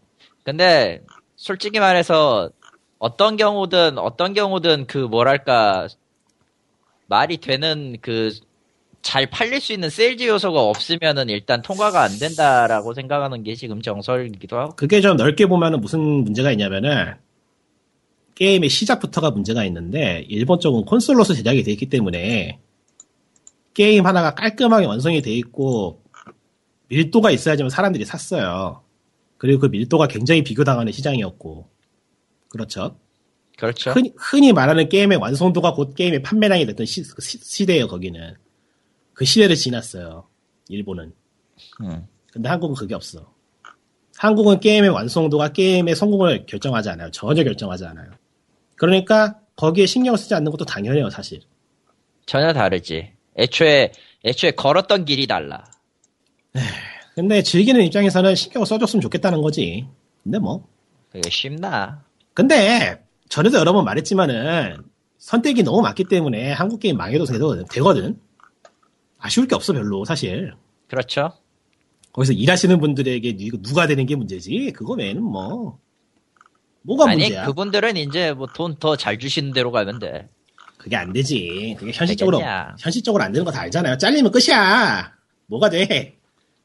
근데 솔직히 말해서 어떤 경우든 어떤 경우든 그 뭐랄까 말이 되는 그 잘 팔릴 수 있는 세일즈 요소가 없으면은 일단 통과가 안 된다라고 생각하는 게 지금 정설이기도 하고 그게 좀 넓게 보면은 무슨 문제가 있냐면은 게임의 시작부터가 문제가 있는데 일본 쪽은 콘솔로서 제작이 돼 있기 때문에 게임 하나가 깔끔하게 완성이 돼 있고 밀도가 있어야지만 사람들이 샀어요. 그리고 그 밀도가 굉장히 비교당하는 시장이었고 그렇죠. 그렇죠. 흔히, 흔히 말하는 게임의 완성도가 곧 게임의 판매량이 됐던 시, 대예요 거기는 그 시대를 지났어요. 일본은. 음. 근데 한국은 그게 없어. 한국은 게임의 완성도가 게임의 성공을 결정하지 않아요. 전혀 결정하지 않아요. 그러니까 거기에 신경을 쓰지 않는 것도 당연해요, 사실. 전혀 다르지. 애초에 애초에 걸었던 길이 달라. 근데 즐기는 입장에서는 신경을 써줬으면 좋겠다는 거지. 근데 뭐. 그게 쉽나? 근데 전에도 여러 번 말했지만은 선택이 너무 많기 때문에 한국 게임 망해도 되거든. 되거든. 아쉬울 게 없어, 별로, 사실. 그렇죠. 거기서 일하시는 분들에게 이거 누가 되는 게 문제지. 그거 외에는 뭐. 뭐가 아니 문제야? 그분들은 이제 뭐 돈 더 잘 주시는 대로 가면 돼. 그게 안 되지. 그게 현실적으로 되겠냐. 현실적으로 안 되는 거 다 알잖아요. 잘리면 끝이야. 뭐가 돼?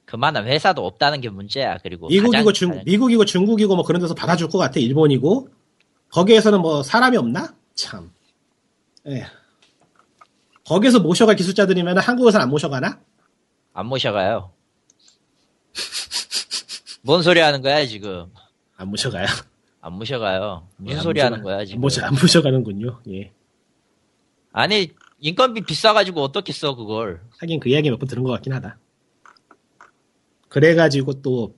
그만한 회사도 없다는 게 문제야. 그리고 미국이고 뭐 가장- 중 미국이고 중국이고 뭐 그런 데서 받아줄 것 같아. 일본이고 거기에서는 뭐 사람이 없나? 참. 에휴. 거기에서 모셔갈 기술자들이면 한국에서는 안 모셔가나? 안 모셔가요. 뭔 소리 하는 거야 지금? 안 모셔가요. 안 모셔가요. 무슨 안 소리 모셔가- 하는 거야 지금? 안 모셔 안 모셔가는군요. 예. 아니 인건비 비싸가지고 어떻게 써 그걸? 하긴 그 이야기 몇 번 들은 것 같긴 하다. 그래가지고 또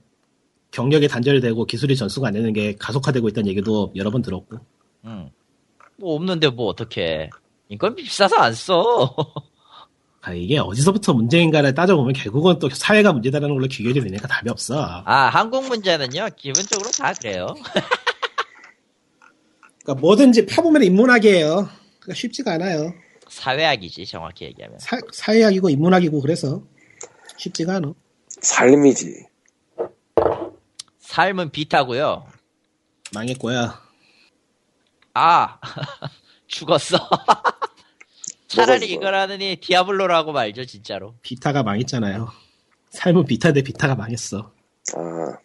경력이 단절되고 기술이 전수가 안 되는 게 가속화되고 있다는 얘기도 여러 번 들었고. 응. 뭐 없는데 뭐 어떻게? 인건비 비싸서 안 써. 아, 이게 어디서부터 문제인가를 따져보면 결국은 또 사회가 문제다라는 걸로 귀결이 되니까 답이 없어. 아 한국 문제는요 기본적으로 다 그래요. 그러니까 뭐든지 파보면 인문학이에요. 그러니까 쉽지가 않아요. 사회학이지 정확히 얘기하면. 사, 사회학이고 인문학이고 그래서 쉽지가 않아. 삶이지. 삶은 비타고요. 망했고요. 아 죽었어. 차라리 죽었어. 이걸 하느니 디아블로라고 말죠 진짜로. 비타가 망했잖아요. 삶은 비타인데 비타가 망했어. 아,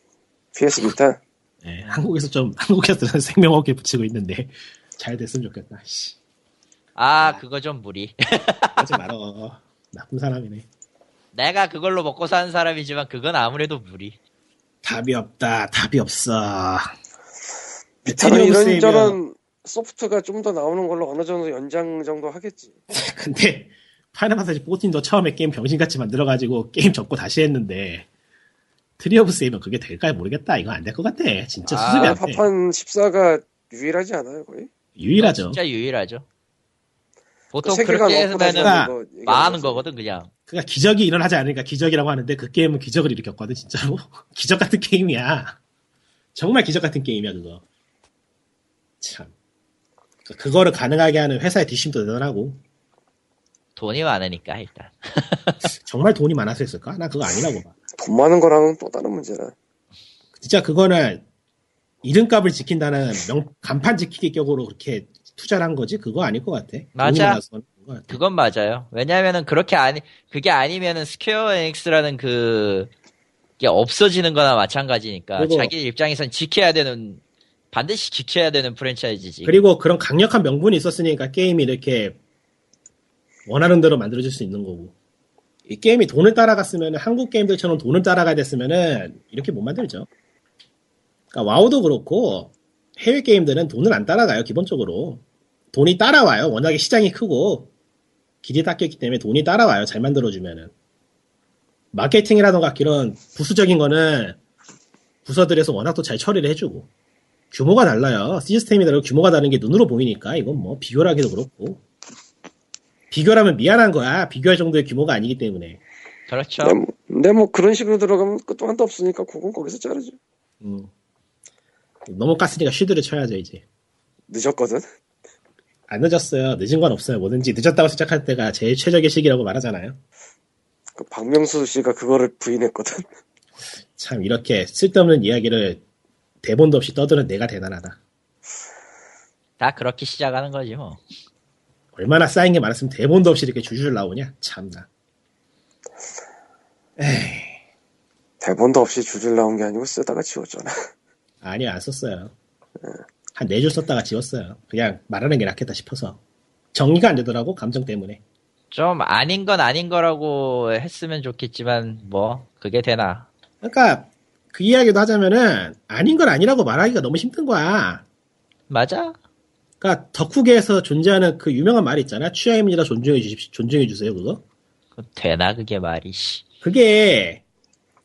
PS 비타? 예, 한국에서 좀 한국에서 생명어깨 붙이고 있는데 잘 됐으면 좋겠다. 씨, 아 그거 좀 무리. 하지 말어. 나쁜 사람이네. 내가 그걸로 먹고 사는 사람이지만 그건 아무래도 무리. 답이 없다. 답이 없어. 비타는 에테리움 세이면- 이런저런 소프트가 좀 더 나오는 걸로 어느 정도 연장 정도 하겠지. 근데 파이널 판타지 14도 처음에 게임 병신같이 만들어가지고 게임 접고 다시 했는데 트리 오브 세이면 그게 될까요? 모르겠다. 이거 안 될 것 같아. 진짜 아, 수습이 네. 안 돼. 파판 14가 유일하지 않아요, 거의? 유일하죠. 진짜 유일하죠. 그 보통 세계관 그렇게 얻고 다시 해서는 하는 하는 거 얘기하는 망하는 거지. 거거든 그냥. 그러니까 기적이 일어나지 않으니까 기적이라고 하는데 그 게임은 기적을 일으켰거든 진짜로. 기적 같은 게임이야. 정말 기적 같은 게임이야 그거. 참. 그러니까 그거를 가능하게 하는 회사의 뒷심도 대단하고 돈이 많으니까 일단. 정말 돈이 많아서 했을까? 난 그거 아니라고 봐. 돈 많은 거랑은 또 다른 문제라. 진짜 그거는 이름값을 지킨다는 명 간판 지키기 격으로 그렇게 투자를 한 거지 그거 아닐 것 같아. 맞아. 나서 그런 것 같아. 그건 맞아요. 왜냐면은 그렇게 아니 그게 아니면은 스퀘어 엔엑스라는 그 이게 없어지는 거나 마찬가지니까 그리고- 자기 입장에선 지켜야 되는 반드시 지켜야 되는 프랜차이즈지. 그리고 그런 강력한 명분이 있었으니까 게임이 이렇게 원하는 대로 만들어질 수 있는 거고. 이 게임이 돈을 따라갔으면 한국 게임들처럼 돈을 따라가야 됐으면은 이렇게 못 만들죠. 그러니까 와우도 그렇고 해외 게임들은 돈을 안 따라가요 기본적으로. 돈이 따라와요. 워낙에 시장이 크고 길이 닦였기 때문에 돈이 따라와요. 잘 만들어주면은. 마케팅이라던가 이런 부수적인 거는 부서들에서 워낙 또 잘 처리를 해주고. 규모가 달라요. 시스템이 다르고 규모가 다른 게 눈으로 보이니까 이건 뭐 비교를 하기도 그렇고 비교하면 미안한 거야. 비교할 정도의 규모가 아니기 때문에 그렇죠. 근데 뭐, 근데 뭐 그런 식으로 들어가면 끝도 한도 없으니까 그건 거기서 자르지. 음. 너무 깠으니까 쉴드를 쳐야죠 이제 늦었거든. 안 늦었어요. 늦은 건 없어요. 뭐든지 늦었다고 생각할 때가 제일 최적의 시기라고 말하잖아요. 그 박명수 씨가 그거를 부인했거든. 참 이렇게 쓸데없는 이야기를 대본도 없이 떠드는 내가 대단하다. 다 그렇게 시작하는 거지 뭐. 얼마나 쌓인 게 많았으면 대본도 없이 이렇게 줄줄 나오냐 참나. 대본도 없이 주질 나온 게 아니고 쓰다가 지웠잖아. 아니요, 안 썼어요. 한 네 줄 썼다가 지웠어요. 그냥 말하는 게 낫겠다 싶어서. 정리가 안 되더라고, 감정 때문에. 좀 아닌 건 아닌 거라고 했으면 좋겠지만 뭐 그게 되나. 그러니까 그 이야기도 하자면은 아닌 건 아니라고 말하기가 너무 힘든 거야. 맞아? 그러니까 덕후계에서 존재하는 그 유명한 말이 있잖아. 취향입니다. 존중해 주십시오. 존중해 주세요. 그거. 그 되나 그게 말이 씨. 그게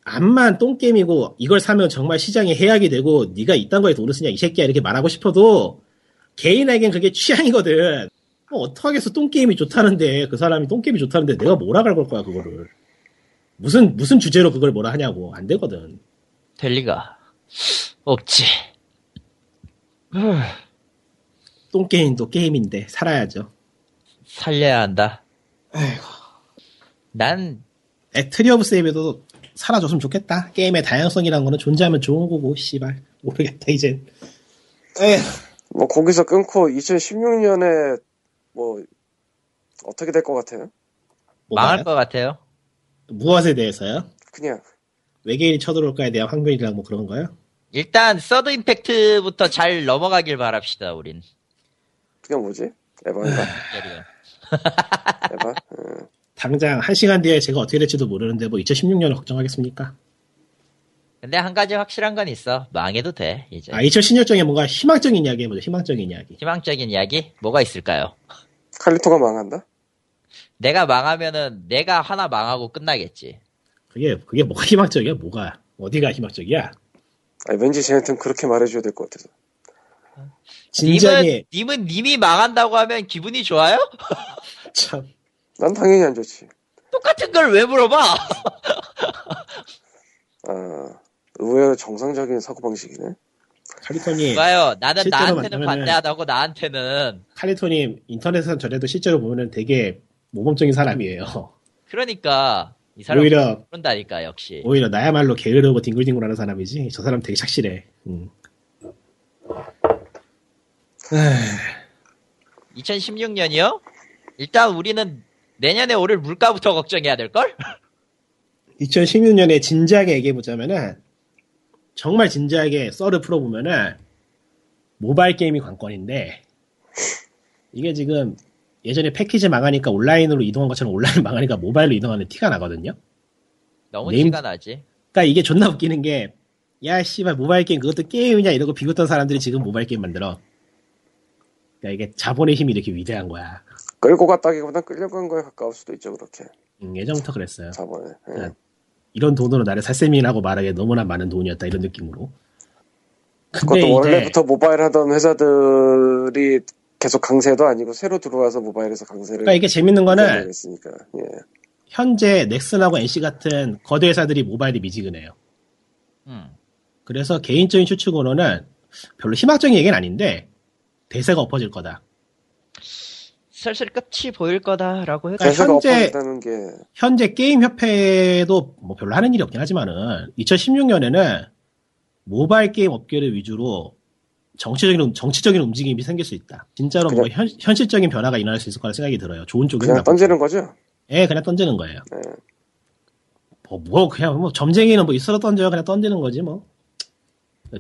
암만 똥게임이고 이걸 사면 정말 시장에 해악이 되고 네가 이딴 거에 돈을 쓰냐 이 새끼야 이렇게 말하고 싶어도 개인에겐 그게 취향이거든 뭐 어떡하겠어 똥게임이 좋다는데 그 사람이 똥게임이 좋다는데 내가 뭐라 갈걸 거야 그거를 무슨 무슨 주제로 그걸 뭐라 하냐고 안 되거든 될 리가 없지. 똥게임도 게임인데 살아야죠 살려야 한다. 에이구. 난 애트리 오브 세이브도 사라졌으면 좋겠다 게임의 다양성이라는 거는 존재하면 좋은 거고 씨발 모르겠다 이젠 에휴 뭐 거기서 끊고 2016년에 뭐 어떻게 될 것 같아요? 망할 것 같아요. 뭐 무엇에 대해서요? 그냥 외계인이 쳐들어올까에 대한 확률이랑 뭐 그런 거요? 일단 서드 임팩트부터 잘 넘어가길 바랍시다 우린 그냥 뭐지? 에바인가? 기다려요. 에바? 응. 당장 한 시간 뒤에 제가 어떻게 될지도 모르는데 뭐 2016년을 걱정하겠습니까? 근데 한 가지 확실한 건 있어 망해도 돼 이제 아 2016년에 뭔가 희망적인 이야기 해보죠. 희망적인 이야기. 희망적인 이야기 뭐가 있을까요 칼리토가 망한다? 내가 망하면은 내가 하나 망하고 끝나겠지. 그게 그게 뭐가 희망적이야? 뭐가 어디가 희망적이야? 아니, 왠지 쟤한테는 그렇게 말해줘야 될 것 같아서. 진작에 님은, 님은 님이 망한다고 하면 기분이 좋아요? 참 난 당연히 안 좋지. 똑같은 걸 왜 물어봐? 아, 의외로 정상적인 사고방식이네. 칼리토님 봐요. 나는 예. 실제로 나한테는 만나면은- 반대하다고 나한테는 칼리토님 인터넷에선 저래도 실제로 보면은 되게 모범적인 사람이에요. 그러니까 이 사람 오히려- 그런다니까 역시. 오히려 나야말로 게으르고 뒹굴뒹굴하는 사람이지. 저 사람 되게 착실해. 음. 2016년이요? 일단 우리는 내년에 오를 물가부터 걱정해야 될 걸? 2016년에 진지하게 얘기해보자면은, 정말 진지하게 썰을 풀어보면은, 모바일 게임이 관건인데, 이게 지금 예전에 패키지 망하니까 온라인으로 이동한 것처럼 온라인 망하니까 모바일로 이동하는 티가 나거든요? 너무 네임- 티가 나지. 그러니까 이게 존나 웃기는 게, 야, 씨발, 모바일 게임 그것도 게임이냐 이러고 비웃던 사람들이 지금 모바일 게임 만들어. 그러니까 이게 자본의 힘이 이렇게 위대한 거야. 끌고 갔다기보단 끌려간 거에 가까울 수도 있죠, 그렇게. 음, 예전부터 그랬어요. 자본에. 예. 네. 이런 돈으로 나를 살세민하고 말하기에 너무나 많은 돈이었다 이런 느낌으로. 근데 그것도 이제 원래부터 모바일 하던 회사들이 계속 강세도 아니고 새로 들어와서 모바일에서 강세를 그러니까 이게 재밌는 거는 했으니까 예. 현재 넥슨하고 NC 같은 거대 회사들이 모바일이 미지근해요. 음. 그래서 개인적인 추측으로는 별로 희망적인 얘기는 아닌데 대세가 엎어질 거다. 슬슬 끝이 보일 거다라고 해도 그러니까 대세가 현재- 엎어진다는 게 현재 게임 협회도 뭐 별로 하는 일이 없긴 하지만은 2016년에는 모바일 게임 업계를 위주로 정치적인 음- 정치적인 움직임이 생길 수 있다. 진짜로 뭐 현, 현실적인 변화가 일어날 수 있을 거라 생각이 들어요. 좋은 쪽이 그냥 던지는 거죠. 예, 그냥 던지는 거예요. 네. 뭐, 뭐, 그냥 뭐, 점쟁이는 뭐 있어도 던져요. 그냥 던지는 거지, 뭐.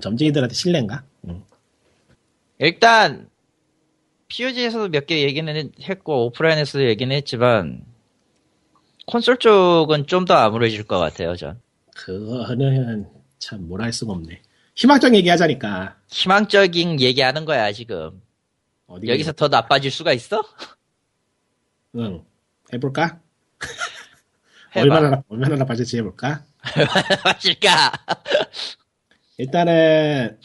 점쟁이들한테 실례인가? 응. 일단 POG에서도 몇 개 얘기는 했고 오프라인에서도 얘기는 했지만 콘솔 쪽은 좀 더 암울해질 것 같아요. 전 그거는 참 뭐라 할 수가 없네. 희망적 얘기하자니까. 희망적인 얘기하는 거야 지금. 어디 여기서 더 나빠질 수가 있어? 응. 해볼까? 해봐. 얼마나, 나- 얼마나 나빠질지 해볼까? 맞을까? 일단은,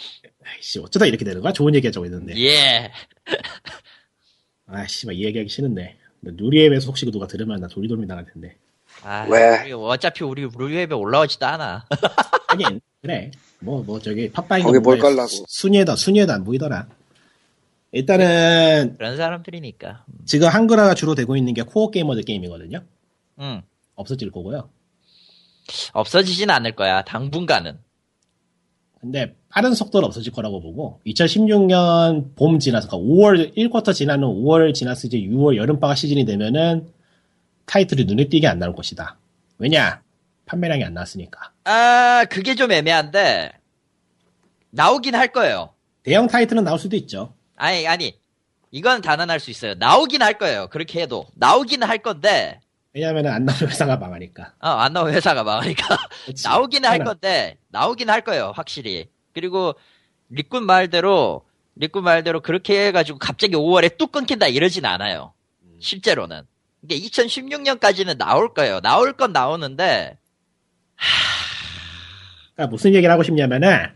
아이씨, 어쩌다 이렇게 되는 거야? 좋은 얘기하자고 했는데. 예. 아이씨, 이 얘기하기 싫은데. 누리앱에서 혹시 그 누가 들으면 나 돌리돌미 나갈 텐데. 아, 왜? 우리 어차피 우리 루유앱에 올라오지도 않아. 하긴, 그래. 뭐, 뭐, 저기, 팟빵이. 거기 뭘 깔라고. 순위에다, 순위에도 안 보이더라. 일단은, 그런 사람들이니까. 지금 한글화가 주로 되고 있는 게 코어 게이머들 게임이거든요. 응. 없어질 거고요. 음. 없어지진 않을 거야. 당분간은. 근데 빠른 속도로 없어질 거라고 보고 2016년 봄 지나서 그러니까 5월 1쿼터 지나는 5월 지나서 이제 6월 여름방학 시즌이 되면은 타이틀이 눈에 띄게 안 나올 것이다. 왜냐? 판매량이 안 나왔으니까. 아, 그게 좀 애매한데 나오긴 할 거예요. 대형 타이틀은 나올 수도 있죠. 아니, 아니. 이건 단언할 수 있어요. 나오긴 할 거예요. 그렇게 해도. 나오긴 할 건데, 왜냐하면 안 나오면 회사가 망하니까. 어, 안 나오면 회사가 망하니까. 그치? 나오긴 할 하나. 건데, 나오긴 할 거예요. 확실히. 그리고, 리꾼 말대로, 리꾼 말대로 그렇게 해가지고 갑자기 5월에 뚝 끊긴다 이러진 않아요. 음. 실제로는. 이게 2016년까지는 나올 거예요. 나올 건 나오는데, 그러니까 무슨 얘기를 하고 싶냐면은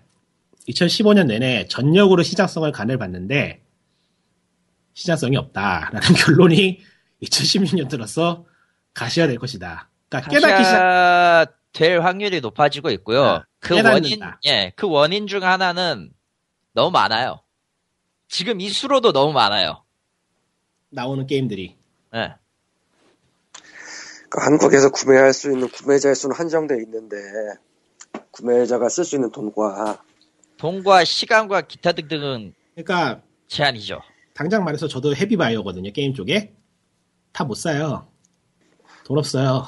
2015년 내내 전력으로 시장성을 간을 봤는데 시장성이 없다라는 결론이 2016년 들어서 가셔야 될 것이다. 그러니까 깨닫기 시작. 가셔야 될 확률이 높아지고 있고요. 아, 그 원인, 깨닫는다. 예, 그 원인 중 하나는 너무 많아요. 지금 이 수로도 너무 많아요. 나오는 게임들이 예. 그러니까 한국에서 구매할 수 있는 구매자의 수는 한정돼 있는데 구매자가 쓸 수 있는 돈과 돈과 시간과 기타 등등은 그러니까 제한이죠. 당장 말해서 저도 헤비 바이어거든요 게임 쪽에 다 못 사요 돈 없어요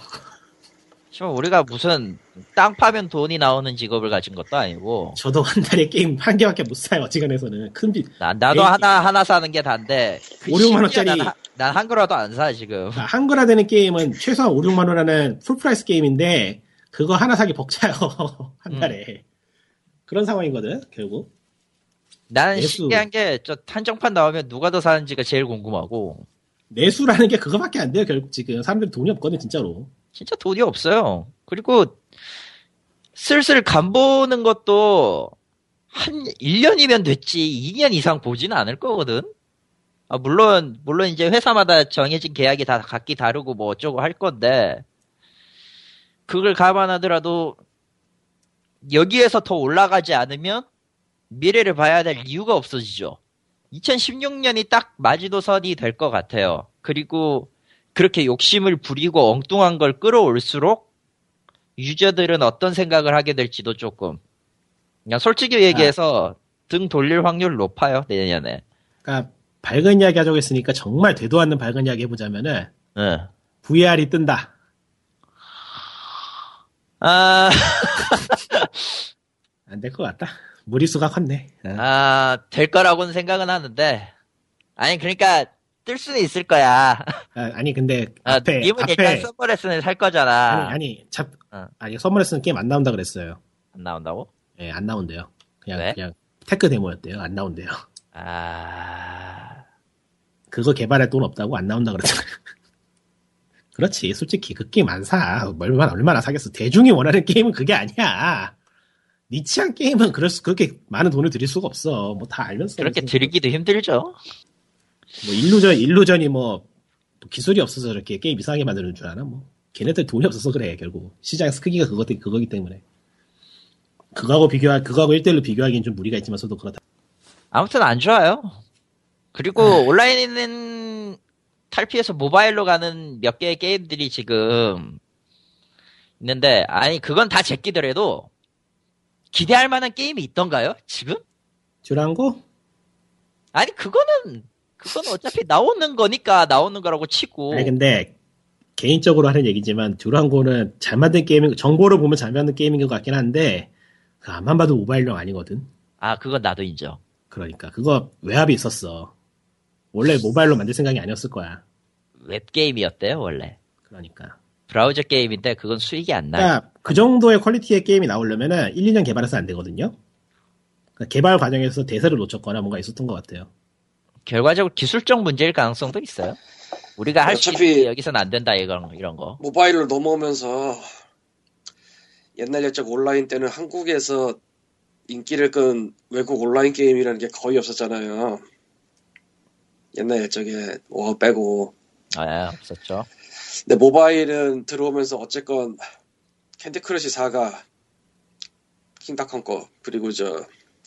지금 우리가 무슨 땅 파면 돈이 나오는 직업을 가진 것도 아니고 저도 한 달에 게임 한 개밖에 못 사요 어지간해서는 큰빚 나, 나도 에이. 하나 하나 사는 게 단데 그 5, 6만 심지어 원짜리. 난, 하- 난 한글화도 안 사 지금 그러니까 한글화되는 게임은 최소한 5, 6만 원하는 풀프라이스 게임인데 그거 하나 사기 벅차요 한 달에 음. 그런 상황이거든 결국 나는 예수. 신기한 게 저 한정판 나오면 누가 더 사는지가 제일 궁금하고 내수라는 게 그거밖에 안 돼요 결국 지금 사람들이 돈이 없거든 진짜로 진짜 돈이 없어요. 그리고 슬슬 간보는 것도 한 1년이면 됐지 2년 이상 보지는 않을 거거든. 아, 물론 물론 이제 회사마다 정해진 계약이 다 각기 다르고 뭐 어쩌고 할 건데 그걸 감안하더라도 여기에서 더 올라가지 않으면 미래를 봐야 될 이유가 없어지죠. 2016년이 딱 마지노선이 될 것 같아요. 그리고 그렇게 욕심을 부리고 엉뚱한 걸 끌어올수록 유저들은 어떤 생각을 하게 될지도 조금 그냥 솔직히 아. 얘기해서 등 돌릴 확률 높아요 내년에. 그러니까 밝은 이야기 하자고 했으니까 정말 되도 않는 밝은 이야기 해보자면은 예. VR이 뜬다 아, 안 될 것 같다 무리수가 컸네 어. 아, 될 거라고는 생각은 하는데 아니 그러니까 뜰 수는 있을 거야. 아, 니 근데 아, 앞에 님은 앞에 일단 서머 레슨을 살 거잖아. 아니 아니 잡 어. 아니 서머레슨 게임 안 나온다 그랬어요 안 나온다고? 예 안 나온대요 그냥 왜? 그냥 테크 데모였대요 안 나온대요 아, 그거 개발할 돈 없다고 안 나온다 그랬잖아요. 그렇지. 솔직히 그 게임 안 사. 얼마나, 얼마나 사겠어. 대중이 원하는 게임은 그게 아니야. 니 취향 게임은 그럴 수, 그렇게 많은 돈을 들일 수가 없어. 뭐 다 알면서. 그렇게 무슨 들기도 힘들죠. 뭐 일루전, 일루전이 뭐, 또 기술이 없어서 이렇게 게임 이상하게 만드는 줄 아나? 뭐. 걔네들 돈이 없어서 그래, 결국. 시장에서 크기가 그것, 때- 그거기 때문에. 그거하고 비교하, 그거하고 1대1로 비교하기엔 좀 무리가 있지만서도 그렇다. 아무튼 안 좋아요. 네. 그리고 온라인은 탈피해서 모바일로 가는 몇 개의 게임들이 지금 있는데, 아니, 그건 다 제끼더라도 기대할 만한 게임이 있던가요? 지금? 듀랑고? 아니, 그거는, 그건 어차피 나오는 거니까 나오는 거라고 치고. 아니, 근데, 개인적으로 하는 얘기지만, 듀랑고는 잘 만든 게임인, 정보를 보면 잘 만든 게임인 것 같긴 한데, 그 안만 봐도 모바일용 아니거든. 아, 그건 나도 인정. 그러니까. 그거 외압이 있었어. 원래 모바일로 만들 생각이 아니었을 거야. 웹게임이었대요, 원래. 그러니까. 브라우저 게임인데 그건 수익이 안 나요. 그러니까, 그 정도의 퀄리티의 게임이 나오려면은 1, 2년 개발해서 안 되거든요. 그러니까 개발 과정에서 대세를 놓쳤거나 뭔가 있었던 것 같아요. 결과적으로 기술적 문제일 가능성도 있어요. 우리가 할 수 어차피- 있는데 여기선 안 된다, 이런, 이런 거. 모바일로 넘어오면서 옛날 옛적 온라인 때는 한국에서 인기를 끈 외국 온라인 게임이라는 게 거의 없었잖아요. 옛날 옛적에 워 빼고. 아, 없었죠. 근데 모바일은 들어오면서 어쨌건 캔디 크러쉬 4가 킹닷컴 거 그리고 저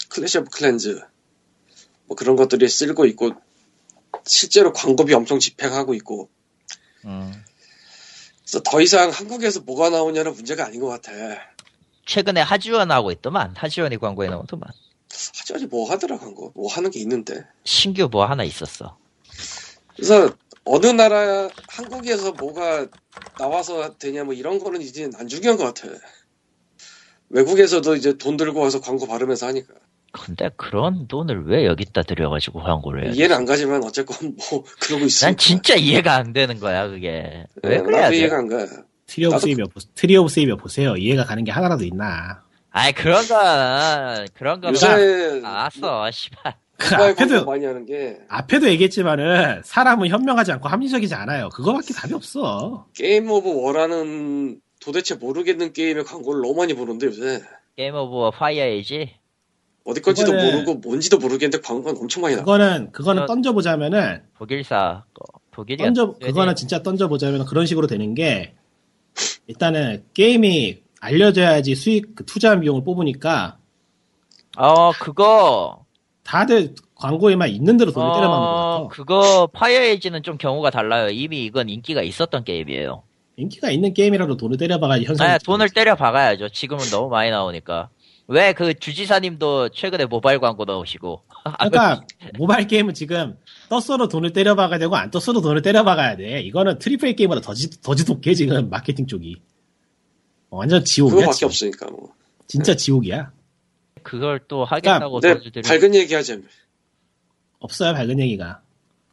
클래시 오브 클렌즈 뭐 그런 것들이 쓸고 있고 실제로 광고비 엄청 집행하고 있고 음. 그래서 더 이상 한국에서 뭐가 나오냐는 문제가 아닌 것 같아. 최근에 하지원 하고 있더만 하지원이 광고에 나오더만 하지만이 뭐 하더라 광고 뭐 하는 게 있는데 신규 뭐 하나 있었어 그래서 어느 나라 한국에서 뭐가 나와서 되냐 뭐 이런 거는 이제 안 중요한 것 같아 외국에서도 이제 돈 들고 와서 광고 바르면서 하니까 근데 그런 돈을 왜 여기다 들여가지고 광고를 해야 돼? 이해는 안 가지만 어쨌건 뭐 그러고 있어 네, 난 진짜 이해가 안 되는 거야 그게 왜 그래야 어, 나도 돼? 이해가 안가 트리 오브 나도 세이비어, 보- 트리 오브 세이비어 보세요. 이해가 가는 게 하나라도 있나. 아이 그런 건 그런 거는 요새 그러니까 아, 알았어 씨발 그 모바일 앞에도 광고 많이 하는 게 앞에도 얘기했지만은 사람은 현명하지 않고 합리적이지 않아요. 그거밖에 답이 없어. 게임 오브 워라는 도대체 모르겠는 게임의 광고를 너무 많이 보는데 요새 게임 오브 파이어이지 어디 건지도 그거는- 모르고 뭔지도 모르겠는데 광고는 엄청 많이 나 그거는 그거는 어. 던져보자면은 독일사 거 독일이야 던져 그거는 진짜 던져보자면 그런 식으로 되는 게 일단은 게임이 알려져야지 수익 그 투자 비용을 뽑으니까 어 그거 다들 광고에만 있는 대로 돈을 때려 맞는 것 어 같아. 그거 파이어이지는 좀 경우가 달라요 이미 이건 인기가 있었던 게임이에요 인기가 있는 게임이라도 돈을 때려박아야지 현상. 아, 돈을 때려 박아야죠. 지금은 너무 많이 나오니까. 왜 그 주지사님도 최근에 모바일 광고 넣으시고. 아, 그러니까 모바일 게임은 지금 떴어도 돈을 때려박아야 되고 안 떴어도 돈을 때려박아야 돼. 이거는 트리플 A 게임보다 더지 더지 독해 지금 마케팅 쪽이 어, 완전 지옥이야. 그거밖에 지옥. 없으니까 뭐 진짜 지옥이야. 그걸 또 하겠다고 근데 도와주드리 밝은 얘기하자면 없어요 밝은 얘기가.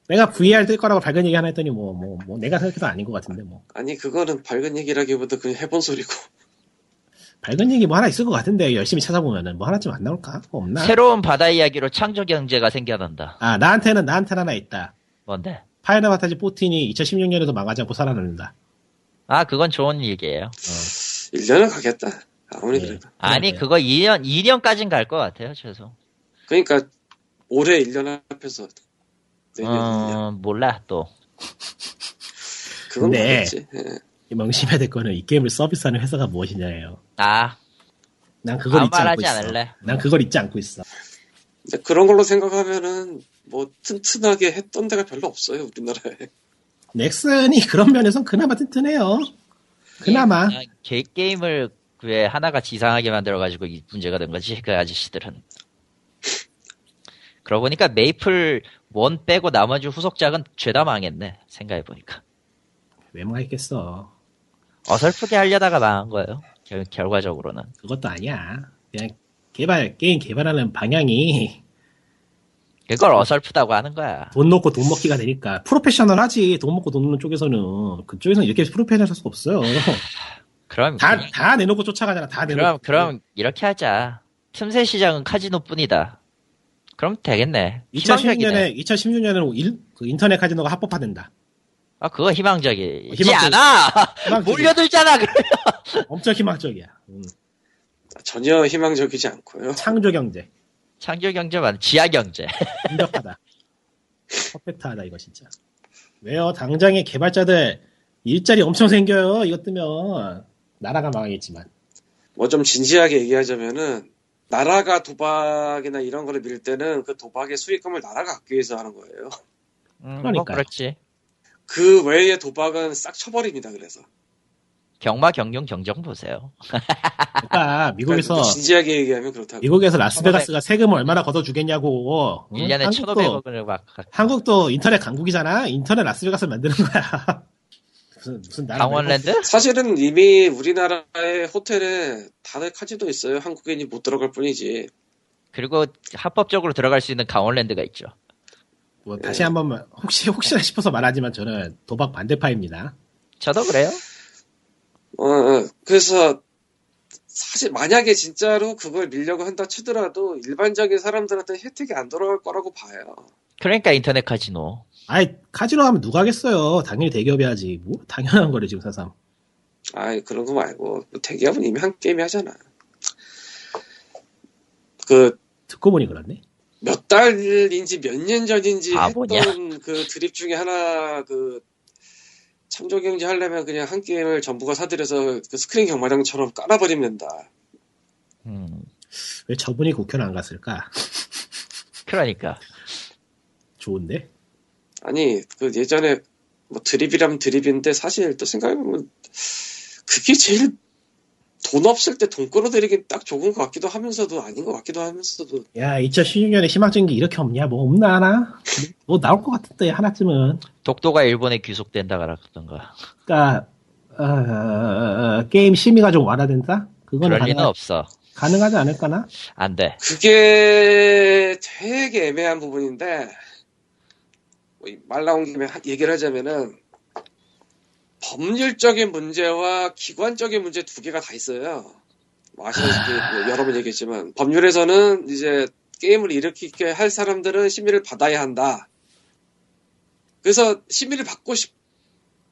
내가 VR 뜰 거라고 밝은 얘기 하나 했더니 뭐 뭐 뭐 내가 생각해도 아닌 것 같은데 뭐 아니 그거는 밝은 얘기라기보다 그냥 해본 소리고 밝은 얘기 뭐 하나 있을 것 같은데 열심히 찾아보면은 뭐 하나쯤 안 나올까? 뭐 없나? 새로운 바다 이야기로 창조 경제가 생겨난다. 아 나한테는 나한테 는 하나 있다. 뭔데? 파이널 파타지 14이 2016년에도 망하지 않고 살아남는다. 아, 그건 좋은 얘기예요. 1년은 가겠다. 아무리 네. 그래도. 아니, 그러네요. 그거 2년, 2년까진 갈 것 같아요, 최소. 그러니까 올해 1년 앞에서 내년 아, 어... 어, 몰라, 또. 그건 네. 모르겠지. 예. 이 명심해야 될 거는 이 게임을 서비스하는 회사가 무엇이냐예요. 아, 난 그걸 아무 잊지 말 않고 하지 있어. 않을래. 난 그걸 잊지 않고 있어. 근데 그런 걸로 생각하면은 뭐 튼튼하게 했던 데가 별로 없어요 우리나라에. 넥슨이 그런 면에선 그나마 튼튼해요. 그나마. 그냥 게, 게임을 왜 하나같이 이상하게 만들어가지고 이 문제가 된 거지, 그 아저씨들은. 그러고 보니까 메이플 원 빼고 나머지 후속작은 죄다 망했네, 생각해보니까. 왜 망했겠어. 어설프게 하려다가 망한 거예요, 결, 결과적으로는. 그것도 아니야. 그냥 개발, 게임 개발하는 방향이 그걸 어설프다고 하는 거야. 돈 넣고 돈 먹기가 되니까. 프로페셔널 하지. 돈 먹고 돈 넣는 쪽에서는. 그쪽에서는 이렇게 프로페셔널 할 수가 없어요. 그럼, 다, 그냥- 다 내놓고 쫓아가잖아. 다 내놓고. 그럼, 그럼 이렇게 하자. 틈새 시장은 카지노 뿐이다. 그럼 되겠네. 희망적이네. 2016년에, 2016년에는 그 인터넷 카지노가 합법화된다. 아, 그거 희망적이지 희망적이- 않아! 희망적이- 몰려들잖아, 그래! 엄청 희망적이야. 음. 전혀 희망적이지 않고요. 창조 경제. 창조 경제 만 지하 경제. 완벽하다. 퍼펙트하다 이거 진짜. 왜요? 당장에 개발자들 일자리 엄청 생겨요. 이것 뜨면 나라가 망하겠지만. 뭐 좀 진지하게 얘기하자면은 나라가 도박이나 이런 거를 밀 때는 그 도박의 수익금을 나라가 갖기 위해서 하는 거예요. 음, 뭐 그러니까요. 그렇지. 그 외의 도박은 싹 쳐버립니다. 그래서 경마 경용 경정 보세요. 그러니까 그러니까 미국에서 진지하게 얘기하면 그렇다고. 미국에서 라스베가스가 세금을 얼마나 걷어주겠냐고. 응? 1년에 음, 한국도, 1,500억을 막 한국도 인터넷 강국이잖아. 인터넷 라스베가스 만드는 거야. 무슨 무슨 나라 강원랜드? 뭐 사실은 이미 우리나라의 호텔에 다들 카지도 있어요. 한국인이 못 들어갈 뿐이지. 그리고 합법적으로 들어갈 수 있는 강원랜드가 있죠. 뭐 다시 한번 혹시 혹시나 싶어서 말하지만 저는 도박 반대파입니다. 저도 그래요. 어, 어, 그래서 사실 만약에 진짜로 그걸 밀려고 한다 치더라도 일반적인 사람들한테 혜택이 안 돌아갈 거라고 봐요. 그러니까 인터넷 카지노. 아이 카지노 하면 누가 하겠어요? 당연히 대기업이 하지. 뭐 당연한 거래 지금 사상. 아이 그런 거 말고 뭐 대기업은 이미 한 게임이 하잖아. 그 몇 듣고 보니 그렇네. 달인지 몇 년 전인지 바보냐? 했던 그 드립 중에 하나 그 창조경제 하려면 그냥 한 게임을 전부가 사들여서 그 스크린 경마장처럼 깔아버리면다. 음, 왜 저분이 국회를 안 갔을까? 그러니까. 좋은데? 아니 그 예전에 뭐 드립이라면 드립인데 사실 또 생각해보면 그게 제일 돈 없을 때 돈 끌어들이긴 딱 좋은 것 같기도 하면서도 아닌 것 같기도 하면서도 야, 2016년에 희망적인 게 이렇게 없냐? 뭐 없나 하나? 뭐 나올 것 같은데 하나쯤은. 독도가 일본에 귀속된다 그랬던가. 그러니까 어, 어, 어, 게임 심의가 좀 완화된다? 그건 그럴 리는 가능하, 없어. 가능하지 않을까나? 안 돼. 그게 되게 애매한 부분인데 뭐이말 나온 김에 하- 얘기를 하자면은 법률적인 문제와 기관적인 문제 두 개가 다 있어요. 뭐 아시다시피 뭐 여러 번 얘기했지만 법률에서는 이제 게임을 일으키게 할 사람들은 심의를 받아야 한다. 그래서 심의를 받고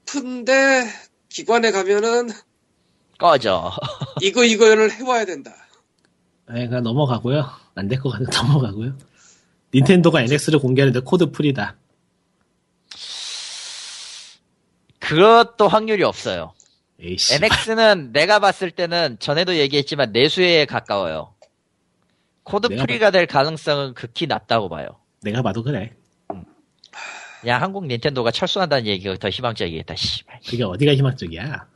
싶은데 기관에 가면은 꺼져. 이거 이거를 해와야 된다. 그러니까 넘어가고요. 안 될 것 같은데 넘어가고요. 닌텐도가 NX를 공개하는데 코드 풀이다. 그것도 확률이 없어요. 에이씨. NX는 내가 봤을 때는 전에도 얘기했지만 내수에 가까워요. 코드 내가 프리가 될 가능성은 극히 낮다고 봐요. 내가 봐도 그래. 야, 한국 닌텐도가 철수한다는 얘기가 더 희망적이겠다, 씨발. 그게 어디가 희망적이야?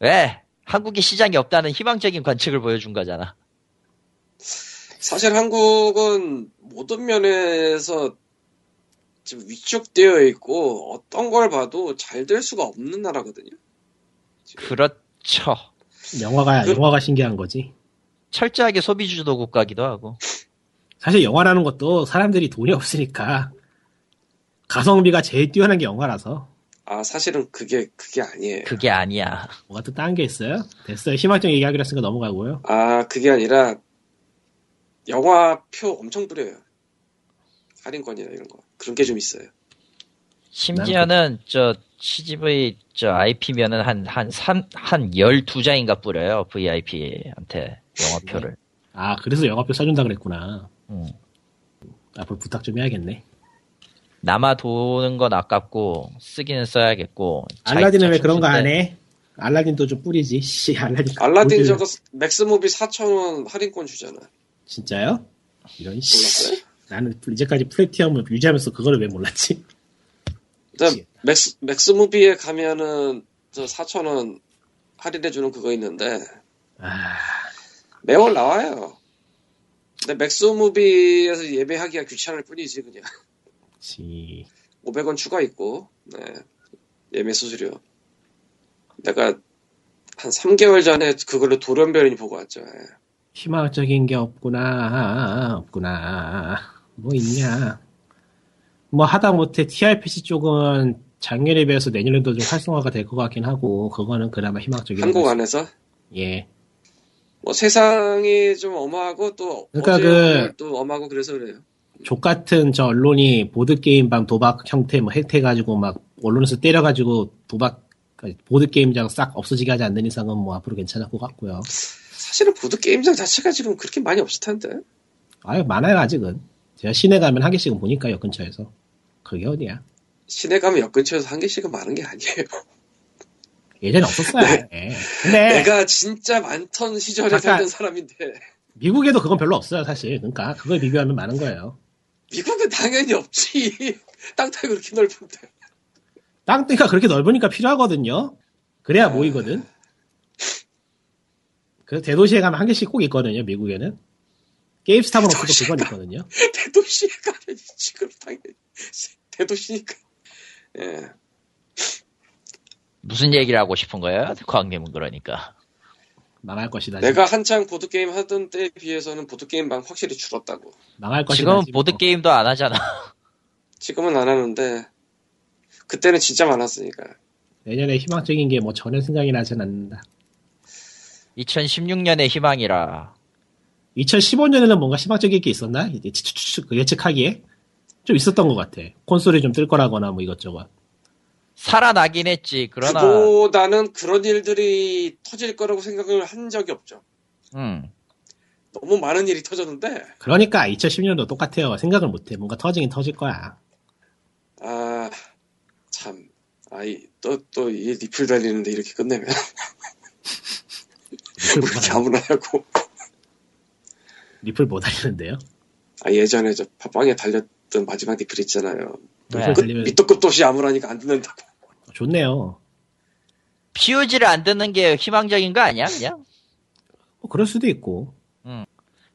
왜? 한국이 시장이 없다는 희망적인 관측을 보여준 거잖아. 사실 한국은 모든 면에서 지금 위축되어 있고 어떤 걸 봐도 잘 될 수가 없는 나라거든요. 그렇죠. 영화가 그- 영화가 신기한 거지. 철저하게 소비주도 국가기도 하고. 사실 영화라는 것도 사람들이 돈이 없으니까 가성비가 제일 뛰어난 게 영화라서 아 사실은 그게 그게 아니에요. 그게 아니야. 뭐가 또 다른 게 있어요? 됐어요. 희망적 얘기하기로 했으니까 넘어가고요. 아 그게 아니라 영화 표 엄청 뿌려요. 할인권이나 이런 거 그런 게 좀 있어요. 심지어는 저 CGV 저 IP면은 한한 3, 한 12장인가 뿌려요. VIP한테 영화표를. 아, 그래서 영화표 사준다 그랬구나. 음. 앞으로 부탁 좀 해야겠네. 남아 도는 건 아깝고 쓰기는 써야겠고. 자기 알라딘은 왜 그런 거 안 자축인데 해? 알라딘도 좀 뿌리지. 씨, 알라딘. 알라딘 뭐지? 저거 맥스모비 4,000원 할인권 주잖아. 진짜요? 이런 씨. 몰랐어요? 나는 이제까지 플래티엄을 유지하면서 그거를 왜 몰랐지? 일단 미치겠다. 맥스 맥스무비에 가면은 저 4,000원 할인해 주는 그거 있는데 아, 매월 나와요. 근데 맥스무비에서 예매하기가 귀찮을 뿐이지 그냥 씨. 500원 추가 있고 네. 예매 수수료. 내가 한 3개월 전에 그걸로 돌연변이 보고 왔죠. 네, 예. 희망적인 게 없구나, 없구나. 뭐 있냐. 뭐 하다못해 TRPC 쪽은 작년에 비해서 내년에도 좀 활성화가 될 것 같긴 하고, 그거는 그나마 희망적인. 한국 거. 안에서 예. 뭐 세상이 좀 엄하고 또 그러니까 어제 또 엄하고 그래서 그래요. 족 같은 저 언론이 보드게임방 도박 형태 뭐 행태 가지고 막 언론에서 때려가지고 도박, 보드게임장 싹 없어지게 하지 않는 이상은 뭐 앞으로 괜찮을 것 같고요. 사실은 보드 게임장 자체가 지금 그렇게 많이 없을 텐데. 아유, 많아요, 아직은. 제가 시내 가면 한 개씩은 보니까요, 근처에서. 그게 어디야. 시내 가면 역 근처에서 한 개씩은 많은 게 아니에요. 예전에 없었어요. 예. 근데. 내가 진짜 많던 시절에 아까- 살던 사람인데 미국에도 그건 별로 없어요, 사실. 그러니까 그걸 비교하면 많은 거예요. 미국은 당연히 없지. 땅타이 그렇게 넓은데. 땅대가 그렇게 넓으니까 필요하거든요. 아. 그래야 모이거든. 그래서 대도시에 가면 한 개씩 꼭 있거든요, 미국에는. 게임스탑은 없어도 그건 있거든요. 대도시에 가면 지금 당연히 대도시니까. 예. 무슨 얘기를 하고 싶은 거예요? 광님은 그러니까. 망할 것이다. 내가 한창 보드 게임 하던 때에 비해서는 보드 게임방 확실히 줄었다고. 망할 것이다. 지금은 지금. 보드 게임도 안 하잖아. 지금은 안 하는데 그때는 진짜 많았으니까. 내년에 희망적인 게 뭐 전혀 생각이 나진 않는다. 2016년의 희망이라. 2015년에는 뭔가 희망적인 게 있었나? 이제 추추추추 그 예측하기에 좀 있었던 것 같아. 콘솔이 좀 뜰 거라거나 뭐 이것저것. 살아나긴 했지. 그러나 그보다는 그런 일들이 터질 거라고 생각을 한 적이 없죠. 음. 너무 많은 일이 터졌는데 그러니까 2010년도 똑같아요. 생각을 못해. 뭔가 터지긴 터질 거야. 아, 참. 아이, 또, 또, 이 리플 달리는데 이렇게 끝내면. 왜 리플 못 이렇게 알아. 아무나 하고. 리플 못 알리는데요. 아, 예전에 저 팟빵에 달렸던 마지막 리플 있잖아요. 네. 끝, 달리면- 밑도 끝도 없이 아무라니까 안 듣는다고. 좋네요. POG를 안 듣는 게 희망적인 거 아니야? 그냥? 뭐 그럴 수도 있고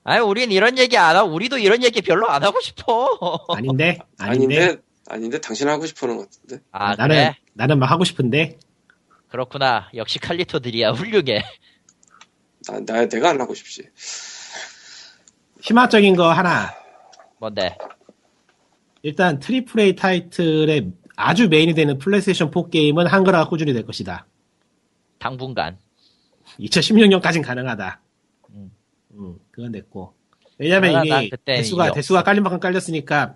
아니, 우린 이런 얘기 안 하고, 우리도 이런 얘기 별로 안 하고 싶어. 아닌데 아닌데, 아닌데, 아닌데, 당신 하고 싶어 하는 것 같은데. 아, 나는 그래? 나는 막 하고 싶은데 그렇구나. 역시 칼리토들이야. 훌륭해. 나, 나, 내가 안 하고 싶지. 희망적인 거 하나 뭔데? 일단 트리플 A 타이틀의 아주 메인이 되는 플레이스테이션 4 게임은 한글화가 꾸준히 될 것이다. 당분간. 2016년까지는 가능하다. 음. 음, 그건 됐고 왜냐면 그러나 난 이미 그때 대수가 이유 대수가 없어. 깔린 만큼 깔렸으니까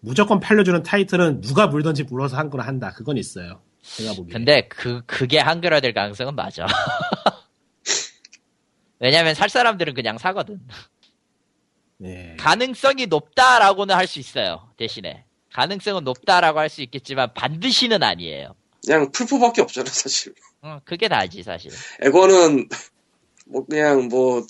무조건 팔려주는 타이틀은 누가 물든지 물어서 한글화 한다. 그건 있어요. 제가 보기에. 근데 그, 그게 한글화될 가능성은 맞아. 왜냐면 살 사람들은 그냥 사거든. 네. 가능성이 높다라고는 할 수 있어요. 대신에. 가능성은 높다라고 할 수 있겠지만 반드시는 아니에요. 그냥 풀포밖에 없잖아, 사실. 응, 그게 나지, 사실. 에고는, 뭐, 그냥 뭐,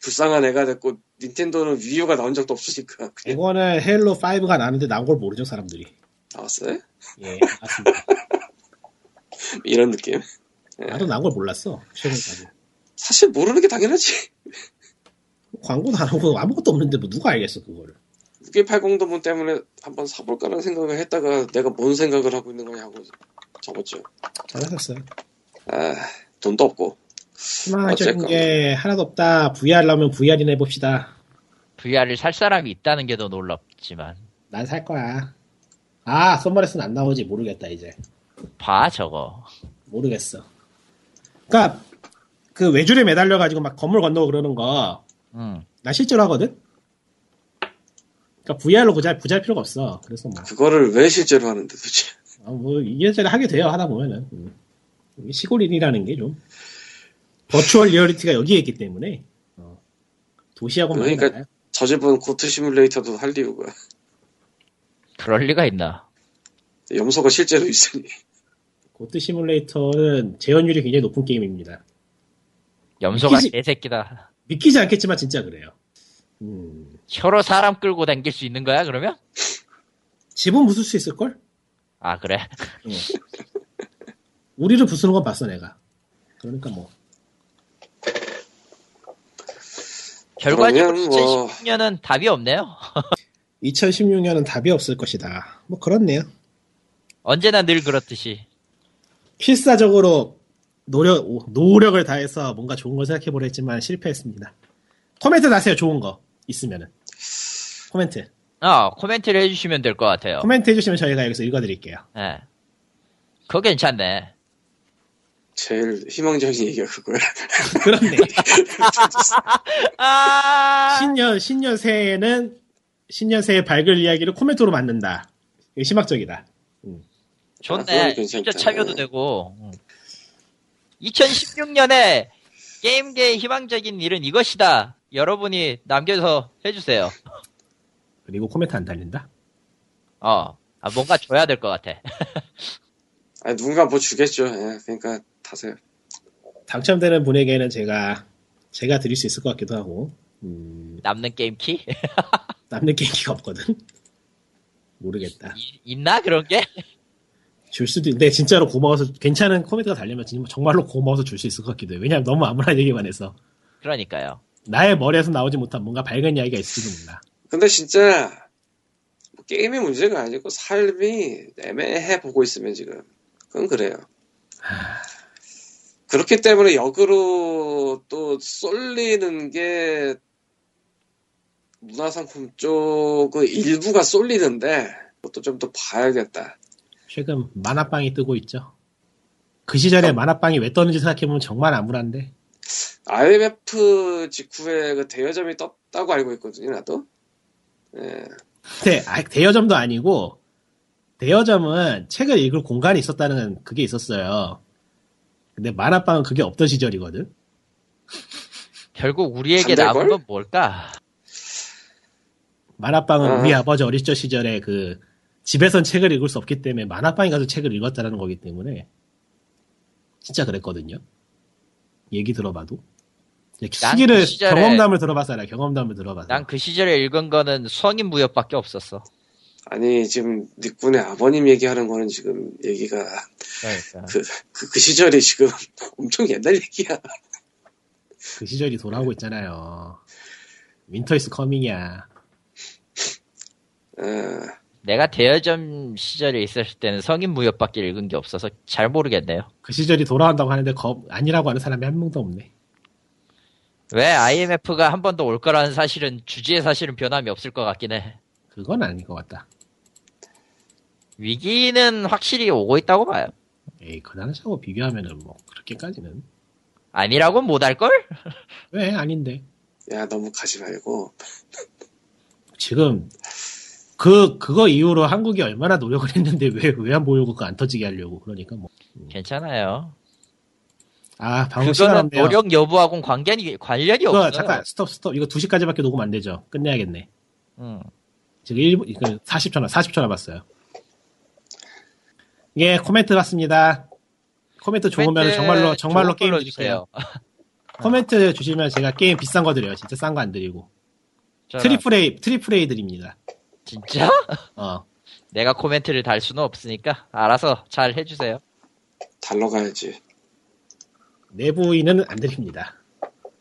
불쌍한 애가 됐고, 닌텐도는 위유가 나온 적도 없으니까. 그냥 이거는 헤일로 5가 나는데 나온 걸 모르죠 사람들이. 나왔어요? 예, 맞습니다. 이런 느낌. 나도 나온 걸 몰랐어. 최근까지. 사실 모르는 게 당연하지. 광고도 안 하고 아무것도 없는데 뭐 누가 알겠어 그거를. 6180 도문 때문에 한번 사볼까라는 생각을 했다가 내가 뭔 생각을 하고 있는 거냐 하고 접었죠. 잘하셨어요. 아, 돈도 없고. 희망적인 어쨌건. 게 하나도 없다. VR 나오면 VR이나 해봅시다. VR을 살 사람이 있다는 게 더 놀랍지만. 난 살 거야. 아, 썸머레슨 안 나오지 모르겠다 이제. 봐, 저거. 모르겠어. 그러니까 그 외줄에 매달려 가지고 막 건물 건너고 그러는 거. 응. 나 실제로 하거든. 그러니까 VR로 부자 부자일 필요가 없어. 그래서 뭐 그거를 왜 실제로 하는데 도대체. 아, 뭐 이래저래 하게 돼요 하다 보면은 음. 이게 시골인이라는 게 좀 버추얼 리얼리티가 여기에 있기 때문에 어. 도시하고 많이 그러니까- 달라요. 저 집은 고트 시뮬레이터도 할 이유가 그럴 리가 있나? 염소가 실제로 있으니 고트 시뮬레이터는 재현율이 굉장히 높은 게임입니다. 염소가 미키지- 개새끼다. 믿기지 않겠지만 진짜 그래요. 음, 혀로 사람 끌고 당길 수 있는 거야 그러면? 집은 부술 수 있을 걸? 아 그래. 우리를 부수는 건 봤어 내가. 그러니까 뭐 결과적으로 그러면 뭐- 2016년은 답이 없네요. 2016년은 답이 없을 것이다. 뭐 그렇네요. 언제나 늘 그렇듯이. 필사적으로 노력 오, 노력을 다해서 뭔가 좋은 걸 생각해 보려 했지만 실패했습니다. 코멘트 나세요. 좋은 거 있으면은 코멘트 어 코멘트를 해주시면 될 것 같아요. 코멘트 해주시면 저희가 여기서 읽어드릴게요. 예. 그거 괜찮네. 제일 희망적인 얘기가 그거야. 그렇네. 아 신년 신년 새해에는 신년 새해 밝을 이야기를 코멘트로 만든다. 이거 희망적이다. 그건 좋네. 아, 괜찮다. 예. 진짜 참여도 되고. 2016년에 게임계의 희망적인 일은 이것이다. 여러분이 남겨서 해주세요. 그리고 코멘트 안 달린다. 어. 아, 뭔가 줘야 될 것 같아. 아 누군가 뭐 주겠죠. 예, 그러니까 타세요. 당첨되는 분에게는 제가 제가 드릴 수 있을 것 같기도 하고 음, 남는 게임 키? 남는 게임기가 없거든. 모르겠다. 이- 있나? 그런 게? 줄 수도 있는데 네, 진짜로 고마워서 괜찮은 코멘트가 달려면 진- 정말로 고마워서 줄 수 있을 것 같기도 해요. 왜냐면 너무 아무런 얘기만 해서 그러니까요. 나의 머리에서 나오지 못한 뭔가 밝은 이야기가 있을지도 몰라. 근데 진짜 뭐 게임이 문제가 아니고 삶이 애매해 보고 있으면 지금 그건 그래요. 그렇기 때문에 역으로 또 쏠리는 게 문화상품 쪽의 일부가 쏠리는데 그것도 좀 더 봐야겠다. 최근 만화빵이 뜨고 있죠. 그 시절에 만화빵이 왜 떴는지 생각해보면 정말 암울한데 IMF 직후에 그 대여점이 떴다고 알고 있거든요, 나도. 예. 대, 아, 대여점도 아니고 대여점은 책을 읽을 공간이 있었다는 그게 있었어요. 근데 만화빵은 그게 없던 시절이거든. 결국 우리에게 잠잘 남은 걸? 건 뭘까? 만화빵은 어. 우리 아버지 어릴 적 시절에 그 집에선 책을 읽을 수 없기 때문에 만화방에 가서 책을 읽었다는 거기 때문에 진짜 그랬거든요. 얘기 들어봐도 이렇게 난그 수기를 시절에- 경험담을 들어봐서 알아. 경험담을 들어봐서 난 그 시절에 읽은 거는 성인 무협밖에 없었어. 아니, 지금 니꾼의 아버님 얘기하는 거는 지금 얘기가 그러니까. 그, 그 시절이 지금 엄청 옛날 얘기야. 그 시절이 돌아오고 있잖아요. 윈터 이스 커밍이야. 어, 내가 대여점 시절에 있었을 때는 성인 무협밖에 읽은 게 없어서 잘 모르겠네요. 그 시절이 돌아온다고 하는데 겁 아니라고 하는 사람이 한 명도 없네. 왜 IMF가 한 번 더 올 거라는 사실은 주지의 사실은 변함이 없을 것 같긴 해. 그건 아닌 것 같다. 위기는 확실히 오고 있다고 봐요. 에이 그 당시하고 비교하면은 뭐 그렇게까지는 아니라고 못할 걸? 왜 아닌데. 야, 너무 가지 말고. 지금 그 그거 이후로 한국이 얼마나 노력을 했는데 왜 왜 안 보이고 그안 터지게 하려고 그러니까 괜찮아요. 뭐아 방금 시간 그거는 없네요. 노력 여부하고는 관련이 관련이 그거 없어요. 잠깐 스톱 스톱 이거 2시까지밖에 녹음 안 되죠. 끝내야겠네. 음. 지금 1분 이거 40초 나 40초 남았어요. 예 코멘트 받습니다. 코멘트 좋으면 코멘트 정말로 정말로 좋은 게임 걸로 아, 드릴게요. 코멘트 주시면 제가 게임 비싼 거 드려요. 진짜 싼 거 안 드리고 저는 트리플 A 트리플 A 드립니다. 진짜? 어 내가 코멘트를 달 수는 없으니까 알아서 잘 해주세요. 달러 가야지. 내부인은 안 드립니다.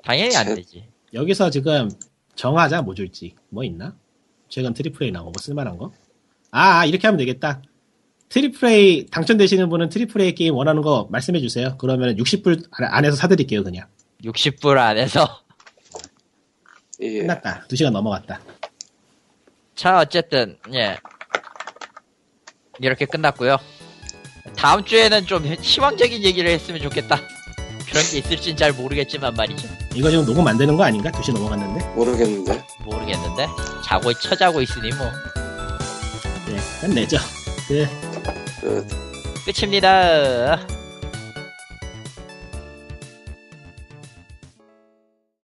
당연히 안 제- 되지. 여기서 지금 정하자 뭐 줄지 뭐 있나? 최근 트리플 A 나온 거뭐 쓸만한 거? 아 아, 이렇게 하면 되겠다. 트리플 A 당첨되시는 분은 트리플 A 게임 원하는 거 말씀해 주세요. 그러면 60불 아, 안에서 사드릴게요 그냥. 60불 안에서. 예. 끝났다. 2 시간 넘어갔다. 자 어쨌든 예 이렇게 끝났고요. 다음 주에는 좀 희망적인 얘기를 했으면 좋겠다. 그런 게 있을진 잘 모르겠지만 말이죠. 이거 지금 녹음 안 되는 거 아닌가? 2시 넘어갔는데. 모르겠는데. 모르겠는데 자고 처자고 있으니 뭐 네, 끝내죠. 예, 그 그 끝입니다.